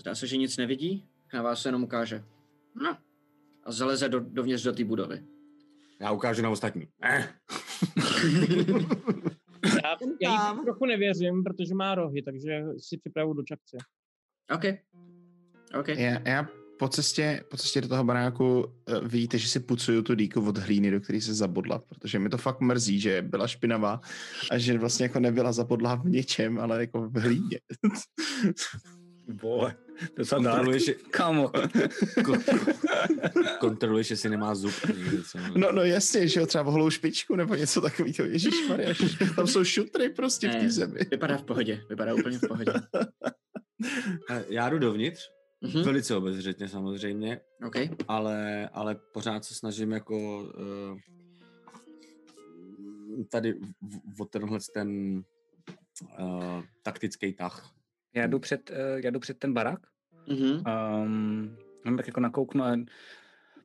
Speaker 1: Zdá se, že nic nevidí, na vás se jenom ukáže. No. A zaleze do, dovnitř do té budovy.
Speaker 7: Já ukážu na ostatní. Eh.
Speaker 5: Já, já jí trochu nevěřím, protože má rohy, takže si připravu do čapce.
Speaker 1: OK. OK.
Speaker 3: Já, já po cestě, po cestě do toho baráku eh, vidíte, že si pucuju tu dýku od hlíny, do které se zabodla, protože mi to fakt mrzí, že byla špinavá a že vlastně jako nebyla zabodlá v něčem, ale jako v
Speaker 2: (laughs)
Speaker 3: hlíně.
Speaker 2: Vole, to jsem
Speaker 7: Kontroluješ, že-
Speaker 2: (laughs) Kamo.
Speaker 7: kontroluješ, jestli nemá zub. nebo něco, ne?
Speaker 3: No, no jasně, že jo, třeba oholou špičku nebo něco takového. Ježíš
Speaker 2: (laughs)
Speaker 3: Maria, tam jsou šutry prostě v té
Speaker 1: Ne.
Speaker 3: zemi.
Speaker 1: Vypadá v pohodě, vypadá úplně v pohodě.
Speaker 7: Hele, Já jdu dovnitř,
Speaker 1: Mhm.
Speaker 7: velice obezřetně samozřejmě,
Speaker 1: OK.
Speaker 7: ale, ale pořád se snažím jako uh, tady v- v- o tenhle ten uh, taktický (laughs) tah.
Speaker 2: Já jdu před, eh, já jdu před ten barák.
Speaker 1: Mhm.
Speaker 2: Um, jenom tak jako nakouknu a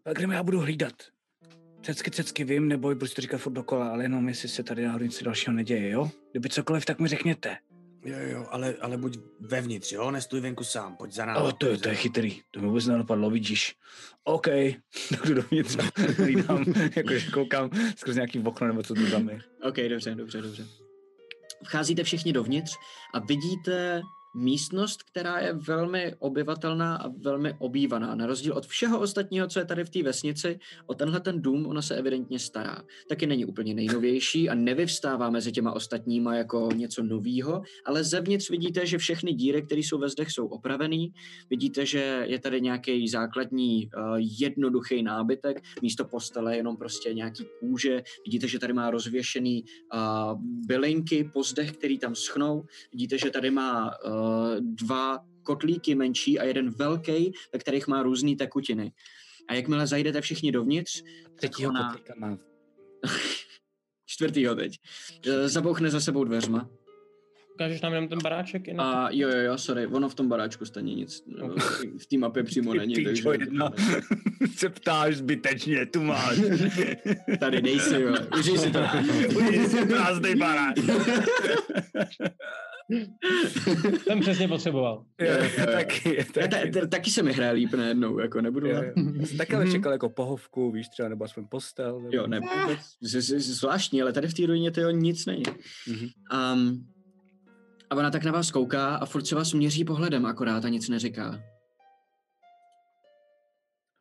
Speaker 2: Pelgrime, já budu hlídat. Cecky, cecky vím, neboj, budu si to říkat furt dokola, ale jenom jestli se tady náhodou něco dalšího neděje, jo? Kdyby cokoliv, tak mi řekněte.
Speaker 6: Jo, jo, ale, ale buď vevnitř, jo? Nestůj venku sám, pojď za námi.
Speaker 2: O, to je, to je chytrý, to mi vůbec nenapadlo, vidíš. OK, (laughs) tak jdu dovnitř, (laughs) hlídám, jakože koukám skrz nějaký okno nebo co to tam je.
Speaker 1: OK, dobře, dobře, dobře. Vcházíte všichni dovnitř a vidíte místnost, která je velmi obyvatelná a velmi obývaná. Na rozdíl od všeho ostatního, co je tady v té vesnici, o tenhle ten dům ona se evidentně stará. Taky není úplně nejnovější a nevyvstává mezi těma ostatníma jako něco novýho, ale zevnitř vidíte, že všechny díry, které jsou ve zdech, jsou opravený. Vidíte, že je tady nějaký základní eh, jednoduchý nábytek, místo postele jenom prostě nějaký kůže. Vidíte, že tady má rozvěšený a bylinky po zdech, který tam schnou. Vidíte, že tady má uh, dva kotlíky menší a jeden velký, ve kterých má různé tekutiny. A jakmile zajdete všichni dovnitř,
Speaker 2: Třetího
Speaker 1: Ona-
Speaker 2: kotlíka mám.
Speaker 1: (laughs) čtvrtýho teď, eh, zabouchne za sebou dveřma.
Speaker 5: Ukážeš nám jenom ten baráček? Jinak?
Speaker 1: A jo, jo, jo, sorry, ono v tom baráčku stejně nic. eh, V té mapě přímo není. takže-
Speaker 2: Pičo jedna, se ptáš zbytečně, tu máš.
Speaker 1: (laughs) Tady dej si, jo. Užij si to.
Speaker 2: Uvidíš si prázdnej barák.
Speaker 5: Jsem přesně potřeboval.
Speaker 2: Jo,
Speaker 1: jo, jo.
Speaker 2: taky,
Speaker 1: Já
Speaker 2: taky.
Speaker 1: ta, ta, taky se mi hraje líp najednou, jako nebudu.
Speaker 2: Jo,
Speaker 1: lhát.
Speaker 2: jo. Já jsem taky ale čekal jako pohovku, víš třeba, nebo aspoň postel. Nebo...
Speaker 1: Jo, ne, vůbec. Z- z- z- zvláštní, ale tady v té ruině to nic není.
Speaker 2: Mhm.
Speaker 1: Um, a ona tak na vás kouká a furt se vás měří pohledem akorát a nic neříká.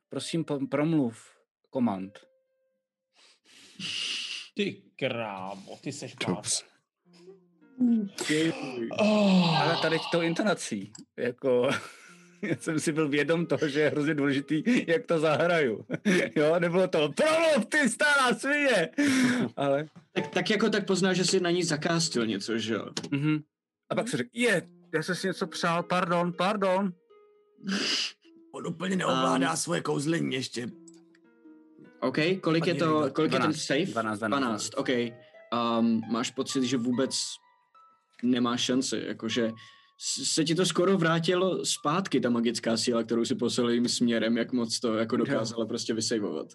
Speaker 2: Prosím, po- promluv komand.
Speaker 5: Ty krávo, ty seš pás.
Speaker 2: Ale tady tou intonací, jako... (laughs) Já jsem si byl vědom toho, že je hrozně důležitý, jak to zahraju. (laughs) Jo, nebylo to, promluv ty stará svině! (laughs) Ale,
Speaker 1: Tak, tak jako tak pozná, že si na ní zakástil něco, že jo?
Speaker 2: mhm. A pak se řekl, je, já jsem si něco přál, pardon, pardon.
Speaker 6: On úplně neovládá
Speaker 1: Am.
Speaker 6: svoje kouzlení ještě.
Speaker 1: OK, kolik je to, kolik je ten
Speaker 2: 12,
Speaker 1: safe?
Speaker 2: 12,
Speaker 1: 12, OK. Um, máš pocit, že vůbec nemáš šanci, jakože s- se ti to skoro vrátilo zpátky, ta magická síla, kterou si poslal jim směrem, jak moc to jako dokázala prostě vysejvovat.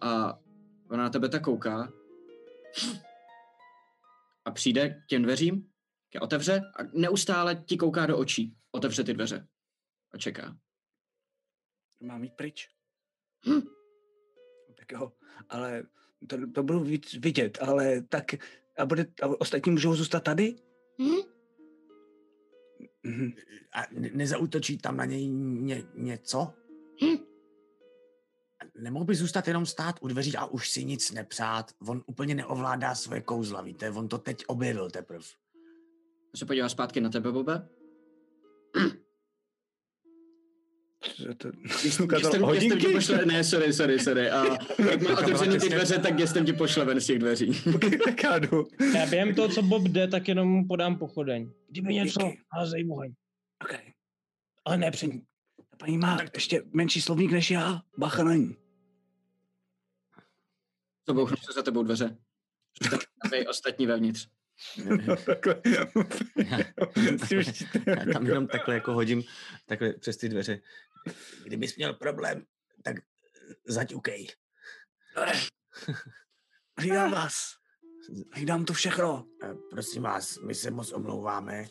Speaker 1: A ona na tebe tak kouká a přijde k těm dveřím, tě otevře a neustále ti kouká do očí. Otevře ty dveře a čeká.
Speaker 2: Mám jít pryč.
Speaker 1: Hm.
Speaker 2: Tak jo, ale to, to budu víc vidět, ale tak a, bude, a ostatní můžou zůstat tady? Mhm.
Speaker 6: Mhm. A ne- nezautočí tam na něj ně, něco? nemohl by zůstat jenom stát u dveří a už si nic nepřát. On úplně neovládá svoje kouzla, víte, on to teď objevil teprve.
Speaker 1: On se podívá zpátky na tebe, Bobe.
Speaker 2: To- to-
Speaker 1: Gestem, gestem ti pošle, ne, sorry, sorry, sorry. A jak má otevřený ty dveře, tak gestem ti pošle ven z těch dveří. (laughs)
Speaker 2: tak já jdu.
Speaker 3: (laughs)
Speaker 5: Já během toho, co Bob jde, tak jenom mu podám pochodeň. Kdyby něco,
Speaker 2: Díky.
Speaker 5: házej oheň.
Speaker 2: Okay.
Speaker 5: Ale ne před ní.
Speaker 2: Ta paní má ještě menší slovník než já. Bacha na ní.
Speaker 1: To bouchnu se za tebou dveře. Aby ostatní vevnitř.
Speaker 2: Takhle.
Speaker 7: Já tam jenom takhle jako hodím takhle přes ty dveře.
Speaker 6: Kdybys měl problém, tak
Speaker 7: (laughs)
Speaker 6: zaťukej.
Speaker 2: Hlídám vás. Hlídám to všechno.
Speaker 6: Eh, Prosím vás, my se moc omlouváme,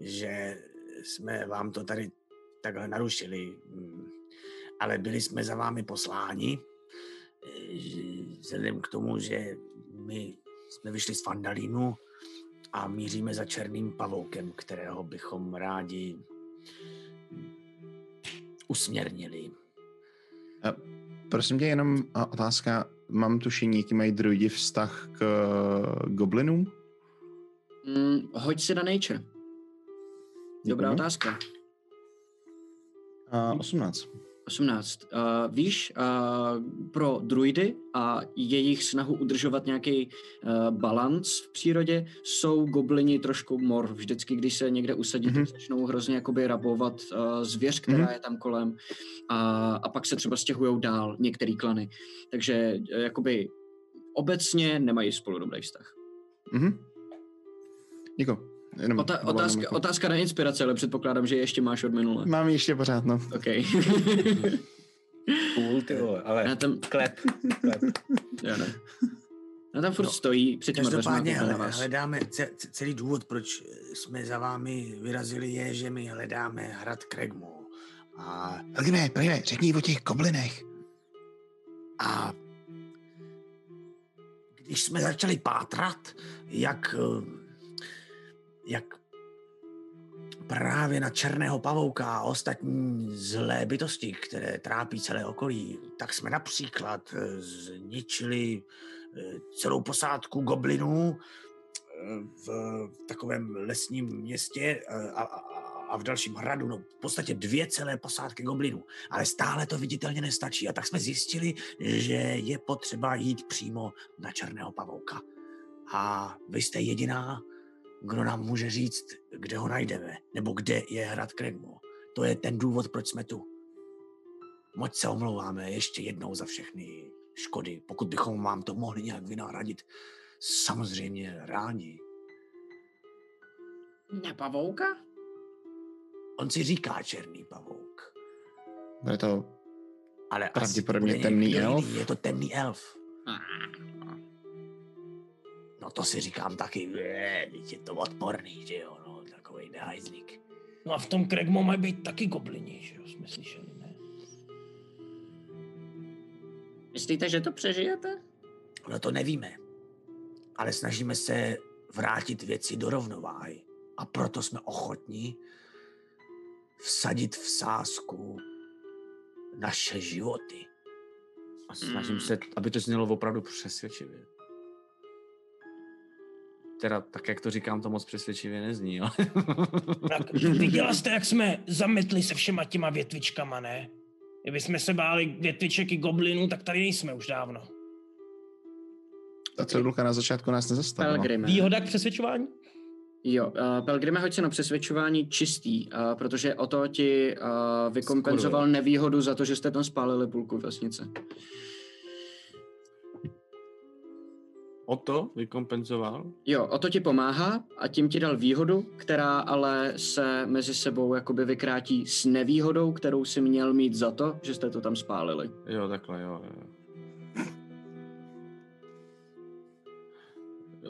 Speaker 6: že jsme vám to tady takhle narušili, mm, ale byli jsme za vámi posláni, eh, že- vzhledem k tomu, že my jsme vyšli z Fandalínu a míříme za černým pavoukem, kterého bychom rádi usměrnili.
Speaker 3: Prosím tě, jenom a, otázka. Mám tušení, jaký mají druidi vztah k eh, goblinům?
Speaker 1: Mm, hoď si na nature.
Speaker 8: No.
Speaker 1: Dobrá
Speaker 3: Děkujeme.
Speaker 1: otázka. Mhm.
Speaker 3: A, 18.
Speaker 1: 18. Uh, víš, uh, pro druidy a jejich snahu udržovat nějaký uh, balans v přírodě jsou goblini trošku mor. Vždycky, když se někde usadí, mm-hmm.
Speaker 3: Mhm.
Speaker 1: tak začnou hrozně jakoby rabovat uh, zvěř, která mm-hmm. je tam kolem a, a pak se třeba stěhují dál některý klany. Takže uh, jakoby obecně nemají spolu dobrý vztah.
Speaker 3: Mhm. Děkuji. Jenom
Speaker 1: Ota-
Speaker 3: volám
Speaker 1: otázka,
Speaker 3: jako-
Speaker 1: otázka na inspiraci, ale předpokládám, že ještě máš od minule.
Speaker 3: Mám ještě pořád, no.
Speaker 1: OK.
Speaker 2: Cool, ty vole,
Speaker 1: Já
Speaker 2: ale
Speaker 1: tam,
Speaker 2: klep, klep.
Speaker 1: já ne. Já tam furt
Speaker 6: No,
Speaker 1: stojí před těma dveřma a
Speaker 6: Každopádně
Speaker 1: kouká na
Speaker 6: hele,
Speaker 1: vás.
Speaker 6: hledáme, ce- ce- celý důvod, proč jsme za vámi vyrazili, je, že my hledáme hrad Kregmo. A
Speaker 3: Helgine, pojďme, řekni o těch goblinech.
Speaker 6: A když jsme začali pátrat, jak, eh, jak právě na černého pavouka a ostatní zlé bytosti, které trápí celé okolí, tak jsme například eh, zničili eh, celou posádku goblinů eh, v takovém lesním městě eh, a, a, a v dalším hradu, no v podstatě dvě celé posádky goblinů. Ale stále to viditelně nestačí a tak jsme zjistili, že je potřeba jít přímo na Černého pavouka. A vy jste jediná, kdo nám může říct, kde ho najdeme, nebo kde je hrad Kregmo. To je ten důvod, proč jsme tu. Moc se omlouváme ještě jednou za všechny škody. Pokud bychom vám to mohli nějak vynahradit, samozřejmě rádi.
Speaker 1: Na pavouka?
Speaker 6: On si říká Černý pavouk,
Speaker 3: Bude to...
Speaker 6: ale asi
Speaker 3: Pravděpodobně
Speaker 6: bude
Speaker 3: temný
Speaker 6: někdo
Speaker 3: elf.
Speaker 6: Jiný. Je to temný elf.
Speaker 1: Ah.
Speaker 6: No to si říkám taky, je, vždyť je to odporný, že jo, no, takovej nehajzlík.
Speaker 5: No a v tom Kregmo mají být taky goblini, že jo, jsme slyšeli, ne?
Speaker 1: Myslíte, že to přežijete?
Speaker 6: No to nevíme. Ale snažíme se vrátit věci do rovnováhy. A proto jsme ochotní vsadit v sázku naše životy.
Speaker 7: A snažím se,
Speaker 1: Hmm.
Speaker 7: aby to znělo opravdu přesvědčivě. Teda tak, jak to říkám, to moc přesvědčivě nezní, ale... (laughs)
Speaker 5: Tak
Speaker 9: Mm-hmm.
Speaker 5: viděla jste, jak jsme zametli se všema těma větvičkama, ne? Kdyby jsme se báli větviček i goblinů, tak tady nejsme už dávno.
Speaker 3: Ta cedulka na začátku nás nezastavila.
Speaker 1: Pelgrime.
Speaker 5: Výhoda k přesvědčování?
Speaker 1: Jo, uh, Pelgrime hoď se na přesvědčování čistý, uh, protože o to ti uh, vykompenzoval
Speaker 7: Skurvil.
Speaker 1: nevýhodu za to, že jste tam spálili půlku vesnice.
Speaker 7: O to vykompenzoval?
Speaker 1: Jo, o to ti pomáhá a tím ti dal výhodu, která ale se mezi sebou jakoby vykrátí s nevýhodou, kterou si měl mít za to, že jste to tam spálili.
Speaker 7: Jo, takhle, jo, jo.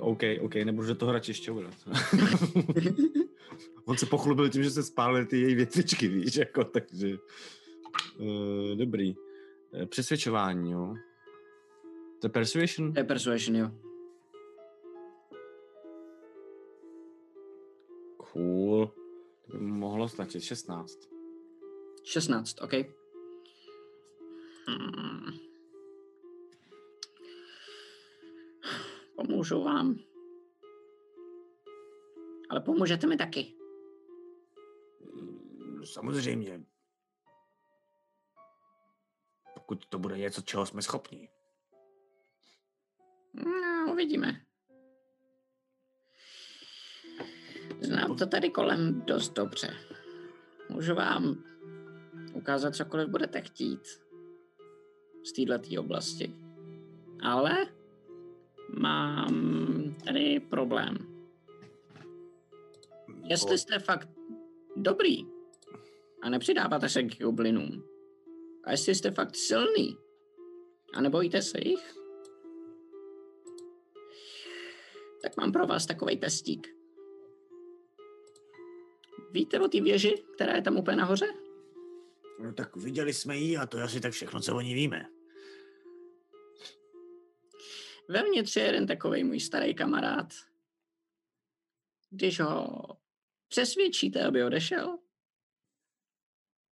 Speaker 7: OK, OK, nebudu do toho radši ještě udělat. On se pochlubil tím, že se spálily ty její větvičky, víš, jako, takže... Uh, dobrý. Eh, Přesvědčování, jo. To je persuasion?
Speaker 1: To je persuasion, jo.
Speaker 7: Cool. To by mohlo stačit 16.
Speaker 1: 16, OK. Hmm.
Speaker 8: pomůžu vám. Ale pomůžete mi taky.
Speaker 6: Samozřejmě. Pokud to bude něco, čeho jsme schopni.
Speaker 8: No, uvidíme. Znám to tady kolem dost dobře. Můžu vám ukázat cokoliv budete chtít z této oblasti. Ale mám tady problém. Jestli jste fakt dobrý a nepřidáváte se k goblinům, a jestli jste fakt silný a nebojíte se jich, tak mám pro vás takový testík. Víte o té věži, která je tam úplně nahoře?
Speaker 6: No tak viděli jsme ji a to je asi tak všechno, co o ní víme.
Speaker 8: Vevnitř je jeden takový můj starý kamarád. Když ho přesvědčíte, aby odešel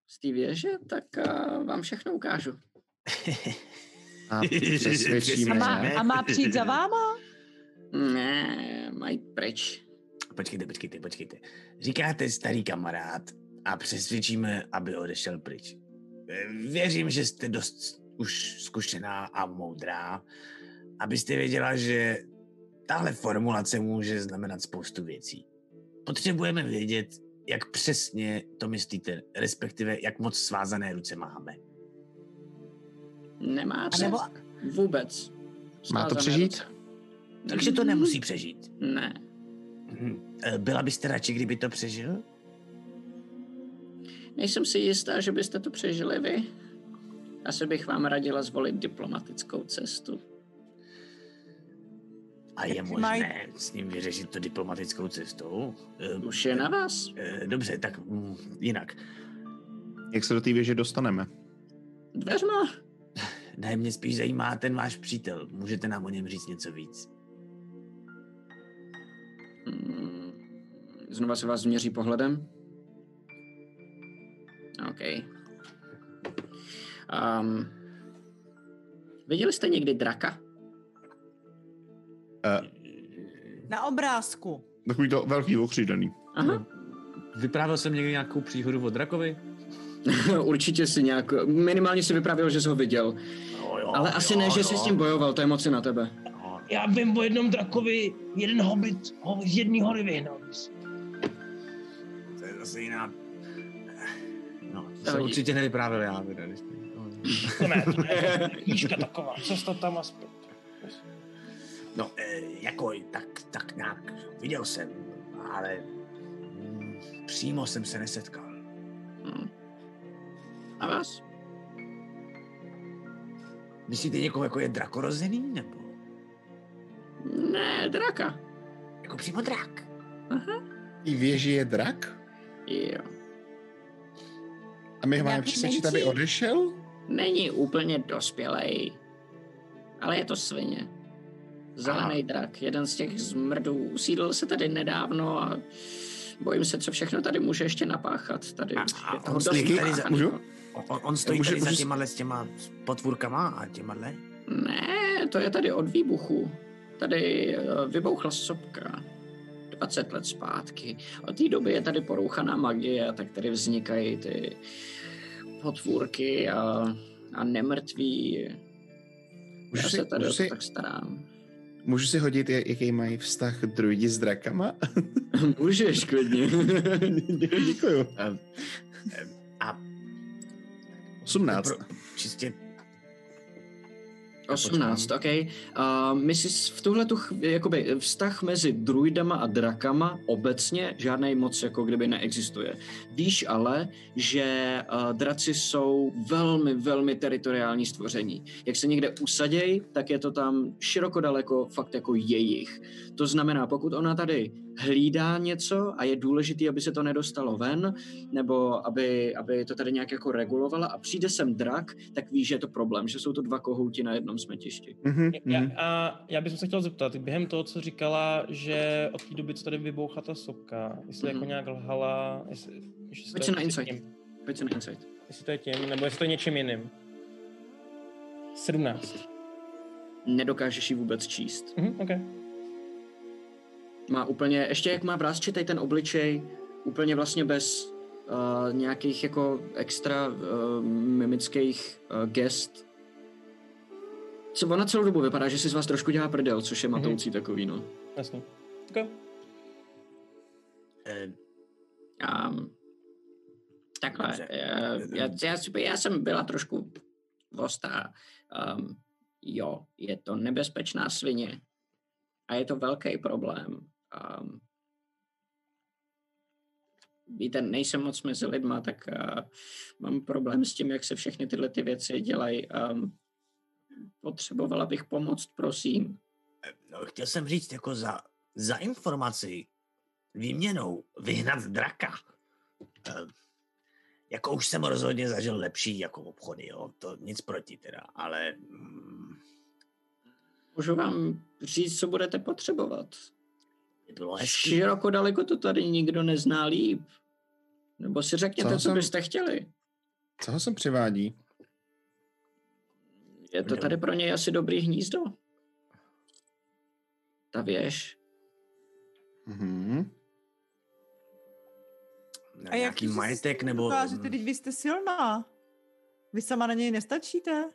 Speaker 8: z té věže, tak uh, vám všechno ukážu. (laughs)
Speaker 3: (laughs) A přesvědčíme.
Speaker 4: A má, a má přijít za váma?
Speaker 8: Ne, mají pryč.
Speaker 6: Počkejte, počkejte, počkejte. Říkáte starý kamarád a přesvědčíme, aby odešel pryč. Eh, Věřím, že jste dost už zkušená a moudrá, abyste věděla, že tahle formulace může znamenat spoustu věcí. Potřebujeme vědět, jak přesně to myslíte, respektive jak moc svázané ruce máme.
Speaker 8: Nemáte
Speaker 6: A nebo,
Speaker 8: vůbec.
Speaker 3: Má to
Speaker 8: Svázané
Speaker 3: přežít?
Speaker 8: ruce.
Speaker 6: takže to nemusí přežít.
Speaker 8: Ne.
Speaker 6: Mhm. Eh, Byla byste radši, kdyby to přežil?
Speaker 8: Nejsem si jistá, že byste to přežili vy. Asi bych vám radila zvolit diplomatickou cestu.
Speaker 6: A je
Speaker 4: Tak si
Speaker 6: možné s ním vyřešit to diplomatickou cestou? Eh,
Speaker 8: Už je na vás.
Speaker 6: eh, Dobře, tak mm, jinak.
Speaker 3: Jak se do té věže dostaneme?
Speaker 8: Dveřma.
Speaker 6: Ne, mě spíš zajímá ten váš přítel. Můžete nám o něm říct něco víc?
Speaker 8: Mm, Znova se vás změří pohledem. OK. Um, viděli jste někdy draka?
Speaker 4: Na obrázku. Hm?
Speaker 3: Takový to velký okřídený.
Speaker 8: Aha.
Speaker 7: Vyprávěl jsem někdy nějakou příhodu o drakovi?
Speaker 8: (laughs) Určitě si nějak, minimálně si vyprávěl, že jsi ho viděl.
Speaker 6: No, jo,
Speaker 8: Ale asi
Speaker 6: jo,
Speaker 8: ne, že
Speaker 6: jo, No,
Speaker 8: jsi s ním bojoval, to je moc na tebe.
Speaker 6: jo.
Speaker 9: Já vím o jednom drakovi, jeden hobit ho z no, jedné hory vyhnal.
Speaker 6: To je zase jiná... No,
Speaker 7: To
Speaker 8: Hodí.
Speaker 7: určitě nevyprávěl já. teda, když- no.
Speaker 9: To ne, to ne. Knížka taková, cesta tam a zpět.
Speaker 6: no eh, jako tak, tak nějak viděl jsem, ale mm, přímo jsem se nesetkal.
Speaker 8: Hm. A vás?
Speaker 6: Myslíte někoho, jako je drakorozený, nebo
Speaker 8: Ne, draka.
Speaker 6: jako přímo drak?
Speaker 3: I věži je drak?
Speaker 8: Jo.
Speaker 3: A my ho máme
Speaker 4: Nějaký
Speaker 3: přesvědčit,
Speaker 4: menší?
Speaker 3: aby odešel?
Speaker 8: Není úplně dospělej, ale je to svině. Zelený drak, jeden z těch zmrdů. Usídl se tady nedávno a bojím se, co všechno tady může ještě napáchat. Tady
Speaker 6: A-
Speaker 8: už
Speaker 6: a
Speaker 8: je toho
Speaker 6: on
Speaker 8: dost
Speaker 6: slyší tady za-
Speaker 8: napáchaného.
Speaker 3: Můžu?
Speaker 6: On, on stojí
Speaker 3: Může-
Speaker 6: tady za
Speaker 3: může-
Speaker 6: těma s těma potvůrkama a těma
Speaker 8: Ne, to je tady od výbuchu. Tady eh, vybouchla sopka 20 let zpátky. Od té doby je tady porouchaná magie, tak tady vznikají ty potvůrky a, a nemrtví.
Speaker 3: Můžu
Speaker 8: Já
Speaker 3: si,
Speaker 8: se tady
Speaker 3: můžu
Speaker 8: o to
Speaker 3: si,
Speaker 8: tak starám.
Speaker 3: můžu si hodit, jak- jaký mají vztah druidi s drakama?
Speaker 8: Můžeš klidně.
Speaker 3: (laughs) Děkuju.
Speaker 6: a-
Speaker 3: 18.
Speaker 6: Pro- Čistě no.
Speaker 8: 18, OK. A my si v tuhle tu chvíli, jakoby vztah mezi druidama a drakama obecně žádnej moc jako kdyby neexistuje. Víš ale, že uh, draci jsou velmi, velmi teritoriální stvoření. Jak se někde usaděj, tak je to tam široko daleko fakt jako jejich. To znamená, pokud ona tady hlídá něco a je důležitý, aby se to nedostalo ven, nebo aby, aby to tady nějak jako regulovala a přijde sem drak, tak ví, že je to problém, že jsou to dva kohouti na jednom smetišti.
Speaker 3: Mhm,
Speaker 5: Já,
Speaker 3: mhm.
Speaker 5: a já bych se chtěl zeptat, během toho, co říkala, že od té doby, co tady vybouchla ta sopka, jestli
Speaker 8: Mhm.
Speaker 5: jako nějak lhala, jestli, jestli,
Speaker 8: Pojď
Speaker 5: to
Speaker 8: si
Speaker 5: je
Speaker 8: na insight.
Speaker 5: tím,
Speaker 8: Pojď se na insight.
Speaker 5: jestli to je tím, nebo jestli to je něčím jiným. 17.
Speaker 8: Nedokážeš ji vůbec číst.
Speaker 5: Mhm, OK.
Speaker 8: Má úplně, ještě jak má vrázčitej ten obličej, úplně vlastně bez uh, nějakých jako extra uh, mimických uh, gest. Co, ona celou dobu vypadá, že si z vás trošku dělá prdel, což je matoucí takový, no.
Speaker 5: Jasně. Okay.
Speaker 8: Um, takhle, uh, já, já, si- já jsem byla trošku vostá. Um, jo, je to nebezpečná svině a je to velký problém. Um, víte, nejsem moc mezi lidma, tak uh, mám problém s tím, jak se všechny tyhle ty věci dělají. Um, potřebovala bych pomoc, prosím.
Speaker 6: No, chtěl jsem říct, jako za, za informaci, výměnou, vyhnat draka. Ehm, Jako už jsem rozhodně zažil lepší jako obchody, jo, to nic proti teda, ale mm,
Speaker 8: Můžu vám říct, co budete potřebovat.
Speaker 6: by bylo hezký.
Speaker 8: Široko daleko to tady nikdo nezná líp. Nebo si řekněte,
Speaker 3: Co
Speaker 8: co,
Speaker 3: jsem-
Speaker 8: byste chtěli.
Speaker 3: Co ho sem přivádí?
Speaker 8: Je to tady pro něj asi dobrý hnízdo. Ta věž.
Speaker 3: Mhm.
Speaker 6: Na nějaký majetek nebo...
Speaker 4: Dokážete, teď vy jste silná. Vy sama na něj nestačíte.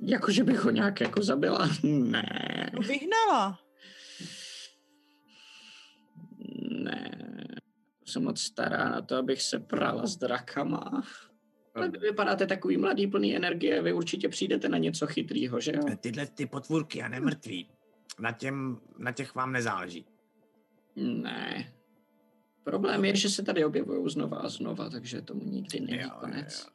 Speaker 8: Jakože bych ho nějak jako zabila. Ne,
Speaker 4: No, Vyhnala.
Speaker 8: ne. Jsem moc stará na to, abych se prala s drakama. Ale vy vypadáte takový mladý, plný energie, vy určitě přijdete na něco chytrýho, že jo?
Speaker 6: Eh, Tyhle ty potvůrky a nemrtví, na, těm, na těch vám nezáleží.
Speaker 8: Ne. Problém je, že se tady objevují znova a znova, takže tomu nikdy není
Speaker 6: Jo,
Speaker 8: konec.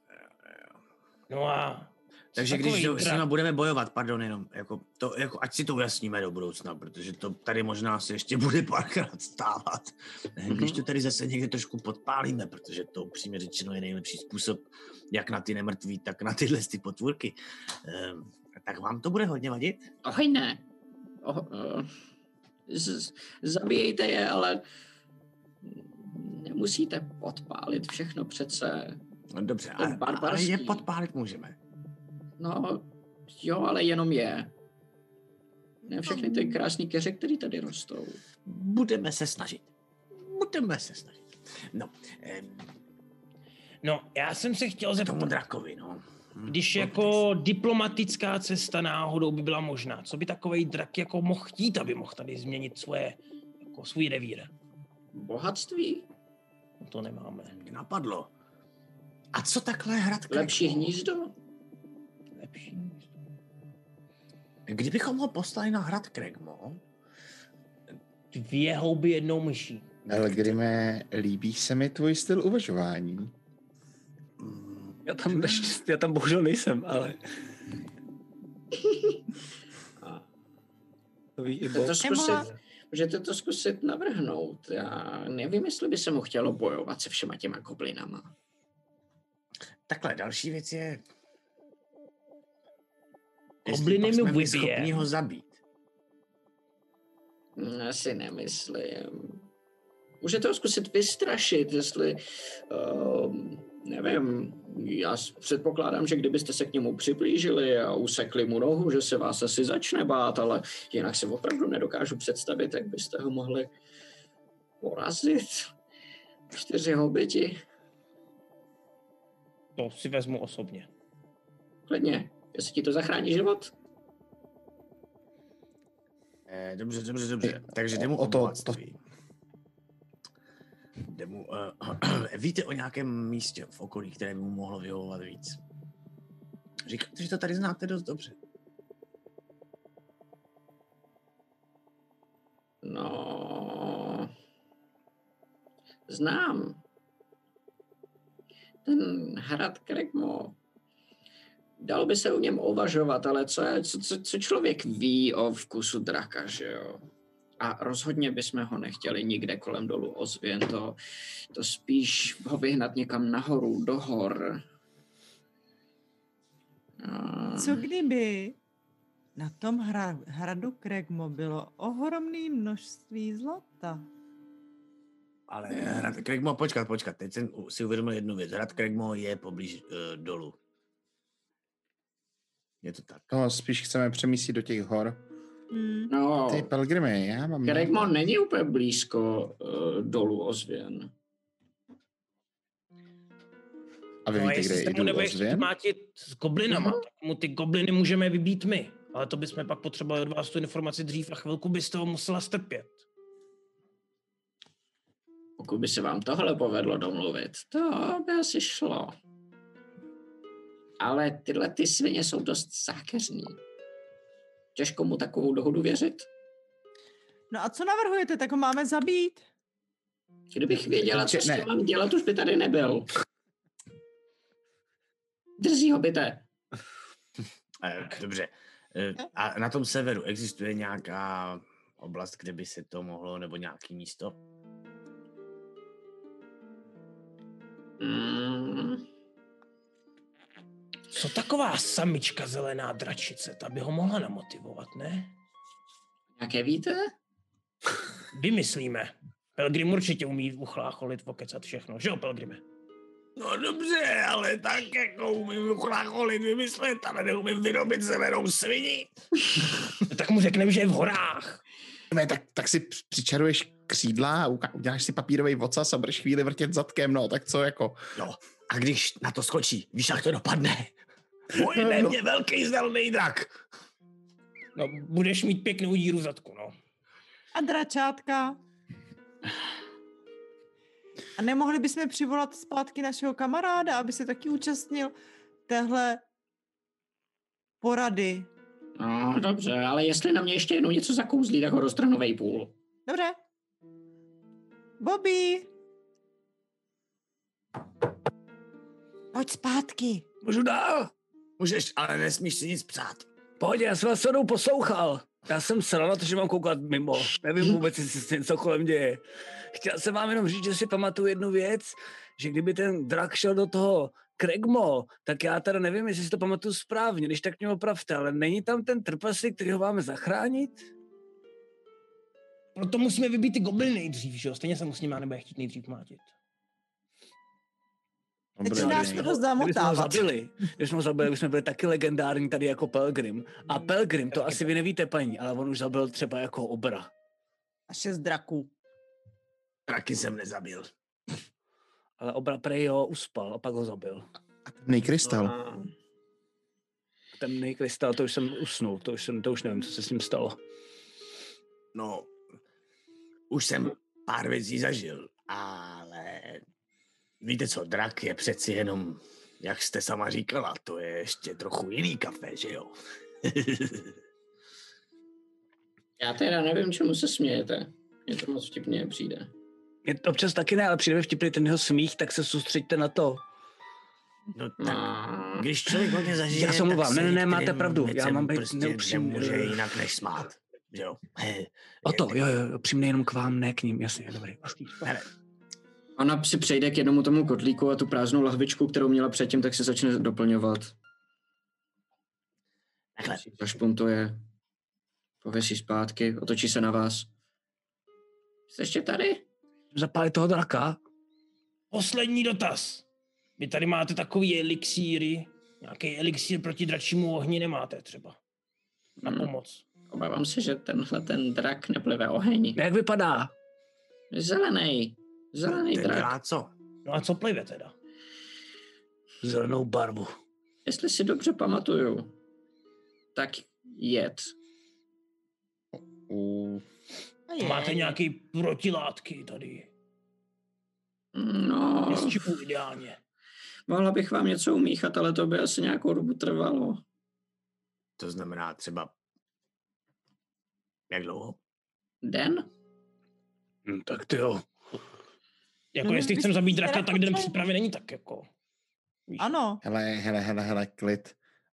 Speaker 5: No a
Speaker 6: Takže když
Speaker 5: Takový
Speaker 6: do, s
Speaker 5: drak.
Speaker 6: nima budeme bojovat, pardon, jenom, jako to, jako, ať si to ujasníme do budoucna, protože to tady možná se ještě bude párkrát stávat. Eh,
Speaker 8: Mhm.
Speaker 6: Když to tady zase někde trošku podpálíme, protože to upřímně řečeno je nejlepší způsob, jak na ty nemrtví, tak na tyhle ty potvůrky, Ehm, tak vám to bude hodně vadit?
Speaker 8: Ahoj, ne. Oh, uh, z- zabíjejte je, ale nemusíte podpálit všechno přece.
Speaker 6: No dobře,
Speaker 8: To je
Speaker 6: ale, ale
Speaker 8: barbarský.
Speaker 6: je podpálit můžeme.
Speaker 8: No, jo, ale jenom je. Ne všechny ty krásné keře, které tady rostou.
Speaker 6: Budeme se snažit. Budeme se snažit. No, ehm,
Speaker 9: No, já jsem se
Speaker 6: k
Speaker 9: chtěl
Speaker 6: tomu
Speaker 9: zeptat,
Speaker 6: drakovi, no. Hm,
Speaker 9: když
Speaker 6: to-
Speaker 9: jako diplomatická cesta náhodou by byla možná, co by takový drak jako mohl chtít, aby mohl tady změnit svoje, jako svůj revír?
Speaker 8: Bohatství,
Speaker 9: No To nemáme.
Speaker 6: Mě napadlo. A co takhle hradka?
Speaker 8: lepší hnízdo.
Speaker 9: Lepší.
Speaker 6: Kdybychom ho poslali na hrad Kregmo,
Speaker 9: Dvě houby jednou myší.
Speaker 3: Ale Grime, líbí se mi tvůj styl uvažování.
Speaker 6: mm,
Speaker 2: Já tam, naštěstí- já tam bohužel nejsem, ale... To ví i
Speaker 8: Můžete
Speaker 2: Bob.
Speaker 8: to zkusit, můžete to zkusit navrhnout. Já nevím, jestli by se mu chtělo bojovat se všema těma goblinama.
Speaker 6: takhle další věc je, jestli
Speaker 9: Kobliny
Speaker 6: pak
Speaker 9: mi
Speaker 6: jsme byli
Speaker 9: vybije.
Speaker 6: schopni ho zabít.
Speaker 8: Hm, Asi nemyslím. Můžete ho zkusit vystrašit, jestli, um, nevím, já s- předpokládám, že kdybyste se k němu připlížili a usekli mu nohu, že se vás asi začne bát, ale jinak se opravdu nedokážu představit, jak byste ho mohli porazit. Čtyři hobiti,
Speaker 9: To si vezmu osobně.
Speaker 8: klidně, jestli ti to zachrání život.
Speaker 6: Eh, dobře, dobře, dobře.
Speaker 9: eh,
Speaker 6: Takže jde mu
Speaker 3: o
Speaker 6: o
Speaker 3: to-
Speaker 6: to. Jde mu, eh, (clears throat) víte o nějakém místě v okolí, které by mu mohlo vyhovovat víc? Říkáte, že to tady znáte dost dobře.
Speaker 8: No, znám. Ten hrad Kregmo. Dal by se o něm uvažovat, ale co, je, co, co, co člověk ví o vkusu draka, že jo? A rozhodně bychom ho nechtěli nikde kolem dolů ozvěn, to, to spíš ho vyhnat někam nahoru, do hor. A-
Speaker 4: Co kdyby na tom hra, hradu Kregmo bylo ohromné množství zlata?
Speaker 6: Ale Hrad Kregmo, počkat, počkat, teď jsem u- si uvědomil jednu věc. Hrad Kregmo je poblíž uh, dolu. Je to tak.
Speaker 3: No, spíš chceme přemístit do těch hor.
Speaker 4: Mm.
Speaker 1: No,
Speaker 3: Ty pelgrimy, já mám...
Speaker 1: Kregmon není úplně blízko uh, dolů ozvěn.
Speaker 3: A vy
Speaker 9: No, a
Speaker 3: víte,
Speaker 9: jestli
Speaker 3: kde
Speaker 9: se
Speaker 3: je
Speaker 9: mu
Speaker 3: jdu Mhm.
Speaker 9: nebudeš
Speaker 3: ozvěn?
Speaker 9: mátit s goblinama, tak mu ty gobliny můžeme vybít my. Ale to bychom pak potřebovali od vás tu informaci dřív a chvilku byste ho musela strpět.
Speaker 1: Pokud by se vám tohle povedlo domluvit, to by asi šlo. Ale tyhle ty svině jsou dost zákeřní. Těžko mu takovou dohodu věřit.
Speaker 4: No a co navrhujete? Tak ho máme zabít?
Speaker 1: Kdybych věděla, co
Speaker 3: Určitě
Speaker 1: s
Speaker 3: ne.
Speaker 1: tím mám dělat, už by tady nebyl. Drzí hobité.
Speaker 6: Eh, Dobře. Eh, A na tom severu existuje nějaká oblast, kde by se to mohlo, nebo nějaký místo?
Speaker 1: Mm,
Speaker 9: Co taková samička zelená dračice, ta by ho mohla namotivovat, ne?
Speaker 1: nějaké víte?
Speaker 9: Vymyslíme. Pelgrim určitě umí uchlácholit, pokecat všechno, že jo, Pelgrime?
Speaker 6: No dobře, ale tak jako umím chlácholit vymyslet, ale neumím vyrobit zelenou svini.
Speaker 9: No, tak mu řekneme, že je v horách.
Speaker 3: Ne, tak, tak si při- přičaruješ křídla a uka- uděláš si papírový vocas a budeš chvíli vrtět zadkem, no, tak co jako?
Speaker 6: A když na to skočí, víš, jak to dopadne? Pojede mě velký zelený drak.
Speaker 9: No, budeš mít pěknou díru v zadku, no.
Speaker 4: A dračátka? A nemohli bychom přivolat zpátky našeho kamaráda, aby se taky účastnil téhle porady.
Speaker 1: No, dobře, ale jestli na mě ještě jednou něco zakouzlí, tak ho roztrhnu půl.
Speaker 4: Dobře. Bobby! Pojď zpátky.
Speaker 6: Můžu dál? Můžeš, ale nesmíš si nic psát.
Speaker 2: Pohodě, já jsem vás jednou poslouchal. Já jsem sral na to, že mám koukat mimo. Nevím vůbec, jestli se něco kolem děje. Chtěl jsem vám jenom říct, že si pamatuju jednu věc, že kdyby ten drak šel do toho Kregmo, tak já teda nevím, jestli si to pamatuju správně, když tak mě opravte, ale není tam ten trpaslík, který ho máme zachránit?
Speaker 9: Proto musíme vybít ty gobliny nejdřív, že jo? Stejně se mu s nima nebude chtít nejdřív mátit.
Speaker 4: Teď nás to dost
Speaker 2: Kdyby jsme ho
Speaker 4: zamotávat.
Speaker 2: zabili, když jsme ho zabili, bychom byli taky legendární tady jako Pelgrim. A Pelgrim, to asi vy nevíte, paní, ale on už zabil třeba jako obra.
Speaker 4: A šest draků.
Speaker 6: Draky jsem nezabil.
Speaker 2: Ale obra prej ho uspal a pak ho zabil.
Speaker 3: Nejkrystal.
Speaker 6: No,
Speaker 1: A-
Speaker 2: Temný krystal, to už jsem usnul, to už, jsem, to už nevím, co se s ním stalo.
Speaker 6: No, už jsem pár věcí zažil, ale víte co, drak je přeci jenom, jak jste sama říkala, to je ještě trochu jiný kafe, že jo? (laughs)
Speaker 1: Já teda nevím, čemu se smějete. Mně to moc vtipně přijde.
Speaker 2: Je to občas taky ne, ale přijde mi vtipný ten jeho smích, tak se soustřeďte na to.
Speaker 6: No tak,
Speaker 1: No,
Speaker 6: když člověk hodně zažije,
Speaker 2: Já se
Speaker 6: tak
Speaker 2: omlouvám, ne, ne, ne, máte
Speaker 6: některým
Speaker 2: pravdu, já
Speaker 6: věcem
Speaker 2: mám být
Speaker 6: prostě
Speaker 2: neupřímný.
Speaker 6: Nemůže jinak než smát, že jo?
Speaker 2: O to, jo, jo, jo přímě jenom k vám, ne k ním, jasně, dobrý.
Speaker 1: ona si přejde k jednomu tomu kotlíku a tu prázdnou lahvičku, kterou měla předtím, tak se začne doplňovat.
Speaker 6: Takhle.
Speaker 1: Zašpuntuje. Pověsí zpátky, otočí se na vás. Jste ještě tady?
Speaker 2: Zapálit toho draka?
Speaker 9: Poslední dotaz. Vy tady máte takový elixíry, nějaký elixír proti dračímu ohni nemáte třeba. Na
Speaker 1: Hmm.
Speaker 9: pomoc.
Speaker 1: Obávám se, že tenhle ten drak neplive oheň.
Speaker 2: No, Jak vypadá?
Speaker 1: Zelený. Zelený
Speaker 6: Ten
Speaker 1: drak.
Speaker 6: dělá co?
Speaker 9: No a co plive teda?
Speaker 2: Zelenou barvu.
Speaker 1: Jestli si dobře pamatuju, tak jed.
Speaker 3: U-
Speaker 9: Máte nějaký protilátky tady.
Speaker 1: No,
Speaker 9: Je Z čipu ideálně.
Speaker 1: mohla bych vám něco umíchat, ale to by asi nějakou dobu trvalo.
Speaker 6: To znamená třeba... Jak dlouho?
Speaker 1: Den?
Speaker 2: Hm, No tak ty jo.
Speaker 9: Jako
Speaker 4: No,
Speaker 9: jestli
Speaker 4: vy
Speaker 9: chcem
Speaker 4: jste
Speaker 9: zabít
Speaker 4: teda
Speaker 9: draka, tak den
Speaker 4: potřeba-
Speaker 9: přípravy není tak jako.
Speaker 4: Ano.
Speaker 3: Hele, hele, hele, hele, klid.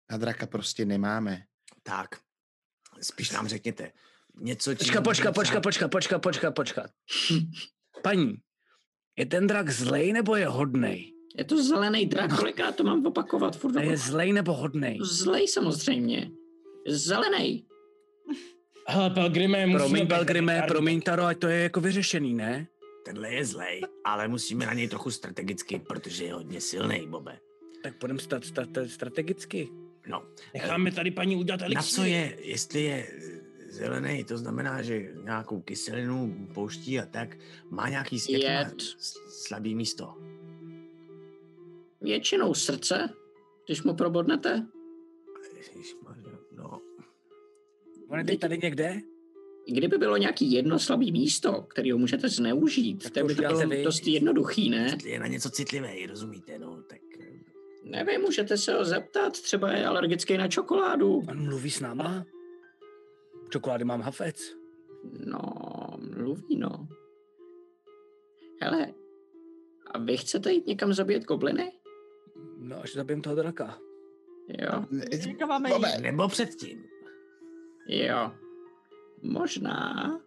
Speaker 3: A draka prostě nemáme.
Speaker 6: Tak, spíš nám řekněte. Něco, čím
Speaker 2: Počka, počka,
Speaker 6: můžeme
Speaker 2: počka,
Speaker 6: třeba-
Speaker 2: počka, počka, počka, počka. (laughs) Paní, je ten drak zlej nebo je hodnej?
Speaker 1: Je to zelený drak, kolikrát to mám opakovat? Furt
Speaker 2: A Je
Speaker 1: opakovat.
Speaker 2: zlej nebo hodnej?
Speaker 1: Zlej samozřejmě. Zelený.
Speaker 9: Hele, Pelgrime, musíme...
Speaker 2: Promiň,
Speaker 9: být
Speaker 2: Belgrimé,
Speaker 9: legendární.
Speaker 2: promiň, Taro, ať to je jako vyřešený, ne?
Speaker 6: Tenhle je zlej, ale musíme na něj trochu strategicky, protože je hodně silný, Bobe.
Speaker 2: Tak půjdeme sta- sta- sta- strategicky.
Speaker 6: No,
Speaker 9: Necháme tady paní udělat
Speaker 6: na
Speaker 9: elixír.
Speaker 6: co je, jestli je eh, zelený, to znamená, že nějakou kyselinu pouští a tak. Má nějaký s- jaký má
Speaker 1: Jed.
Speaker 6: s- slabý místo.
Speaker 1: Většinou srdce, když mu probodnete.
Speaker 6: Ježišmarja, No,
Speaker 2: On je teď tady někde?
Speaker 1: I Kdyby bylo nějaký jedno slabý místo, který ho můžete zneužít,
Speaker 2: Tak
Speaker 1: to
Speaker 2: to
Speaker 1: by
Speaker 2: už
Speaker 1: to
Speaker 2: děláte
Speaker 1: bylo
Speaker 2: vy.
Speaker 1: dost jednoduchý, ne?
Speaker 6: je na něco citlivý, rozumíte, no, tak eh,
Speaker 1: Nevím, můžete se ho zeptat, třeba je alergický na čokoládu.
Speaker 2: On mluví s náma? Čokolády mám hafec.
Speaker 1: No, mluví, no. Hele, a vy chcete jít někam zabít gobliny?
Speaker 2: No, až zabijem toho draka.
Speaker 1: Jo,
Speaker 4: Teďka máme
Speaker 3: Bobe.
Speaker 4: jít.
Speaker 6: nebo předtím.
Speaker 1: jo. Možná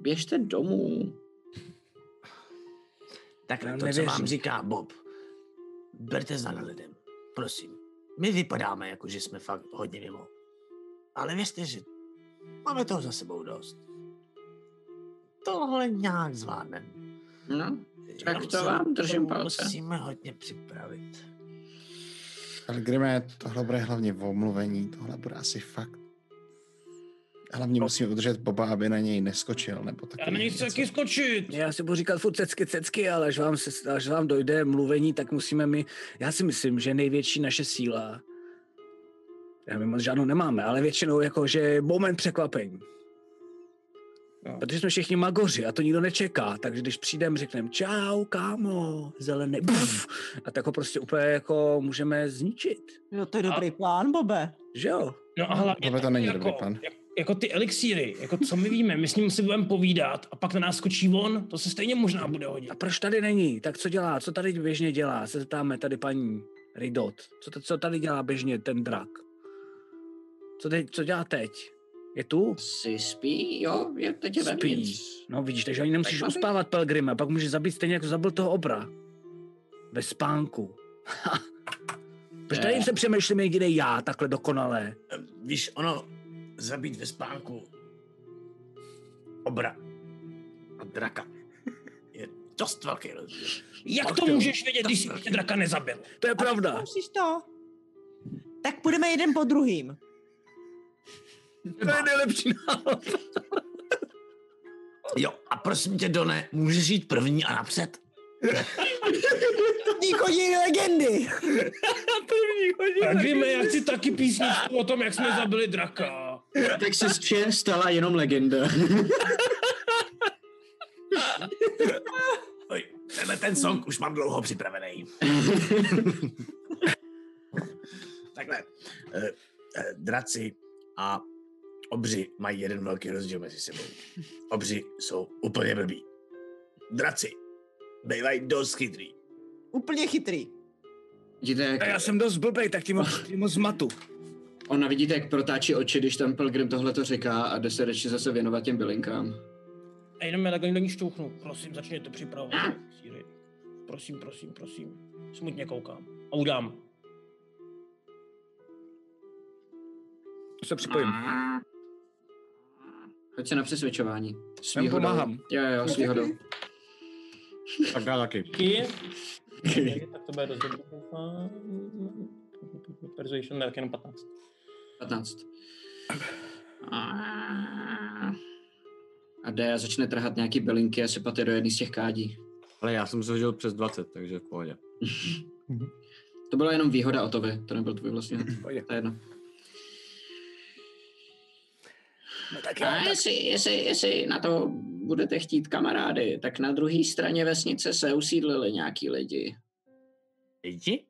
Speaker 1: běžte domů.
Speaker 6: Takhle,
Speaker 2: Já
Speaker 6: to,
Speaker 2: nevěřím.
Speaker 6: co vám říká Bob, berte za lidem, prosím. My vypadáme, jako že jsme fakt hodně mimo. Ale věřte, že máme toho za sebou dost. Tohle nějak zvládneme.
Speaker 1: No, Tak
Speaker 6: Jenom
Speaker 1: to
Speaker 6: se
Speaker 1: vám držím
Speaker 6: tomu
Speaker 1: palce.
Speaker 6: Musíme hodně připravit.
Speaker 3: Ale Grime, tohle bude hlavně v omluvení, tohle bude asi fakt.
Speaker 6: No.
Speaker 3: Hlavně musíme udržet Boba, aby na něj neskočil, nebo taky
Speaker 9: Já na něj chci taky skočit.
Speaker 2: Já si budu říkat furt cecky, cecky, ale až vám, se, až vám dojde mluvení, tak musíme my... Já si myslím, že největší naše síla... Já my moc žádnou nemáme, ale většinou jako, že je moment překvapení.
Speaker 1: No.
Speaker 2: Protože jsme všichni magoři a to nikdo nečeká, takže když přijdem, řekneme čau, kámo, zelený, pff, a tak ho prostě úplně jako můžeme zničit,
Speaker 4: Jo, No, to je dobrý plán, Bobe.
Speaker 2: že jo?
Speaker 9: No a hlavně
Speaker 3: Tohle to
Speaker 9: taky
Speaker 3: není
Speaker 9: jako,
Speaker 3: dobrý plán.
Speaker 9: jak- Jako ty elixíry, jako co my víme, my s ním si budeme povídat a pak na nás skočí on, to se stejně možná bude hodit.
Speaker 2: A proč tady není? Tak co dělá? Co tady běžně dělá? Se zeptáme tady paní Ridot. Co, t- co tady dělá běžně ten drak? Co, teď, co dělá teď? Je tu?
Speaker 1: Si spí, jo, je teď je
Speaker 2: Spí.
Speaker 1: vevnitř.
Speaker 2: No vidíš, takže ani nemusíš
Speaker 1: Tak má být.
Speaker 2: uspávat Pelgrima, pak můžeš zabít stejně jako zabil toho obra. Ve spánku. Ha. Proč tady
Speaker 1: Ne.
Speaker 2: se přemýšlím jediný já, takhle dokonale?
Speaker 6: Ehm, Víš, ono, zabít ve spánku obra a draka je dost velký rozdíl.
Speaker 9: Jak
Speaker 6: Ach
Speaker 9: to
Speaker 6: jo.
Speaker 9: můžeš vědět, když jsi
Speaker 6: Tak.
Speaker 9: ještě draka nezabil?
Speaker 2: To je pravda.
Speaker 4: Musíš to. Tak půjdeme jeden po druhým.
Speaker 2: To je nejlepší návod.
Speaker 6: (laughs) Jo, a prosím tě, Done, můžeš jít první a napřed?
Speaker 4: První chodí legendy.
Speaker 9: Víme, já chci taky písničku o tom, jak jsme zabili draka.
Speaker 1: Tak se z vše stala jenom legenda.
Speaker 6: Oj, tenhle ten song už mám dlouho připravený. (laughs) Takhle, eh, eh, draci a obři mají jeden velký rozdíl mezi sebou. Obři jsou úplně blbí. Draci bývají dost chytrý.
Speaker 4: Úplně chytrý.
Speaker 1: Vidíte, jak,
Speaker 2: Já jsem dost blbej, tak ti moc, ti moc matu.
Speaker 1: ona vidíte, jak protáčí oči, když tam Pelgrim tohle to říká a jde se radši zase věnovat těm bylinkám.
Speaker 9: A jenom já takhle do ní šťouchnu. Prosím, začněte připravovat elixíry. Prosím, prosím, prosím. Smutně koukám. A udám.
Speaker 2: Se připojím.
Speaker 1: Hoď se na přesvědčování. S
Speaker 2: Já mu
Speaker 1: výhodou.
Speaker 2: pomáhám.
Speaker 1: Jo, jo, s výhodou.
Speaker 3: Tak já taky.
Speaker 5: Díky. tak to bude dost dobrý. doufám. Persuasion, ne, tak jenom 15.
Speaker 1: 15. A jde a začne trhat nějaký bylinky a sypat je do jedné z těch kádí.
Speaker 8: Ale já jsem se hodil přes 20, takže v pohodě.
Speaker 1: (laughs) To byla jenom výhoda o tobě, to nebyl tvůj vlastní hod.
Speaker 2: Pojď.
Speaker 1: To je jedno.
Speaker 2: No tak jo,
Speaker 1: A jestli, jestli, jestli na to budete chtít kamarády, tak na druhé straně vesnice se usídlili nějaký lidi.
Speaker 6: Lidi?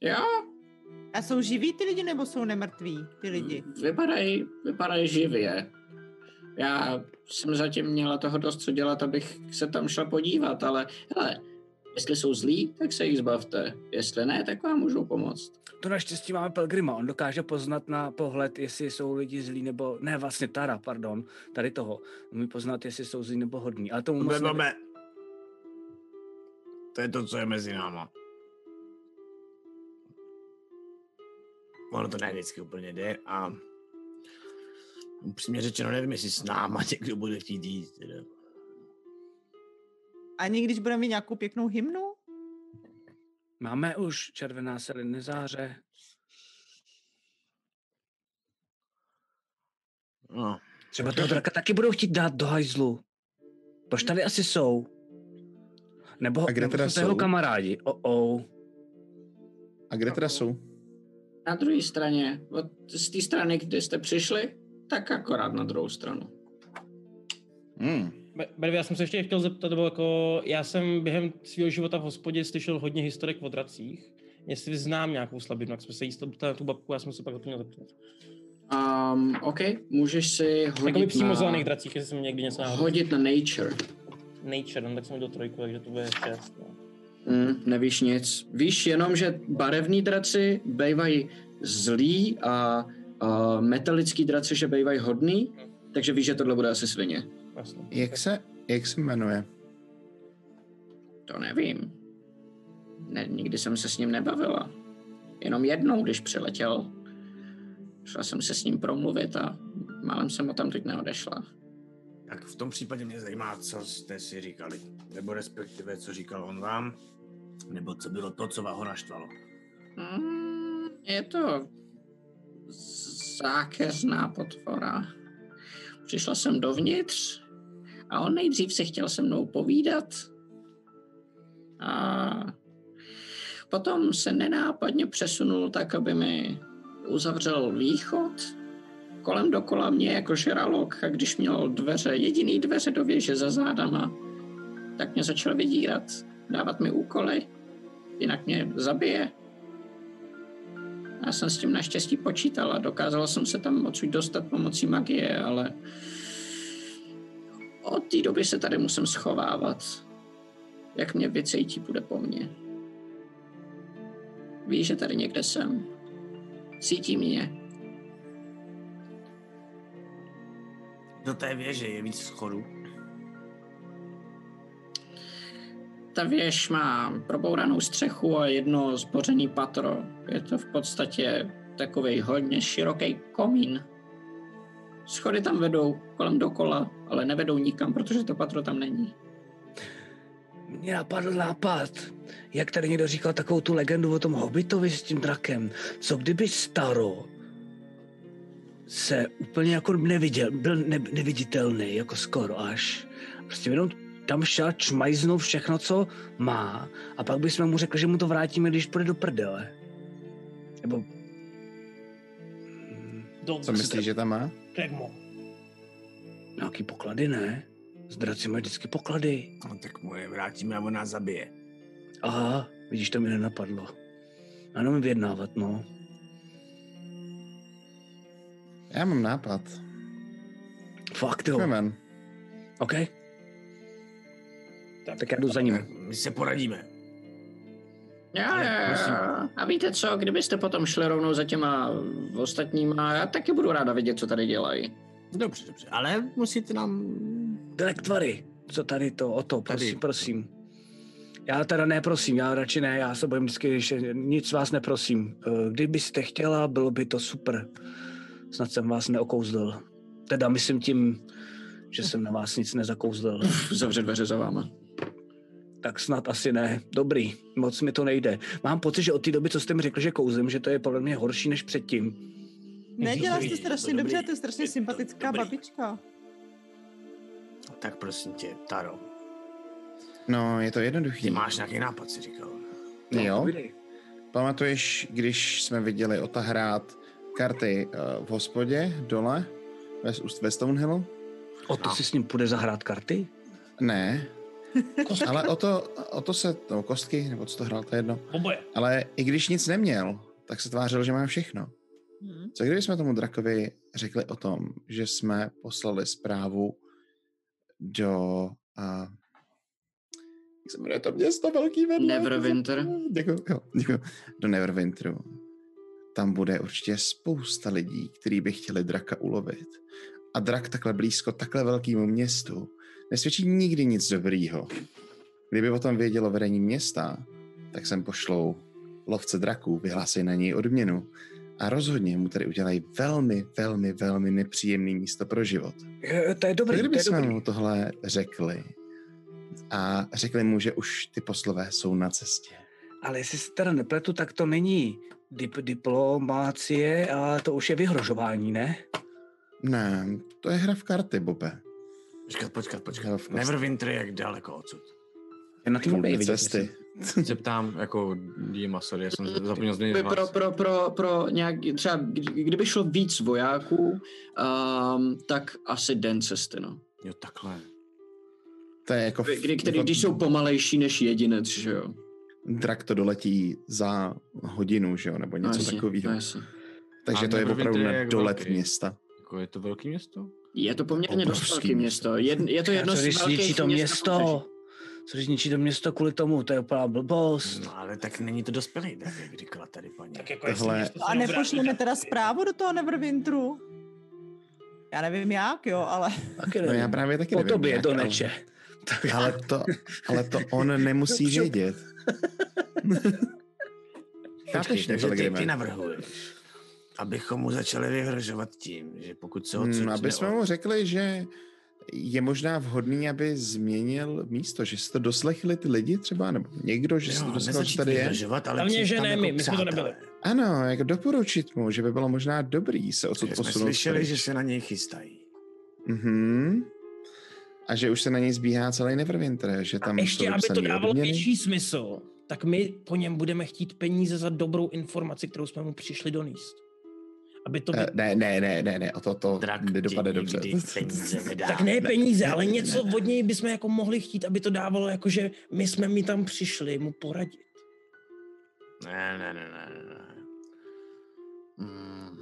Speaker 1: Jo,
Speaker 4: A jsou živí ty lidi, nebo jsou nemrtví ty lidi?
Speaker 1: vypadají, vypadají živě. Já jsem zatím měla toho dost co dělat, abych se tam šla podívat, ale hele, jestli jsou zlí, tak se jich zbavte. Jestli ne, tak vám můžu pomoct.
Speaker 2: To naštěstí máme Pelgrima, on dokáže poznat na pohled, jestli jsou lidi zlí nebo... Ne, vlastně Tara, pardon, tady toho. Umí poznat, jestli jsou zlí nebo hodní, ale tomu moc ne...
Speaker 6: Blbebe. To je to, co je mezi náma. Ono to ne vždycky úplně jde a upřímně řečeno nevím, jestli s náma někdo bude chtít jít. Teda.
Speaker 4: Ani když budeme mít nějakou pěknou hymnu?
Speaker 2: Máme už červená se nezáře.
Speaker 6: No,
Speaker 2: Třeba toho draka taky budou chtít dát do hajzlu. Proč tady asi jsou? Nebo,
Speaker 3: A kde
Speaker 2: nebo
Speaker 3: teda
Speaker 2: jsou to jeho
Speaker 3: jsou?
Speaker 2: kamarádi. Oh, oh.
Speaker 3: A kde teda jsou?
Speaker 8: Na druhé straně, od, z té strany, kde jste přišli, tak akorát na druhou stranu.
Speaker 3: Hmm.
Speaker 5: By the way, já jsem se ještě chtěl zeptat, nebo jako já jsem během svého života v hospodě slyšel hodně historek o dracích. Jestli znám nějakou slabinu, jak jsme se jí ptali na tu babku, já jsem se pak zapomněl zeptat.
Speaker 8: Um, OK, můžeš si
Speaker 5: Jakoby
Speaker 8: hodit
Speaker 5: přímo
Speaker 8: na,
Speaker 5: zelených dracích, jestli jsem někdy něco náhodou.
Speaker 8: hodit na nature.
Speaker 5: Nature, no tak jsem mi do trojku, takže to bude šest. No.
Speaker 1: Hm,
Speaker 8: Mm, nevíš nic. Víš jenom, že barevní draci bývají zlí a, a metalický draci, že bývají hodný, takže víš, že tohle bude asi svině.
Speaker 5: Jasně.
Speaker 3: Jak se, jak se jmenuje?
Speaker 8: To nevím. Ne, nikdy jsem se s ním nebavila. Jenom jednou, když přiletěl, šla jsem se s ním promluvit a málem jsem ho tam teď neodešla.
Speaker 6: Tak v tom případě mě zajímá, co jste si říkali. Nebo respektive, co říkal on vám. Nebo co bylo to, co vás ho naštvalo.
Speaker 8: Mm, je to zákeřná potvora. Přišla jsem dovnitř a on nejdřív se chtěl se mnou povídat. A potom se nenápadně přesunul tak, aby mi uzavřel východ kolem dokola mě jako žralok a když měl dveře, jediný dveře do věže za zádama, tak mě začal vydírat, dávat mi úkoly, jinak mě zabije. Já jsem s tím naštěstí počítal a dokázal jsem se tam odsud dostat pomocí magie, ale od té doby se tady musím schovávat. Jak mě vycejtí, bude po mně. Ví, že tady někde jsem. Cítí mě.
Speaker 6: Do té věže je víc schodů.
Speaker 8: Ta věž má probouranou střechu a jedno zbořený patro. Je to v podstatě takový hodně široký komín. Schody tam vedou kolem dokola, ale nevedou nikam, protože to patro tam není.
Speaker 2: Mně napadl nápad. Jak tady někdo říkal takovou tu legendu o tom hobitovi s tím drakem. Co kdyby Staro se úplně jako neviděl, byl ne, neviditelný, jako skoro až. Prostě jenom tam šel čmajznou všechno, co má a pak bychom mu řekli, že mu to vrátíme, když půjde do prdele. Nebo
Speaker 5: Don't
Speaker 3: Co myslíš, že tam má?
Speaker 5: Kregmo.
Speaker 2: nějaký poklady, ne? Zdraci mají vždycky poklady.
Speaker 6: No, tak mu je vrátíme a on nás zabije.
Speaker 2: Aha, vidíš, to mi nenapadlo. Ano, mi vyjednávat, no.
Speaker 3: Já mám nápad.
Speaker 2: Fakt, jo.
Speaker 3: Jdeme ven.
Speaker 2: OK. Tak já jdu za ním.
Speaker 6: Tak My se poradíme.
Speaker 8: Já,
Speaker 6: Ale
Speaker 8: já,
Speaker 6: prosím.
Speaker 8: já. A víte co, kdybyste potom šli rovnou za těma ostatníma, já taky budu ráda vědět, co tady dělají.
Speaker 6: Dobře, dobře. Ale musíte nám...
Speaker 2: Direkt tvary. Co tady to, o to, prosím,
Speaker 6: Tady.
Speaker 2: prosím. Já teda ne, prosím, já radši ne, já se bojím vždycky, když nic vás neprosím. Eh, Kdybyste chtěla, bylo by to super. Snad jsem vás neokouzlil. Teda myslím tím, že jsem na vás nic nezakouzlil.
Speaker 8: Zavře dveře za váma.
Speaker 2: Tak snad asi ne. Dobrý, moc mi to nejde. Mám pocit, že od té doby, co jste mi řekl, že kouzím, že to je podle mě horší než předtím.
Speaker 4: Ne,
Speaker 6: Ježiš,
Speaker 4: děláš to
Speaker 6: dobrý,
Speaker 4: strašně
Speaker 6: to
Speaker 4: dobře,
Speaker 6: dobrý.
Speaker 4: to je strašně
Speaker 6: Je to
Speaker 4: sympatická
Speaker 6: dobrý.
Speaker 4: babička.
Speaker 6: Tak prosím tě, Taro,
Speaker 3: No, je to jednoduchý.
Speaker 6: ty máš nějaký nápad, si říkal.
Speaker 3: No, Jo.
Speaker 2: povídej.
Speaker 3: Pamatuješ, když jsme viděli Ota hrát karty eh, v hospodě dole ve, ve Stonehillu?
Speaker 2: O to si s ním půjde zahrát karty?
Speaker 3: Ne. Ale o to, o to se, no, kostky, nebo co to hrál, to je jedno.
Speaker 5: Oboje.
Speaker 3: Ale i když nic neměl, tak se tvářil, že má všechno.
Speaker 9: Hmm.
Speaker 4: Hm.
Speaker 3: Co kdyby jsme tomu drakovi řekli o tom, že jsme poslali zprávu do... A, jak se jmenuje to město Velký vedle? Jako-
Speaker 8: Neverwinter.
Speaker 3: Děkuji, jo, děkuji. Do Neverwinteru. Tam bude určitě spousta lidí, kteří by chtěli draka ulovit. A drak takhle blízko takhle velkému městu nesvědčí nikdy nic dobrýho. Kdyby o tom vědělo vedení města, tak sem pošlou lovce draků, vyhlásí na něj odměnu a rozhodně mu tady udělají velmi, velmi, velmi nepříjemný místo pro život.
Speaker 2: Je, Eh, to je
Speaker 3: Tak
Speaker 2: dobrý, to
Speaker 3: kdyby
Speaker 2: je
Speaker 3: jsme
Speaker 2: dobrý.
Speaker 3: mu tohle řekli a řekli mu, že už ty poslové jsou na cestě.
Speaker 2: Ale jestli se teda nepletu, tak to není dip- diplomácie, ale to už je vyhrožování, ne?
Speaker 3: Ne, to je hra v karty, Bobe.
Speaker 6: Počkat, počkat, počkat.
Speaker 3: Hra v kost-
Speaker 6: Neverwinter je jak daleko odsud.
Speaker 2: Je na tom
Speaker 3: podle
Speaker 7: (laughs)
Speaker 3: cesty.
Speaker 8: Se ptám jako Dima, sorry, já jsem zapomněl změnit
Speaker 1: Kdyby pro,
Speaker 8: vás.
Speaker 1: pro, pro, pro nějak, třeba kdy- kdyby šlo víc vojáků, um, tak asi den cesty, no.
Speaker 8: Jo, takhle.
Speaker 3: To je jako...
Speaker 1: Kdy, kdy, který, když jsou pomalejší než jedinec, že jo.
Speaker 3: Drak to doletí za hodinu, že jo, nebo
Speaker 1: No
Speaker 3: něco
Speaker 1: jasně,
Speaker 3: takového.
Speaker 1: no jasně.
Speaker 3: Takže
Speaker 8: A
Speaker 3: to je
Speaker 8: Neverwinter
Speaker 3: opravdu
Speaker 8: je
Speaker 3: na
Speaker 8: jak
Speaker 3: dolet
Speaker 8: velký?
Speaker 3: města.
Speaker 8: Jako je to velký město?
Speaker 1: Je to poměrně dost
Speaker 3: Obrovský
Speaker 1: velké město. Je, je to jedno
Speaker 2: co když
Speaker 1: z
Speaker 2: zničí
Speaker 1: velkých
Speaker 2: to
Speaker 1: měst na pobřeží.
Speaker 2: město? Co když zničí to město kvůli tomu? To je úplná blbost.
Speaker 6: No ale tak není to dospělý, tak jak říkala tady paní.
Speaker 5: Tak jako jestli
Speaker 3: Tohle-
Speaker 5: město se
Speaker 4: A
Speaker 5: neobrátí
Speaker 4: nepošleme
Speaker 5: na-
Speaker 4: teda zprávu do toho Neverwinteru? Já nevím jak, jo, ale
Speaker 2: Taky
Speaker 3: No
Speaker 2: nevím.
Speaker 3: já právě taky
Speaker 2: po
Speaker 3: nevím,
Speaker 2: tobě
Speaker 3: jak,
Speaker 2: to
Speaker 3: ale-
Speaker 2: neče. Tak
Speaker 3: (laughs) Ale to, ale to on
Speaker 1: (laughs)
Speaker 3: nemusí
Speaker 2: Dobře.
Speaker 3: vědět. Chápeš
Speaker 6: Počkej,
Speaker 3: mě,
Speaker 6: takže ty, ty
Speaker 3: Pellegrime?
Speaker 6: navrhuješ, abychom mu začali vyhrožovat tím, že pokud se ho
Speaker 3: Hmm,
Speaker 6: cucne
Speaker 3: aby jsme mu řekli, že je možná vhodný, aby změnil místo, že si to doslechli ty lidi třeba, nebo někdo, že si to
Speaker 6: jo,
Speaker 3: doslechl, že
Speaker 6: nezačít
Speaker 3: tady je.
Speaker 6: vyhrožovat, ale
Speaker 5: Hlavně,
Speaker 6: přijít
Speaker 5: že
Speaker 6: tam
Speaker 5: ne
Speaker 6: jako
Speaker 5: my, my jsme to
Speaker 6: přátelé.
Speaker 3: Ano, jako doporučit mu, že by bylo možná dobrý se odsud
Speaker 6: Že jsme
Speaker 3: posunout.
Speaker 6: slyšeli,
Speaker 3: pryč.
Speaker 6: že se na něj chystají.
Speaker 3: Mhm. A že už se na něj zbíhá celý Neverwinter, že tam
Speaker 5: A ještě,
Speaker 3: jsou
Speaker 5: aby to
Speaker 3: psaný
Speaker 5: dávalo
Speaker 3: odměny.
Speaker 5: větší smysl, tak my po něm budeme chtít peníze za dobrou informaci, kterou jsme mu přišli donést. Aby to
Speaker 3: Eh,
Speaker 5: by...
Speaker 3: Ne, ne, ne, ne, ne, o to, to
Speaker 6: Drak
Speaker 3: nedopadne
Speaker 6: ti
Speaker 3: dobře.
Speaker 6: nikdy
Speaker 3: (laughs)
Speaker 6: peníze nedá.
Speaker 5: Tak ne peníze, ale
Speaker 3: ne,
Speaker 5: něco od něj bychom jako mohli chtít, aby to dávalo jako, že my jsme mi tam přišli mu poradit.
Speaker 6: Ne, ne, ne, ne, ne, ne. Mm.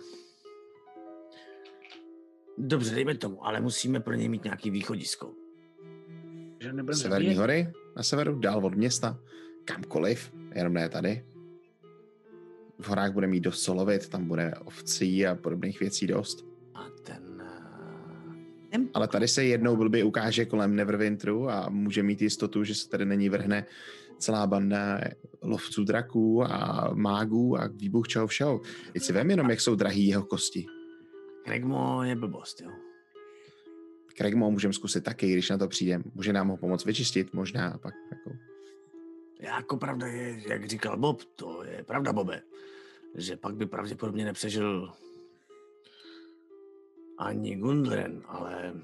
Speaker 6: Dobře, dejme tomu, ale musíme pro něj mít nějaký východisko. Že nebudeme
Speaker 3: Severní
Speaker 6: zabíjet?
Speaker 3: hory, na severu, dál od města, kamkoliv, jenom ne tady. V horách bude mít dost solovit, tam bude ovcí a podobných věcí dost.
Speaker 6: A ten... eh,
Speaker 4: ten
Speaker 3: Ale tady se jednou blbě ukáže kolem Neverwinteru a může mít jistotu, že se tady není vrhne celá banda lovců draků a mágů a výbuch čeho všeho. Teď si vem jenom, jak jsou drahý jeho kosti.
Speaker 6: Kregmo je blbost, jo.
Speaker 3: Kregmo můžeme zkusit taky, když na to přijde. Může nám ho pomoct vyčistit možná a pak jako
Speaker 6: Já Jako pravda je, jak říkal Bob, to je pravda, Bobe, že pak by pravděpodobně nepřežil ani Gundren, ale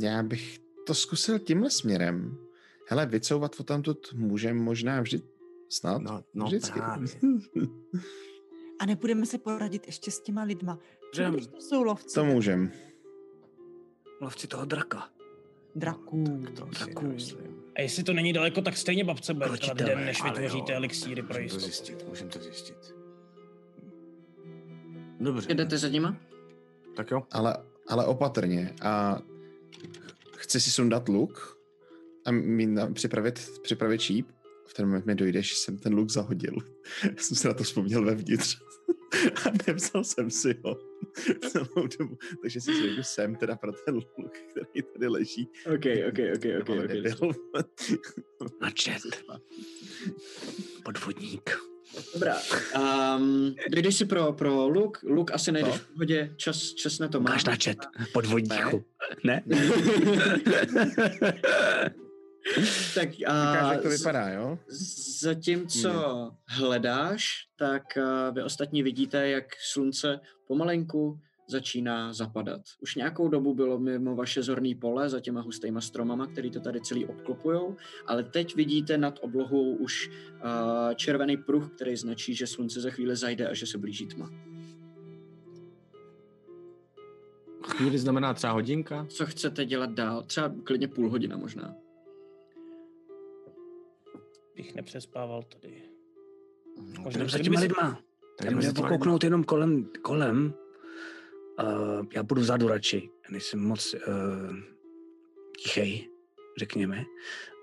Speaker 3: Já bych to zkusil tímhle směrem. Hele, vycouvat odtamtud můžeme možná vždy, snad.
Speaker 6: no, no
Speaker 3: vždycky. (laughs)
Speaker 6: právě.
Speaker 4: A nebudeme se poradit ještě s těma lidma. Co když to jsou lovci
Speaker 3: To můžem.
Speaker 2: Lovci toho draka.
Speaker 4: draků?
Speaker 6: To si
Speaker 2: Draků.
Speaker 6: nemyslím.
Speaker 5: A jestli to není daleko, tak stejně babce bude trvat
Speaker 2: Kročitelé,
Speaker 5: den, než
Speaker 6: ale
Speaker 5: vytvoříte
Speaker 6: jo,
Speaker 5: elixíry pro
Speaker 6: Můžem to
Speaker 5: jistotu.
Speaker 6: zjistit, můžem to zjistit. Dobře,
Speaker 1: Jdete za nima?
Speaker 6: tak jo.
Speaker 3: Ale, ale opatrně. A chci si sundat luk a mít na, připravit, připravit šíp. V ten moment mi dojde, že jsem ten luk zahodil. (laughs) Já jsem se na to vzpomněl vevnitř. (laughs) A nevzal jsem si ho (laughs) celou dobu. Takže si řekl, že jsem teda pro ten luk, který tady leží.
Speaker 1: OK, OK, OK, OK.
Speaker 3: Ale
Speaker 1: okay.
Speaker 3: nebyl. (laughs)
Speaker 2: Načet. Podvodník.
Speaker 1: Dobrá. Um, jdeš si pro, pro luk, luk asi nejdeš v pohodě, čas, čas na to má.
Speaker 2: Máš načet. Podvodníku. Ne?
Speaker 1: (laughs) tak
Speaker 3: Ukáž,
Speaker 1: a
Speaker 3: jak to
Speaker 1: z-
Speaker 3: vypadá, jo? Hmm.
Speaker 1: zatímco hledáš, tak a, vy ostatní vidíte, jak slunce pomalenku začíná zapadat. Už nějakou dobu bylo mimo vaše zorné pole za těma hustýma stromama, který to tady celý obklopujou, ale teď vidíte nad oblohou už a, červený pruh, který značí, že slunce za chvíli zajde a že se blíží tma.
Speaker 8: Chvíli znamená třeba hodinka.
Speaker 1: co chcete dělat dál. Třeba klidně půl hodina možná.
Speaker 5: Bych nepřespával tady.
Speaker 6: No,
Speaker 5: Možná
Speaker 2: Jdeme za
Speaker 5: tady
Speaker 2: těma
Speaker 5: by se-
Speaker 2: lidma.
Speaker 6: tak
Speaker 2: Já
Speaker 6: jdeme
Speaker 2: budu
Speaker 6: za těma
Speaker 2: pokouknout jenom kolem. kolem. Uh, já budu vzadu radši. Já nejsem moc uh, tichej, řekněme.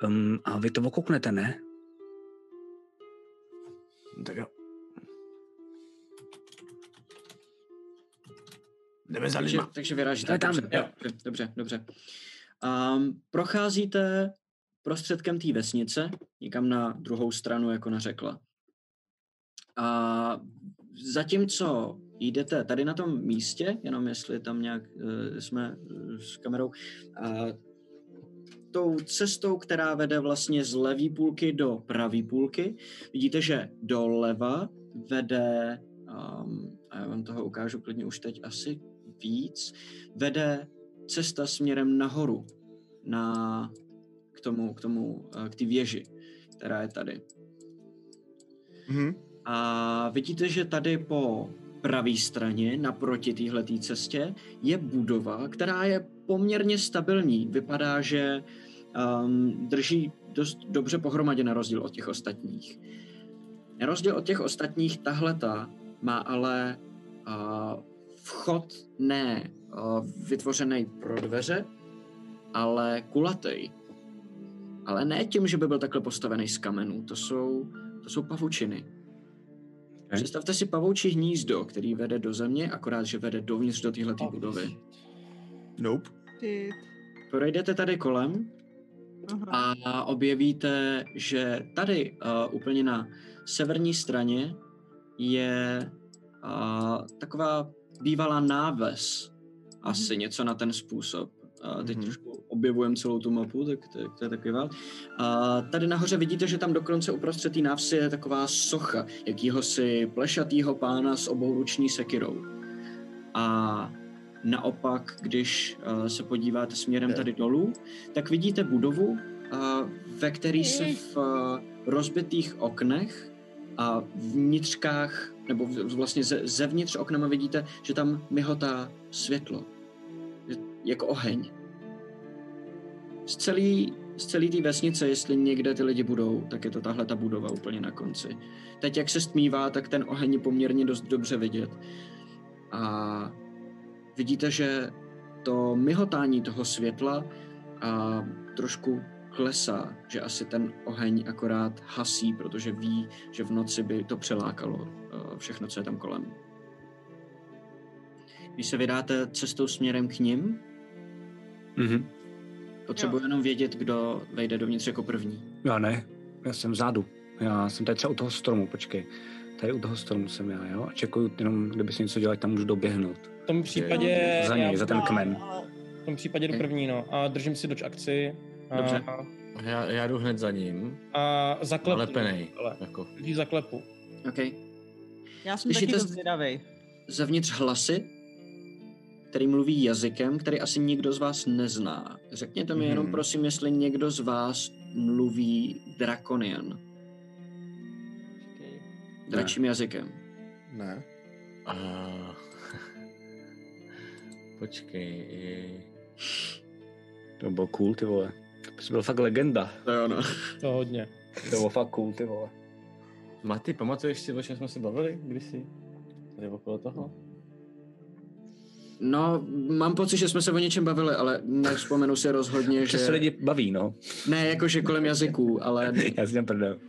Speaker 2: Um, a vy to okouknete, ne?
Speaker 6: lidma. Tak jo. Jdeme za
Speaker 1: Takže,
Speaker 6: lidma.
Speaker 1: takže vyrážíte.
Speaker 2: Ale tam,
Speaker 1: dobře,
Speaker 2: jo.
Speaker 1: dobře, dobře, dobře. Um, procházíte prostředkem té vesnice, někam na druhou stranu, jako nařekla. A zatímco jdete tady na tom eh, místě, jenom jestli tam nějak uh, jsme eh, s kamerou, uh, tou cestou, která vede vlastně z levé půlky do pravé půlky. Vidíte, že doleva vede, um, a já vám toho ukážu klidně už teď asi víc, vede cesta směrem nahoru na, k tomu, k tomu, eh, k té věži, která je tady.
Speaker 2: Hmm.
Speaker 3: Mhm.
Speaker 1: A vidíte, že tady po pravé straně, naproti téhleté cestě, je budova, která je poměrně stabilní. Vypadá, že um, drží dost dobře pohromadě na rozdíl od těch ostatních. Na rozdíl od těch ostatních, tahleta má ale uh, vchod ne uh, vytvořený pro dveře, ale kulatý. Ale ne tím, že by byl takhle postavený z kamenů. To jsou, to jsou pavučiny. Představte si pavoučí hnízdo, který vede do země, akorát, že vede dovnitř do téhle budovy.
Speaker 3: Nope.
Speaker 4: Ty-
Speaker 1: Projdete tady kolem
Speaker 4: aha.
Speaker 1: a objevíte, že tady uh, úplně na severní straně je uh, taková bývalá náves, asi něco na ten způsob. Uh, teď
Speaker 3: Mhm.
Speaker 1: trošku objevujeme celou tu mapu, tak to, to je takový val. A tady nahoře vidíte, že tam dokonce uprostřed té návsi je taková socha jakýhosi plešatýho pána s obouruční sekirou. A naopak, když eh, se podíváte směrem
Speaker 3: Ne.
Speaker 1: tady dolů, tak vidíte budovu, eh, ve které se v eh, rozbitých oknech a vnitřkách, nebo v- vlastně ze, zevnitř oknama vidíte, že tam mihotá světlo. Je- Jako oheň. Z celý, z celý té vesnice, jestli někde ty lidi budou, tak je to tahle ta budova úplně na konci. Teď, jak se stmívá, tak ten oheň je poměrně dost dobře vidět. A vidíte, že to myhotání toho světla a trošku klesá, že asi ten oheň akorát hasí, protože ví, že v noci by to přelákalo eh, všechno, co je tam kolem. Když se vydáte cestou směrem k ním,
Speaker 2: Mhm.
Speaker 1: Potřebuji jenom vědět, kdo vejde dovnitř jako první.
Speaker 2: Já ne, já jsem vzadu. Já jsem tady třeba u toho stromu, počkej. Tady u toho stromu jsem já, jo? A čekuju jenom, kdyby se něco dělali, tam můžu doběhnout.
Speaker 5: V tom případě...
Speaker 2: Za
Speaker 5: já
Speaker 2: něj, za ten
Speaker 5: budu-
Speaker 2: kmen. Hmm.
Speaker 5: V tom případě do první, no. A držím si doč akci. A,
Speaker 1: Dobře.
Speaker 8: Já, já jdu hned za ním.
Speaker 5: a zaklepu.
Speaker 8: Nalepenej.
Speaker 5: Ale,
Speaker 8: Jako.
Speaker 5: Drží zaklepu.
Speaker 1: OK.
Speaker 4: Já jsem
Speaker 1: Slyšíte
Speaker 4: taky dost
Speaker 1: z-
Speaker 4: zvědavej.
Speaker 1: Zevnitř hlasy, který mluví jazykem, který asi nikdo z vás nezná. Řekněte mi jenom,
Speaker 8: Mhm.
Speaker 1: prosím, jestli někdo z vás mluví drakonian, dračím jazykem. Eh,
Speaker 3: Ne.
Speaker 8: A... Počkej. i-
Speaker 2: To bylo cool, ty vole. To jsi byl fakt legenda.
Speaker 1: To jo, no.
Speaker 5: To hodně.
Speaker 2: To bylo fakt cool, ty vole.
Speaker 8: Maty, pamatuješ si, o čem jsme se bavili kdysi? Tady okolo toho?
Speaker 1: No, mám pocit, že jsme se o něčem bavili, ale nevzpomenu si rozhodně,
Speaker 2: Že
Speaker 1: že...
Speaker 2: se lidi baví, no.
Speaker 1: Ne, jakože kolem jazyků, ale No
Speaker 2: Já si dělám prdel.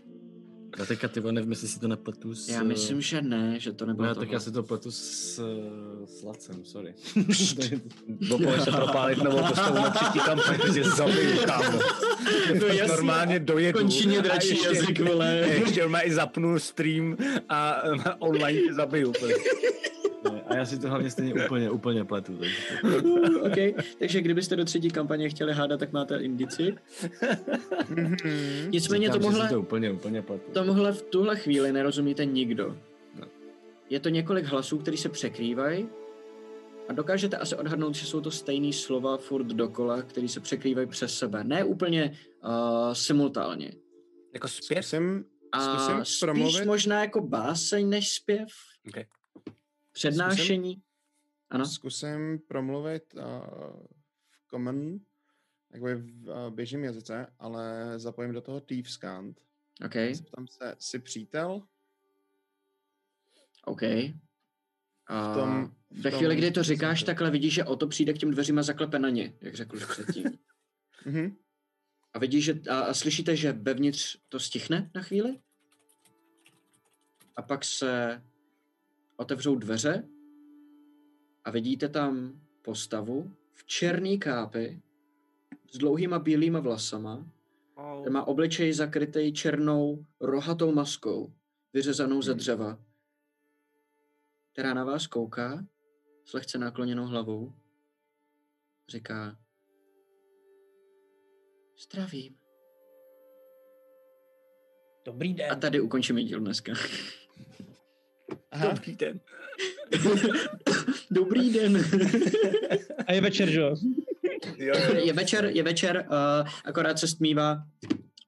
Speaker 7: Já teďka ty vole, nevím, jestli si to nepletu s...
Speaker 1: já myslím, že ne, že to nebylo
Speaker 8: No, tak
Speaker 1: tohle.
Speaker 8: já si to pletu s, eh, s Lacem,
Speaker 2: (laughs)
Speaker 8: sorry.
Speaker 2: Dovolíš se propálit novou postavu na třetí kampaň, že tě zabiju, kámo.
Speaker 1: No
Speaker 2: Fakt
Speaker 1: jasně.
Speaker 2: normálně dojedu.
Speaker 1: Končině dračí
Speaker 2: A ještě-
Speaker 1: jazyk, vole.
Speaker 2: (laughs) Ještě má i zapnu stream a um, online tě zabiju. prostě.
Speaker 8: Ne, A já si to hlavně stejně úplně, úplně pletu. Takže to...
Speaker 1: Uh, OK, takže kdybyste do třetí kampaně chtěli hádat, tak máte indici.
Speaker 3: Mhm.
Speaker 1: Nicméně
Speaker 8: Říkám, že
Speaker 1: tomuhle,
Speaker 8: si to úplně, úplně pletu.
Speaker 1: tomuhle v tuhle chvíli nerozumíte nikdo.
Speaker 8: No.
Speaker 1: Je to několik hlasů, které se překrývají a dokážete asi odhadnout, že jsou to stejné slova furt dokola, které se překrývají přes sebe. Ne úplně uh, simultánně.
Speaker 2: Jako zpěv?
Speaker 3: Zkusím,
Speaker 1: A
Speaker 3: Zkusím
Speaker 1: spíš
Speaker 3: promluvit?
Speaker 1: možná jako báseň než zpěv.
Speaker 2: OK.
Speaker 1: Přednášení. Ano.
Speaker 3: zkusím promluvit uh, v common, jakoby v uh, běžném jazyce, ale zapojím do toho Thieves Cant.
Speaker 1: OK.
Speaker 3: Zeptám se, jsi přítel?
Speaker 1: OK. A
Speaker 3: V tom- v
Speaker 1: ve
Speaker 3: tom-
Speaker 1: chvíli, kdy to říkáš,
Speaker 3: jsem-
Speaker 1: takhle vidíš, že o to přijde k těm dveřím a zaklepe na ně, jak řekl už předtím.
Speaker 3: Mhm.
Speaker 1: A vidíš, že, a, a slyšíte, že vevnitř to stichne na chvíli? A pak se otevřou dveře a vidíte tam postavu v černý kápi s dlouhýma bílýma vlasama,
Speaker 5: Au.
Speaker 1: Ten má obličej zakrytý černou rohatou maskou, vyřezanou ze
Speaker 8: Hmm.
Speaker 1: dřeva, která na vás kouká s lehce nakloněnou hlavou. Říká, Zdravím.
Speaker 9: Dobrý den.
Speaker 1: A tady ukončíme díl dneska.
Speaker 8: Aha.
Speaker 9: den.
Speaker 1: (laughs) Dobrý den.
Speaker 5: A je večer, že jo?
Speaker 8: Jo, jo, jo.
Speaker 1: je večer, je večer, uh, akorát se stmívá.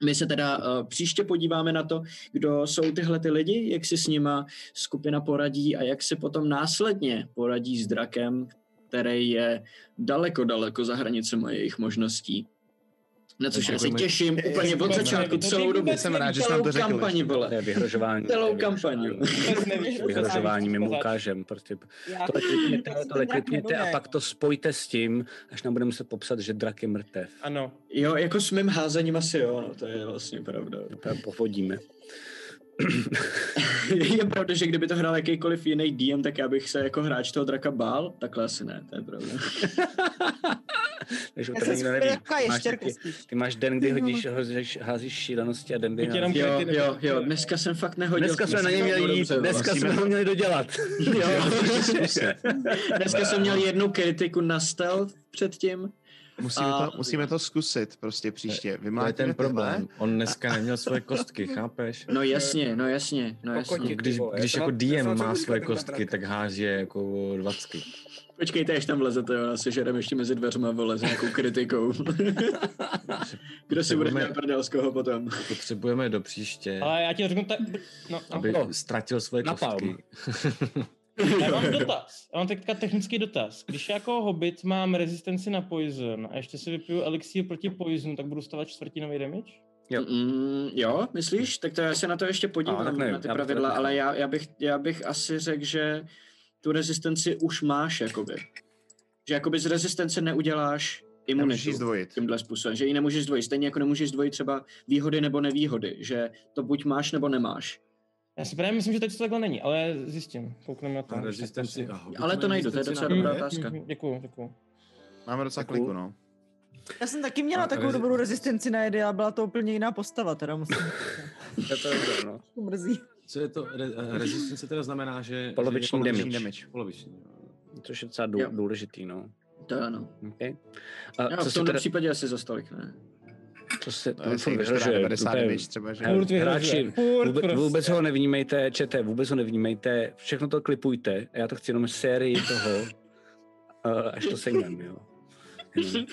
Speaker 1: My se teda uh, příště podíváme na to, kdo jsou tyhle ty lidi, jak si s nima skupina poradí a jak si potom následně poradí s drakem, který je daleko, daleko za hranicemi jejich možností. Na což já se
Speaker 8: Děkujeme.
Speaker 1: těším
Speaker 3: Je- je-
Speaker 1: úplně od
Speaker 3: je-
Speaker 1: začátku,
Speaker 5: to ty
Speaker 1: celou dobu.
Speaker 5: vůbec
Speaker 3: Jsem rád, že jsi
Speaker 1: celou
Speaker 3: nám to řekl.
Speaker 1: kampani, vole.
Speaker 2: To je vyhrožování.
Speaker 1: Celou
Speaker 2: to je
Speaker 1: kampaní.
Speaker 2: vyhrožování.
Speaker 4: (laughs)
Speaker 5: Vůbec nevíš, co
Speaker 2: Vyhrožování
Speaker 5: se
Speaker 2: mimo
Speaker 5: stalo.
Speaker 2: ukážem. Prostě
Speaker 4: Já
Speaker 2: tohle
Speaker 4: vím,
Speaker 2: klipněte,
Speaker 4: tak si
Speaker 2: tohle
Speaker 4: nějak
Speaker 2: klipněte a
Speaker 4: mluvím.
Speaker 2: pak to spojte s tím, až nám budeme muset popsat, že drak je mrtev.
Speaker 5: Ano.
Speaker 1: Jo, jako s mým házením asi jo, no, to je vlastně pravda.
Speaker 2: Tam povodíme.
Speaker 1: (laughs) je pravda, že kdyby to hrál jakýkoliv jiný DM, tak já bych se jako hráč toho draka bál, takhle asi ne, to je pravda.
Speaker 2: Takže
Speaker 4: Já
Speaker 2: to
Speaker 4: jsem
Speaker 2: nikdo neví.
Speaker 4: taková
Speaker 2: Máš
Speaker 4: ještěrku
Speaker 2: taky-
Speaker 4: spíš.
Speaker 2: Ty
Speaker 4: (laughs)
Speaker 2: máš den, kdy hodíš, hozíš, házíš šílenosti a den, kdy
Speaker 5: Teď jenom
Speaker 2: házíš.
Speaker 1: Jo,
Speaker 5: kryty nebo-
Speaker 1: jo, jo, dneska jsem fakt nehodil.
Speaker 2: Dneska jsme
Speaker 1: jsem
Speaker 2: na něj
Speaker 1: fakt
Speaker 2: měli
Speaker 1: hodil
Speaker 2: jít,
Speaker 1: dobře, vole.
Speaker 2: dneska jsme vlastně. ho měli dodělat.
Speaker 1: Jo. Dneska jsem měl jednu kritiku na stealth předtím.
Speaker 3: Musíme,
Speaker 1: A-
Speaker 3: to, musíme to zkusit prostě příště.
Speaker 8: To je
Speaker 3: Vymlátíme
Speaker 8: ten
Speaker 3: tyhle.
Speaker 8: problém. On dneska neměl svoje kostky, chápeš?
Speaker 1: No jasně, no jasně, no jasně.
Speaker 2: Kokoti.
Speaker 8: Když,
Speaker 2: Ty vole,
Speaker 8: když
Speaker 2: to má-
Speaker 8: jako
Speaker 2: to má
Speaker 8: DM má
Speaker 2: co
Speaker 8: svoje
Speaker 2: říkat, ten
Speaker 8: kostky,
Speaker 2: bratrak.
Speaker 8: tak hází je jako dvacky.
Speaker 1: Počkejte, až tam vlezete, jo, já se žerem ještě mezi dveřma vole s nějakou
Speaker 8: (laughs)
Speaker 1: kritikou. Kdo si bude
Speaker 8: Potřebujeme-
Speaker 1: dělat prdel z koho potom?
Speaker 8: Potřebujeme do příště,
Speaker 5: Ale já ti řeknu tak... No, no.
Speaker 8: aby
Speaker 2: no.
Speaker 8: ztratil svoje
Speaker 2: Napalm.
Speaker 8: kostky. (laughs)
Speaker 5: Já mám dotaz. Já mám teďka technický dotaz. Když jako hobbit mám rezistenci na poison a ještě si vypiju elixír proti poisonu, tak budu stávat čtvrtinový damage?
Speaker 2: Jo.
Speaker 1: Mm, jo, myslíš? Tak to já se na to ještě
Speaker 2: A,
Speaker 1: podívám,
Speaker 2: tak nevím,
Speaker 1: na ty
Speaker 2: já bych to
Speaker 1: pravidla,
Speaker 2: taky
Speaker 1: ale
Speaker 2: chtěl.
Speaker 1: já, já, bych, já bych asi řekl, že tu rezistenci už máš, jakoby. Že jakoby z rezistence neuděláš
Speaker 3: Nemůžeš
Speaker 1: imunitu
Speaker 3: jí zdvojit.
Speaker 1: tímhle způsobem, že ji nemůžeš zdvojit. Stejně jako nemůžeš zdvojit třeba výhody nebo nevýhody, že to buď máš nebo nemáš.
Speaker 5: Já si právě myslím, že teď to takhle není, ale zjistím. Koukneme na to.
Speaker 8: A rezistenci. a hobbit
Speaker 1: Ale to
Speaker 8: mají
Speaker 1: najdu, to je
Speaker 8: rezistenci
Speaker 1: docela
Speaker 8: na
Speaker 1: dobrá
Speaker 8: boje?
Speaker 1: otázka.
Speaker 5: Děkuju, děkuju.
Speaker 3: Máme docela
Speaker 8: Takovou-
Speaker 3: kliku,
Speaker 1: (laughs)
Speaker 3: no.
Speaker 4: Já jsem taky měla
Speaker 8: A
Speaker 4: takovou
Speaker 8: rezi-
Speaker 4: dobrou rezistenci na jedy a byla to úplně jiná postava, teda musím
Speaker 2: To je to dobré, no.
Speaker 4: to mrzí.
Speaker 8: Co je to? Re, eh, rezistence teda znamená, že... jako
Speaker 2: Poloviční
Speaker 8: že je
Speaker 2: damage.
Speaker 8: damage. Poloviční.
Speaker 2: Což je docela
Speaker 1: Jo.
Speaker 2: dů- důležitý, no.
Speaker 1: To ano.
Speaker 2: Okay. A
Speaker 1: No,
Speaker 2: co
Speaker 1: v
Speaker 2: si
Speaker 1: tomhle
Speaker 2: teda,
Speaker 1: případě asi za stolik, ne?
Speaker 2: co si,
Speaker 3: To je
Speaker 2: to jsem
Speaker 3: stejně,
Speaker 2: vyřešil,
Speaker 3: která
Speaker 2: že
Speaker 3: 90
Speaker 2: to je-
Speaker 3: damage třeba, že?
Speaker 2: Hele,
Speaker 5: Furt vyhražuje.
Speaker 2: hráči,
Speaker 5: Furt
Speaker 2: Vůbec,
Speaker 5: prostě.
Speaker 2: vůbec ho nevnímejte, čete, vůbec ho nevnímejte, všechno to klipujte. Já to chci jenom sérii toho, (laughs) eh, až to sejmem, jo. Jenom.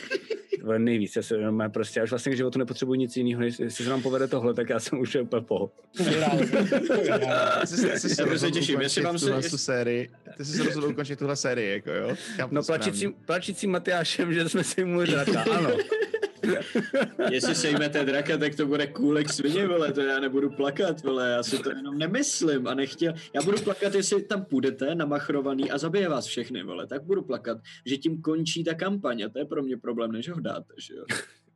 Speaker 2: Ale nejvíc, já se jenom já prostě, já už vlastně k životu nepotřebuji nic jiného, než- jestli se nám povede tohle, tak já jsem už úplně po.
Speaker 5: Vyhrál. Vyhrál.
Speaker 3: Ty jsi- ty jsi se
Speaker 1: Já se
Speaker 3: rozhodl
Speaker 1: těším, jestli
Speaker 3: ukončit
Speaker 1: vám se-
Speaker 3: tuhle tu sérii. Ty jsi se rozhodl ukončit tuhle sérii, jako jo? Chápu
Speaker 2: No
Speaker 3: správně.
Speaker 2: plačícím, plačícím Matyášem, že jsme si mu řata, ano.
Speaker 1: Jestli sejmete draka, tak to bude kůlek svině, vole, to já nebudu plakat, vole, já si to jenom nemyslím a nechtěl. Já budu plakat, jestli tam půjdete namachrovaný a zabije vás všechny, vole, tak budu plakat, že tím končí ta kampaň a to je pro mě problém, než ho dáte, že jo.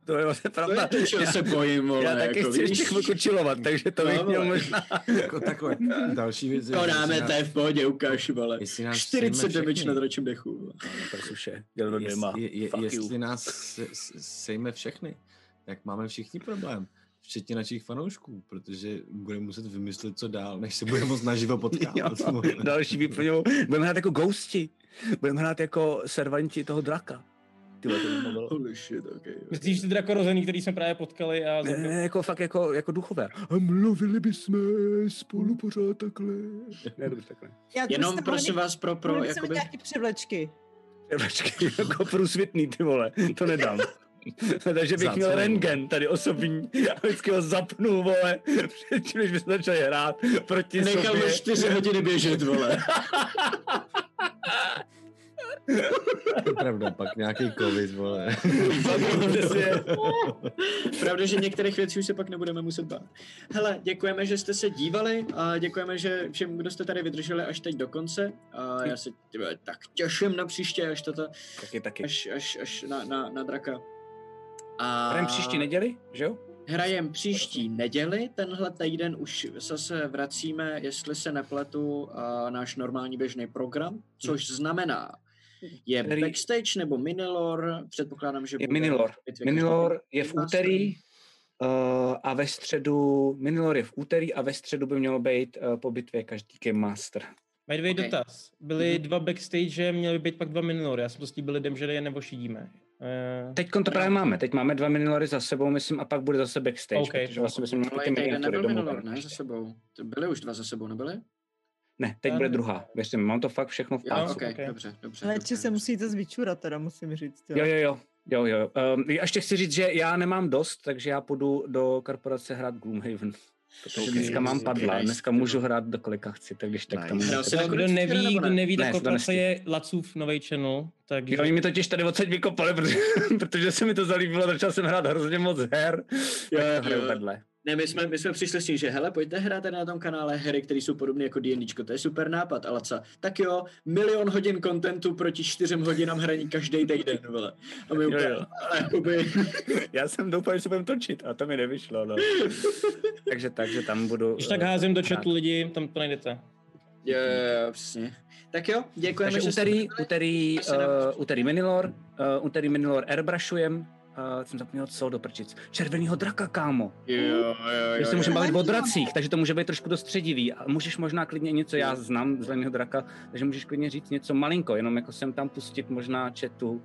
Speaker 2: To je vlastně
Speaker 1: To je
Speaker 2: pravda.
Speaker 1: to, čeho se bojím, vole,
Speaker 2: Já taky
Speaker 1: jako
Speaker 2: chci ještě
Speaker 1: víš.
Speaker 2: chvilku chillovat, takže to
Speaker 1: No,
Speaker 2: bych měl
Speaker 1: vole.
Speaker 2: možná.
Speaker 8: (laughs) Jako takové. Další věc je,
Speaker 1: To
Speaker 8: že si
Speaker 1: dáme,
Speaker 8: nás-
Speaker 1: to je v pohodě, ukáž, vole.
Speaker 8: jestli nás
Speaker 1: 40
Speaker 8: sejme
Speaker 1: damage
Speaker 8: všechny.
Speaker 1: na dračím dechu. vole.
Speaker 2: No, to je suše, děl do dvěma.
Speaker 8: Jest- je, je,
Speaker 2: Fuck you.
Speaker 8: jestli nás se, se- sejme všechny, tak máme všichni problém. Včetně našich fanoušků, protože budeme muset vymyslet, co dál, než se budeme moc naživo
Speaker 2: (laughs) Jo,
Speaker 8: potkávat.
Speaker 2: další výplňovou. Budeme hrát jako ghosti. Budeme hrát jako servanti toho draka. Ty vole, to by bylo.
Speaker 1: Holy shit, okay. jo.
Speaker 5: Myslíš ty drakorozený, který jsme právě potkali a...
Speaker 2: Ne, ne, ne, jako fakt jako, jako duchové. A mluvili bychom spolu pořád takhle. Ne, dobře, takhle.
Speaker 4: Já
Speaker 1: Jenom prosím vás pro, pro,
Speaker 4: jakoby...
Speaker 1: jakoby...
Speaker 4: nějaký převlečky.
Speaker 2: (laughs) Počkej, jako průsvitný, ty vole,
Speaker 8: (laughs)
Speaker 2: to nedám. Takže bych
Speaker 8: Za
Speaker 2: měl
Speaker 8: co?
Speaker 2: rengen tady osobní a vždycky ho zapnu, vole, předtím, než bychom začali hrát proti
Speaker 1: Nechal
Speaker 2: sobě.
Speaker 1: mi 4 hodiny běžet, vole.
Speaker 8: To je pravda, pak nějaký covid,
Speaker 2: (laughs)
Speaker 8: vole.
Speaker 2: Přesně.
Speaker 1: (laughs) Pravda, že některých věcí už se pak nebudeme muset bát. Hele, děkujeme, že jste se dívali a děkujeme, že všem, kdo jste tady vydrželi až teď do konce. A já se tě, tak těším na příště, až, tato,
Speaker 2: Taky, taky.
Speaker 1: až, až, až na, na, na draka. A
Speaker 2: Hrajeme příští neděli, že jo?
Speaker 1: Hrajem příští neděli, tenhle týden už zase vracíme, jestli se nepletu, a náš normální běžný program, což
Speaker 2: Mhm.
Speaker 1: znamená, je
Speaker 2: Který-
Speaker 1: backstage nebo minilor, předpokládám, že
Speaker 2: Je
Speaker 1: bude
Speaker 2: minilor.
Speaker 1: bitvě
Speaker 2: Minilor je v
Speaker 1: Nástroj.
Speaker 2: úterý eh, a ve středu, Minilor je v úterý a ve středu by mělo být eh, po bitvě každý Game Master.
Speaker 5: By the way,
Speaker 1: Ok. Mhm.
Speaker 5: prostě dotaz. Byly dva backstage, měly být pak dva minilory. Já jsem to slíbil lidem, že je neošidíme. Eh, Eh,
Speaker 2: Teď to právě máme. Teď máme dva minilory za sebou, myslím, a pak bude zase backstage.
Speaker 5: OK.
Speaker 2: protože vlastně myslím, máme
Speaker 1: Ale
Speaker 2: ty
Speaker 1: tady
Speaker 2: miniatury
Speaker 1: nebyl
Speaker 2: domů.
Speaker 1: minulor, ne, za sebou. To byly už dva za sebou, nebyly?
Speaker 2: Ne, teď
Speaker 5: Ne,
Speaker 2: bude
Speaker 5: ne.
Speaker 2: druhá. Věřte mi, mám to fakt všechno v
Speaker 1: Jo,
Speaker 2: pásu.
Speaker 1: ok,
Speaker 5: ok.
Speaker 1: dobře, dobře.
Speaker 4: Ale
Speaker 1: dobře,
Speaker 4: se musíte zvyčurat, teda musím říct.
Speaker 2: Jo, jo, jo. Jo, jo. Um, ještě chci říct, že já nemám dost, takže já půjdu do korporace hrát Gloomhaven. Protože
Speaker 1: Ok,
Speaker 2: dneska mám
Speaker 1: ok,
Speaker 2: padla,
Speaker 1: nice,
Speaker 2: dneska
Speaker 1: ty
Speaker 2: můžu
Speaker 1: vole.
Speaker 2: hrát do kolika chci, tak když tak
Speaker 3: Nice.
Speaker 2: tam...
Speaker 1: Hrál jsi na
Speaker 5: jako Kdo
Speaker 1: Korporaci
Speaker 5: neví,
Speaker 1: nebo
Speaker 5: kdo
Speaker 1: ne?
Speaker 5: neví,
Speaker 2: Ne,
Speaker 5: tak
Speaker 2: to
Speaker 5: korporace
Speaker 2: nestih.
Speaker 5: je Lacův nový channel, takže
Speaker 2: Jo, oni mi totiž tady odsaď vykopali, (laughs) protože, protože se mi to zalíbilo, začal jsem hrát hrozně moc her. Jo, jo, hraju
Speaker 1: jo.
Speaker 2: padle.
Speaker 1: Ne, my jsme, my jsme přišli s tím, že hele, pojďte hrát tady na tom kanále hry, které jsou podobné jako D&D, to je super nápad, ale co? Tak jo, milion hodin kontentu proti čtyřem hodinám hraní každý týden, vole. A my úplně,
Speaker 2: jo.
Speaker 1: ale jakoby,
Speaker 2: (laughs) Já jsem doufal, že se budem točit a to mi nevyšlo, no. takže tak, že tam budu...
Speaker 5: když tak
Speaker 2: eh,
Speaker 5: házím do
Speaker 2: hrát.
Speaker 5: chatu lidi, tam to najdete.
Speaker 1: jo, jo, jo, přesně. Tak jo, děkujeme, že
Speaker 2: Takže úterý, úterý,
Speaker 1: Asi na-
Speaker 2: uh, úterý Minilor, uh, úterý Minilor airbrushujeme, uh, jsem zapomněl, co doprčit. Červenýho draka, kámo.
Speaker 1: Jo, jo,
Speaker 2: My
Speaker 1: jo,
Speaker 2: se
Speaker 1: jo.
Speaker 2: můžeme bavit o dracích, takže to může být trošku dost středivý. A můžeš možná klidně něco, já znám zeleného draka, takže můžeš klidně říct něco malinko, jenom jako sem tam pustit možná chatu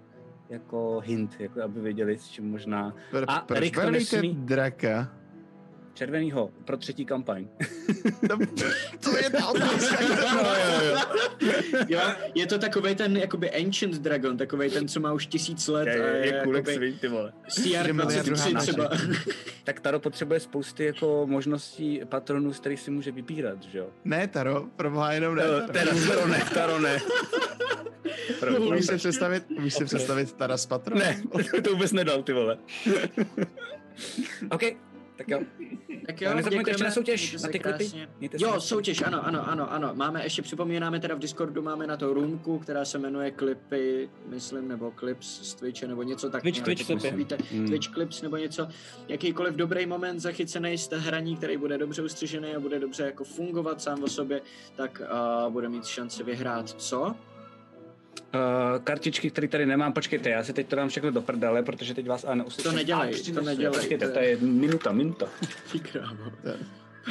Speaker 2: jako hint, jako aby věděli, s čím možná
Speaker 3: Pr-
Speaker 2: A
Speaker 3: proč
Speaker 2: Rick to
Speaker 3: velíte
Speaker 2: nesmí?
Speaker 3: draka?
Speaker 2: červenýho pro třetí kampaň.
Speaker 3: No, to je
Speaker 1: (laughs)
Speaker 3: ta otázka.
Speaker 1: Jo, je to takový ten jakoby Ancient Dragon, takový ten, co má už tisíc let a je, jakoby
Speaker 2: svý, ty vole.
Speaker 1: CR
Speaker 3: Druhá
Speaker 1: 23
Speaker 3: naše.
Speaker 1: třeba.
Speaker 2: (laughs) Tak Taro potřebuje spousty jako možností patronů, z kterých si může vybírat, že jo?
Speaker 3: Ne, Taro, proboha jenom ne. Eh, Taro.
Speaker 2: Eh, Taro ne, Taro ne.
Speaker 3: Umíš se představit, umíš se představit Tara s patronem?
Speaker 2: Ne, (laughs) to vůbec nedal, ty vole. OK, tak jo.
Speaker 1: Tak
Speaker 2: Jo, nezapomeňte ještě
Speaker 1: děkujeme,
Speaker 2: na soutěž,
Speaker 1: mějte
Speaker 2: na
Speaker 1: se
Speaker 2: ty klipy.
Speaker 1: krásně.
Speaker 2: Mějte se
Speaker 1: Jo,
Speaker 2: krásně.
Speaker 1: soutěž, ano, ano, ano, ano. Máme, ještě připomínáme teda v Discordu, máme na to roomku, která se jmenuje klipy, myslím, nebo clips z Twitche, nebo něco tak.
Speaker 5: Twitch,
Speaker 1: nějak,
Speaker 5: Twitch
Speaker 1: pokud
Speaker 5: Clipy.
Speaker 1: Víte,
Speaker 2: Hmm.
Speaker 1: Twitch clips nebo něco, jakýkoliv dobrý moment zachycený z té hraní, který bude dobře ustřižený a bude dobře jako fungovat sám o sobě, tak uh, bude mít šanci vyhrát, co?
Speaker 2: Uh, kartičky, které tady nemám, počkejte, já si teď to dám všechno do prdele, protože teď vás ale neuslyším.
Speaker 1: To nedělej,
Speaker 2: A,
Speaker 1: to
Speaker 2: přinesu,
Speaker 1: nedělej,
Speaker 2: Počkejte,
Speaker 1: to
Speaker 2: to je minuta, minuta.
Speaker 1: Ty krávo.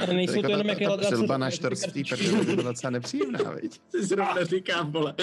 Speaker 5: Ale nejsou to jenom jaké
Speaker 3: ta
Speaker 5: ladrace.
Speaker 3: přilba na štorství, protože to byla docela nepříjemná, viď?
Speaker 1: Ty Zrovna říkám, vole.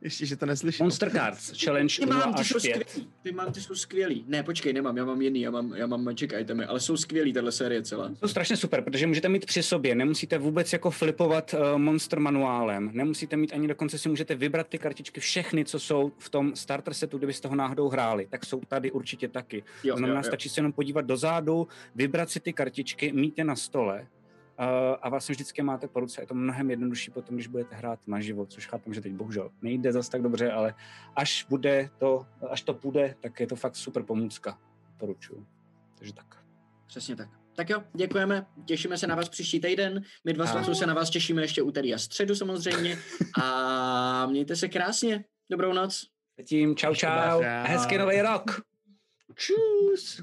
Speaker 3: Ještě, že to neslyšel.
Speaker 2: Monster Cards, Challenge
Speaker 1: Ty
Speaker 2: 0
Speaker 1: mám, ty
Speaker 2: až
Speaker 1: jsou
Speaker 2: 5.
Speaker 1: skvělý. Ty mám, ty jsou skvělý. Ne, počkej, nemám, já mám jiný, já mám, já mám magic itemy, ale jsou skvělý tahle série celá.
Speaker 2: Jsou strašně super, protože můžete mít při sobě, nemusíte vůbec jako flipovat uh, monster manuálem, nemusíte mít ani dokonce si můžete vybrat ty kartičky všechny, co jsou v tom starter setu, kdybyste ho náhodou hráli, tak jsou tady určitě taky.
Speaker 1: Jo,
Speaker 2: To znamená,
Speaker 1: jo, jo.
Speaker 2: stačí se jenom podívat dozadu, vybrat si ty kartičky, mít je na stole uh, a vlastně vždycky je máte po ruce. Je to mnohem jednodušší potom, když budete hrát naživo, což chápem, že teď bohužel nejde zas tak dobře, ale až bude to, až to půjde, tak je to fakt super pomůcka. Poručuju. Takže tak.
Speaker 1: Přesně tak. Tak jo, děkujeme, těšíme se na vás příští týden. My dva
Speaker 2: Ahoj.
Speaker 1: svatců se na vás těšíme ještě úterý a středu samozřejmě. A mějte se krásně. Dobrou noc.
Speaker 2: Zatím čau čau a hezký nový rok.
Speaker 10: Čus!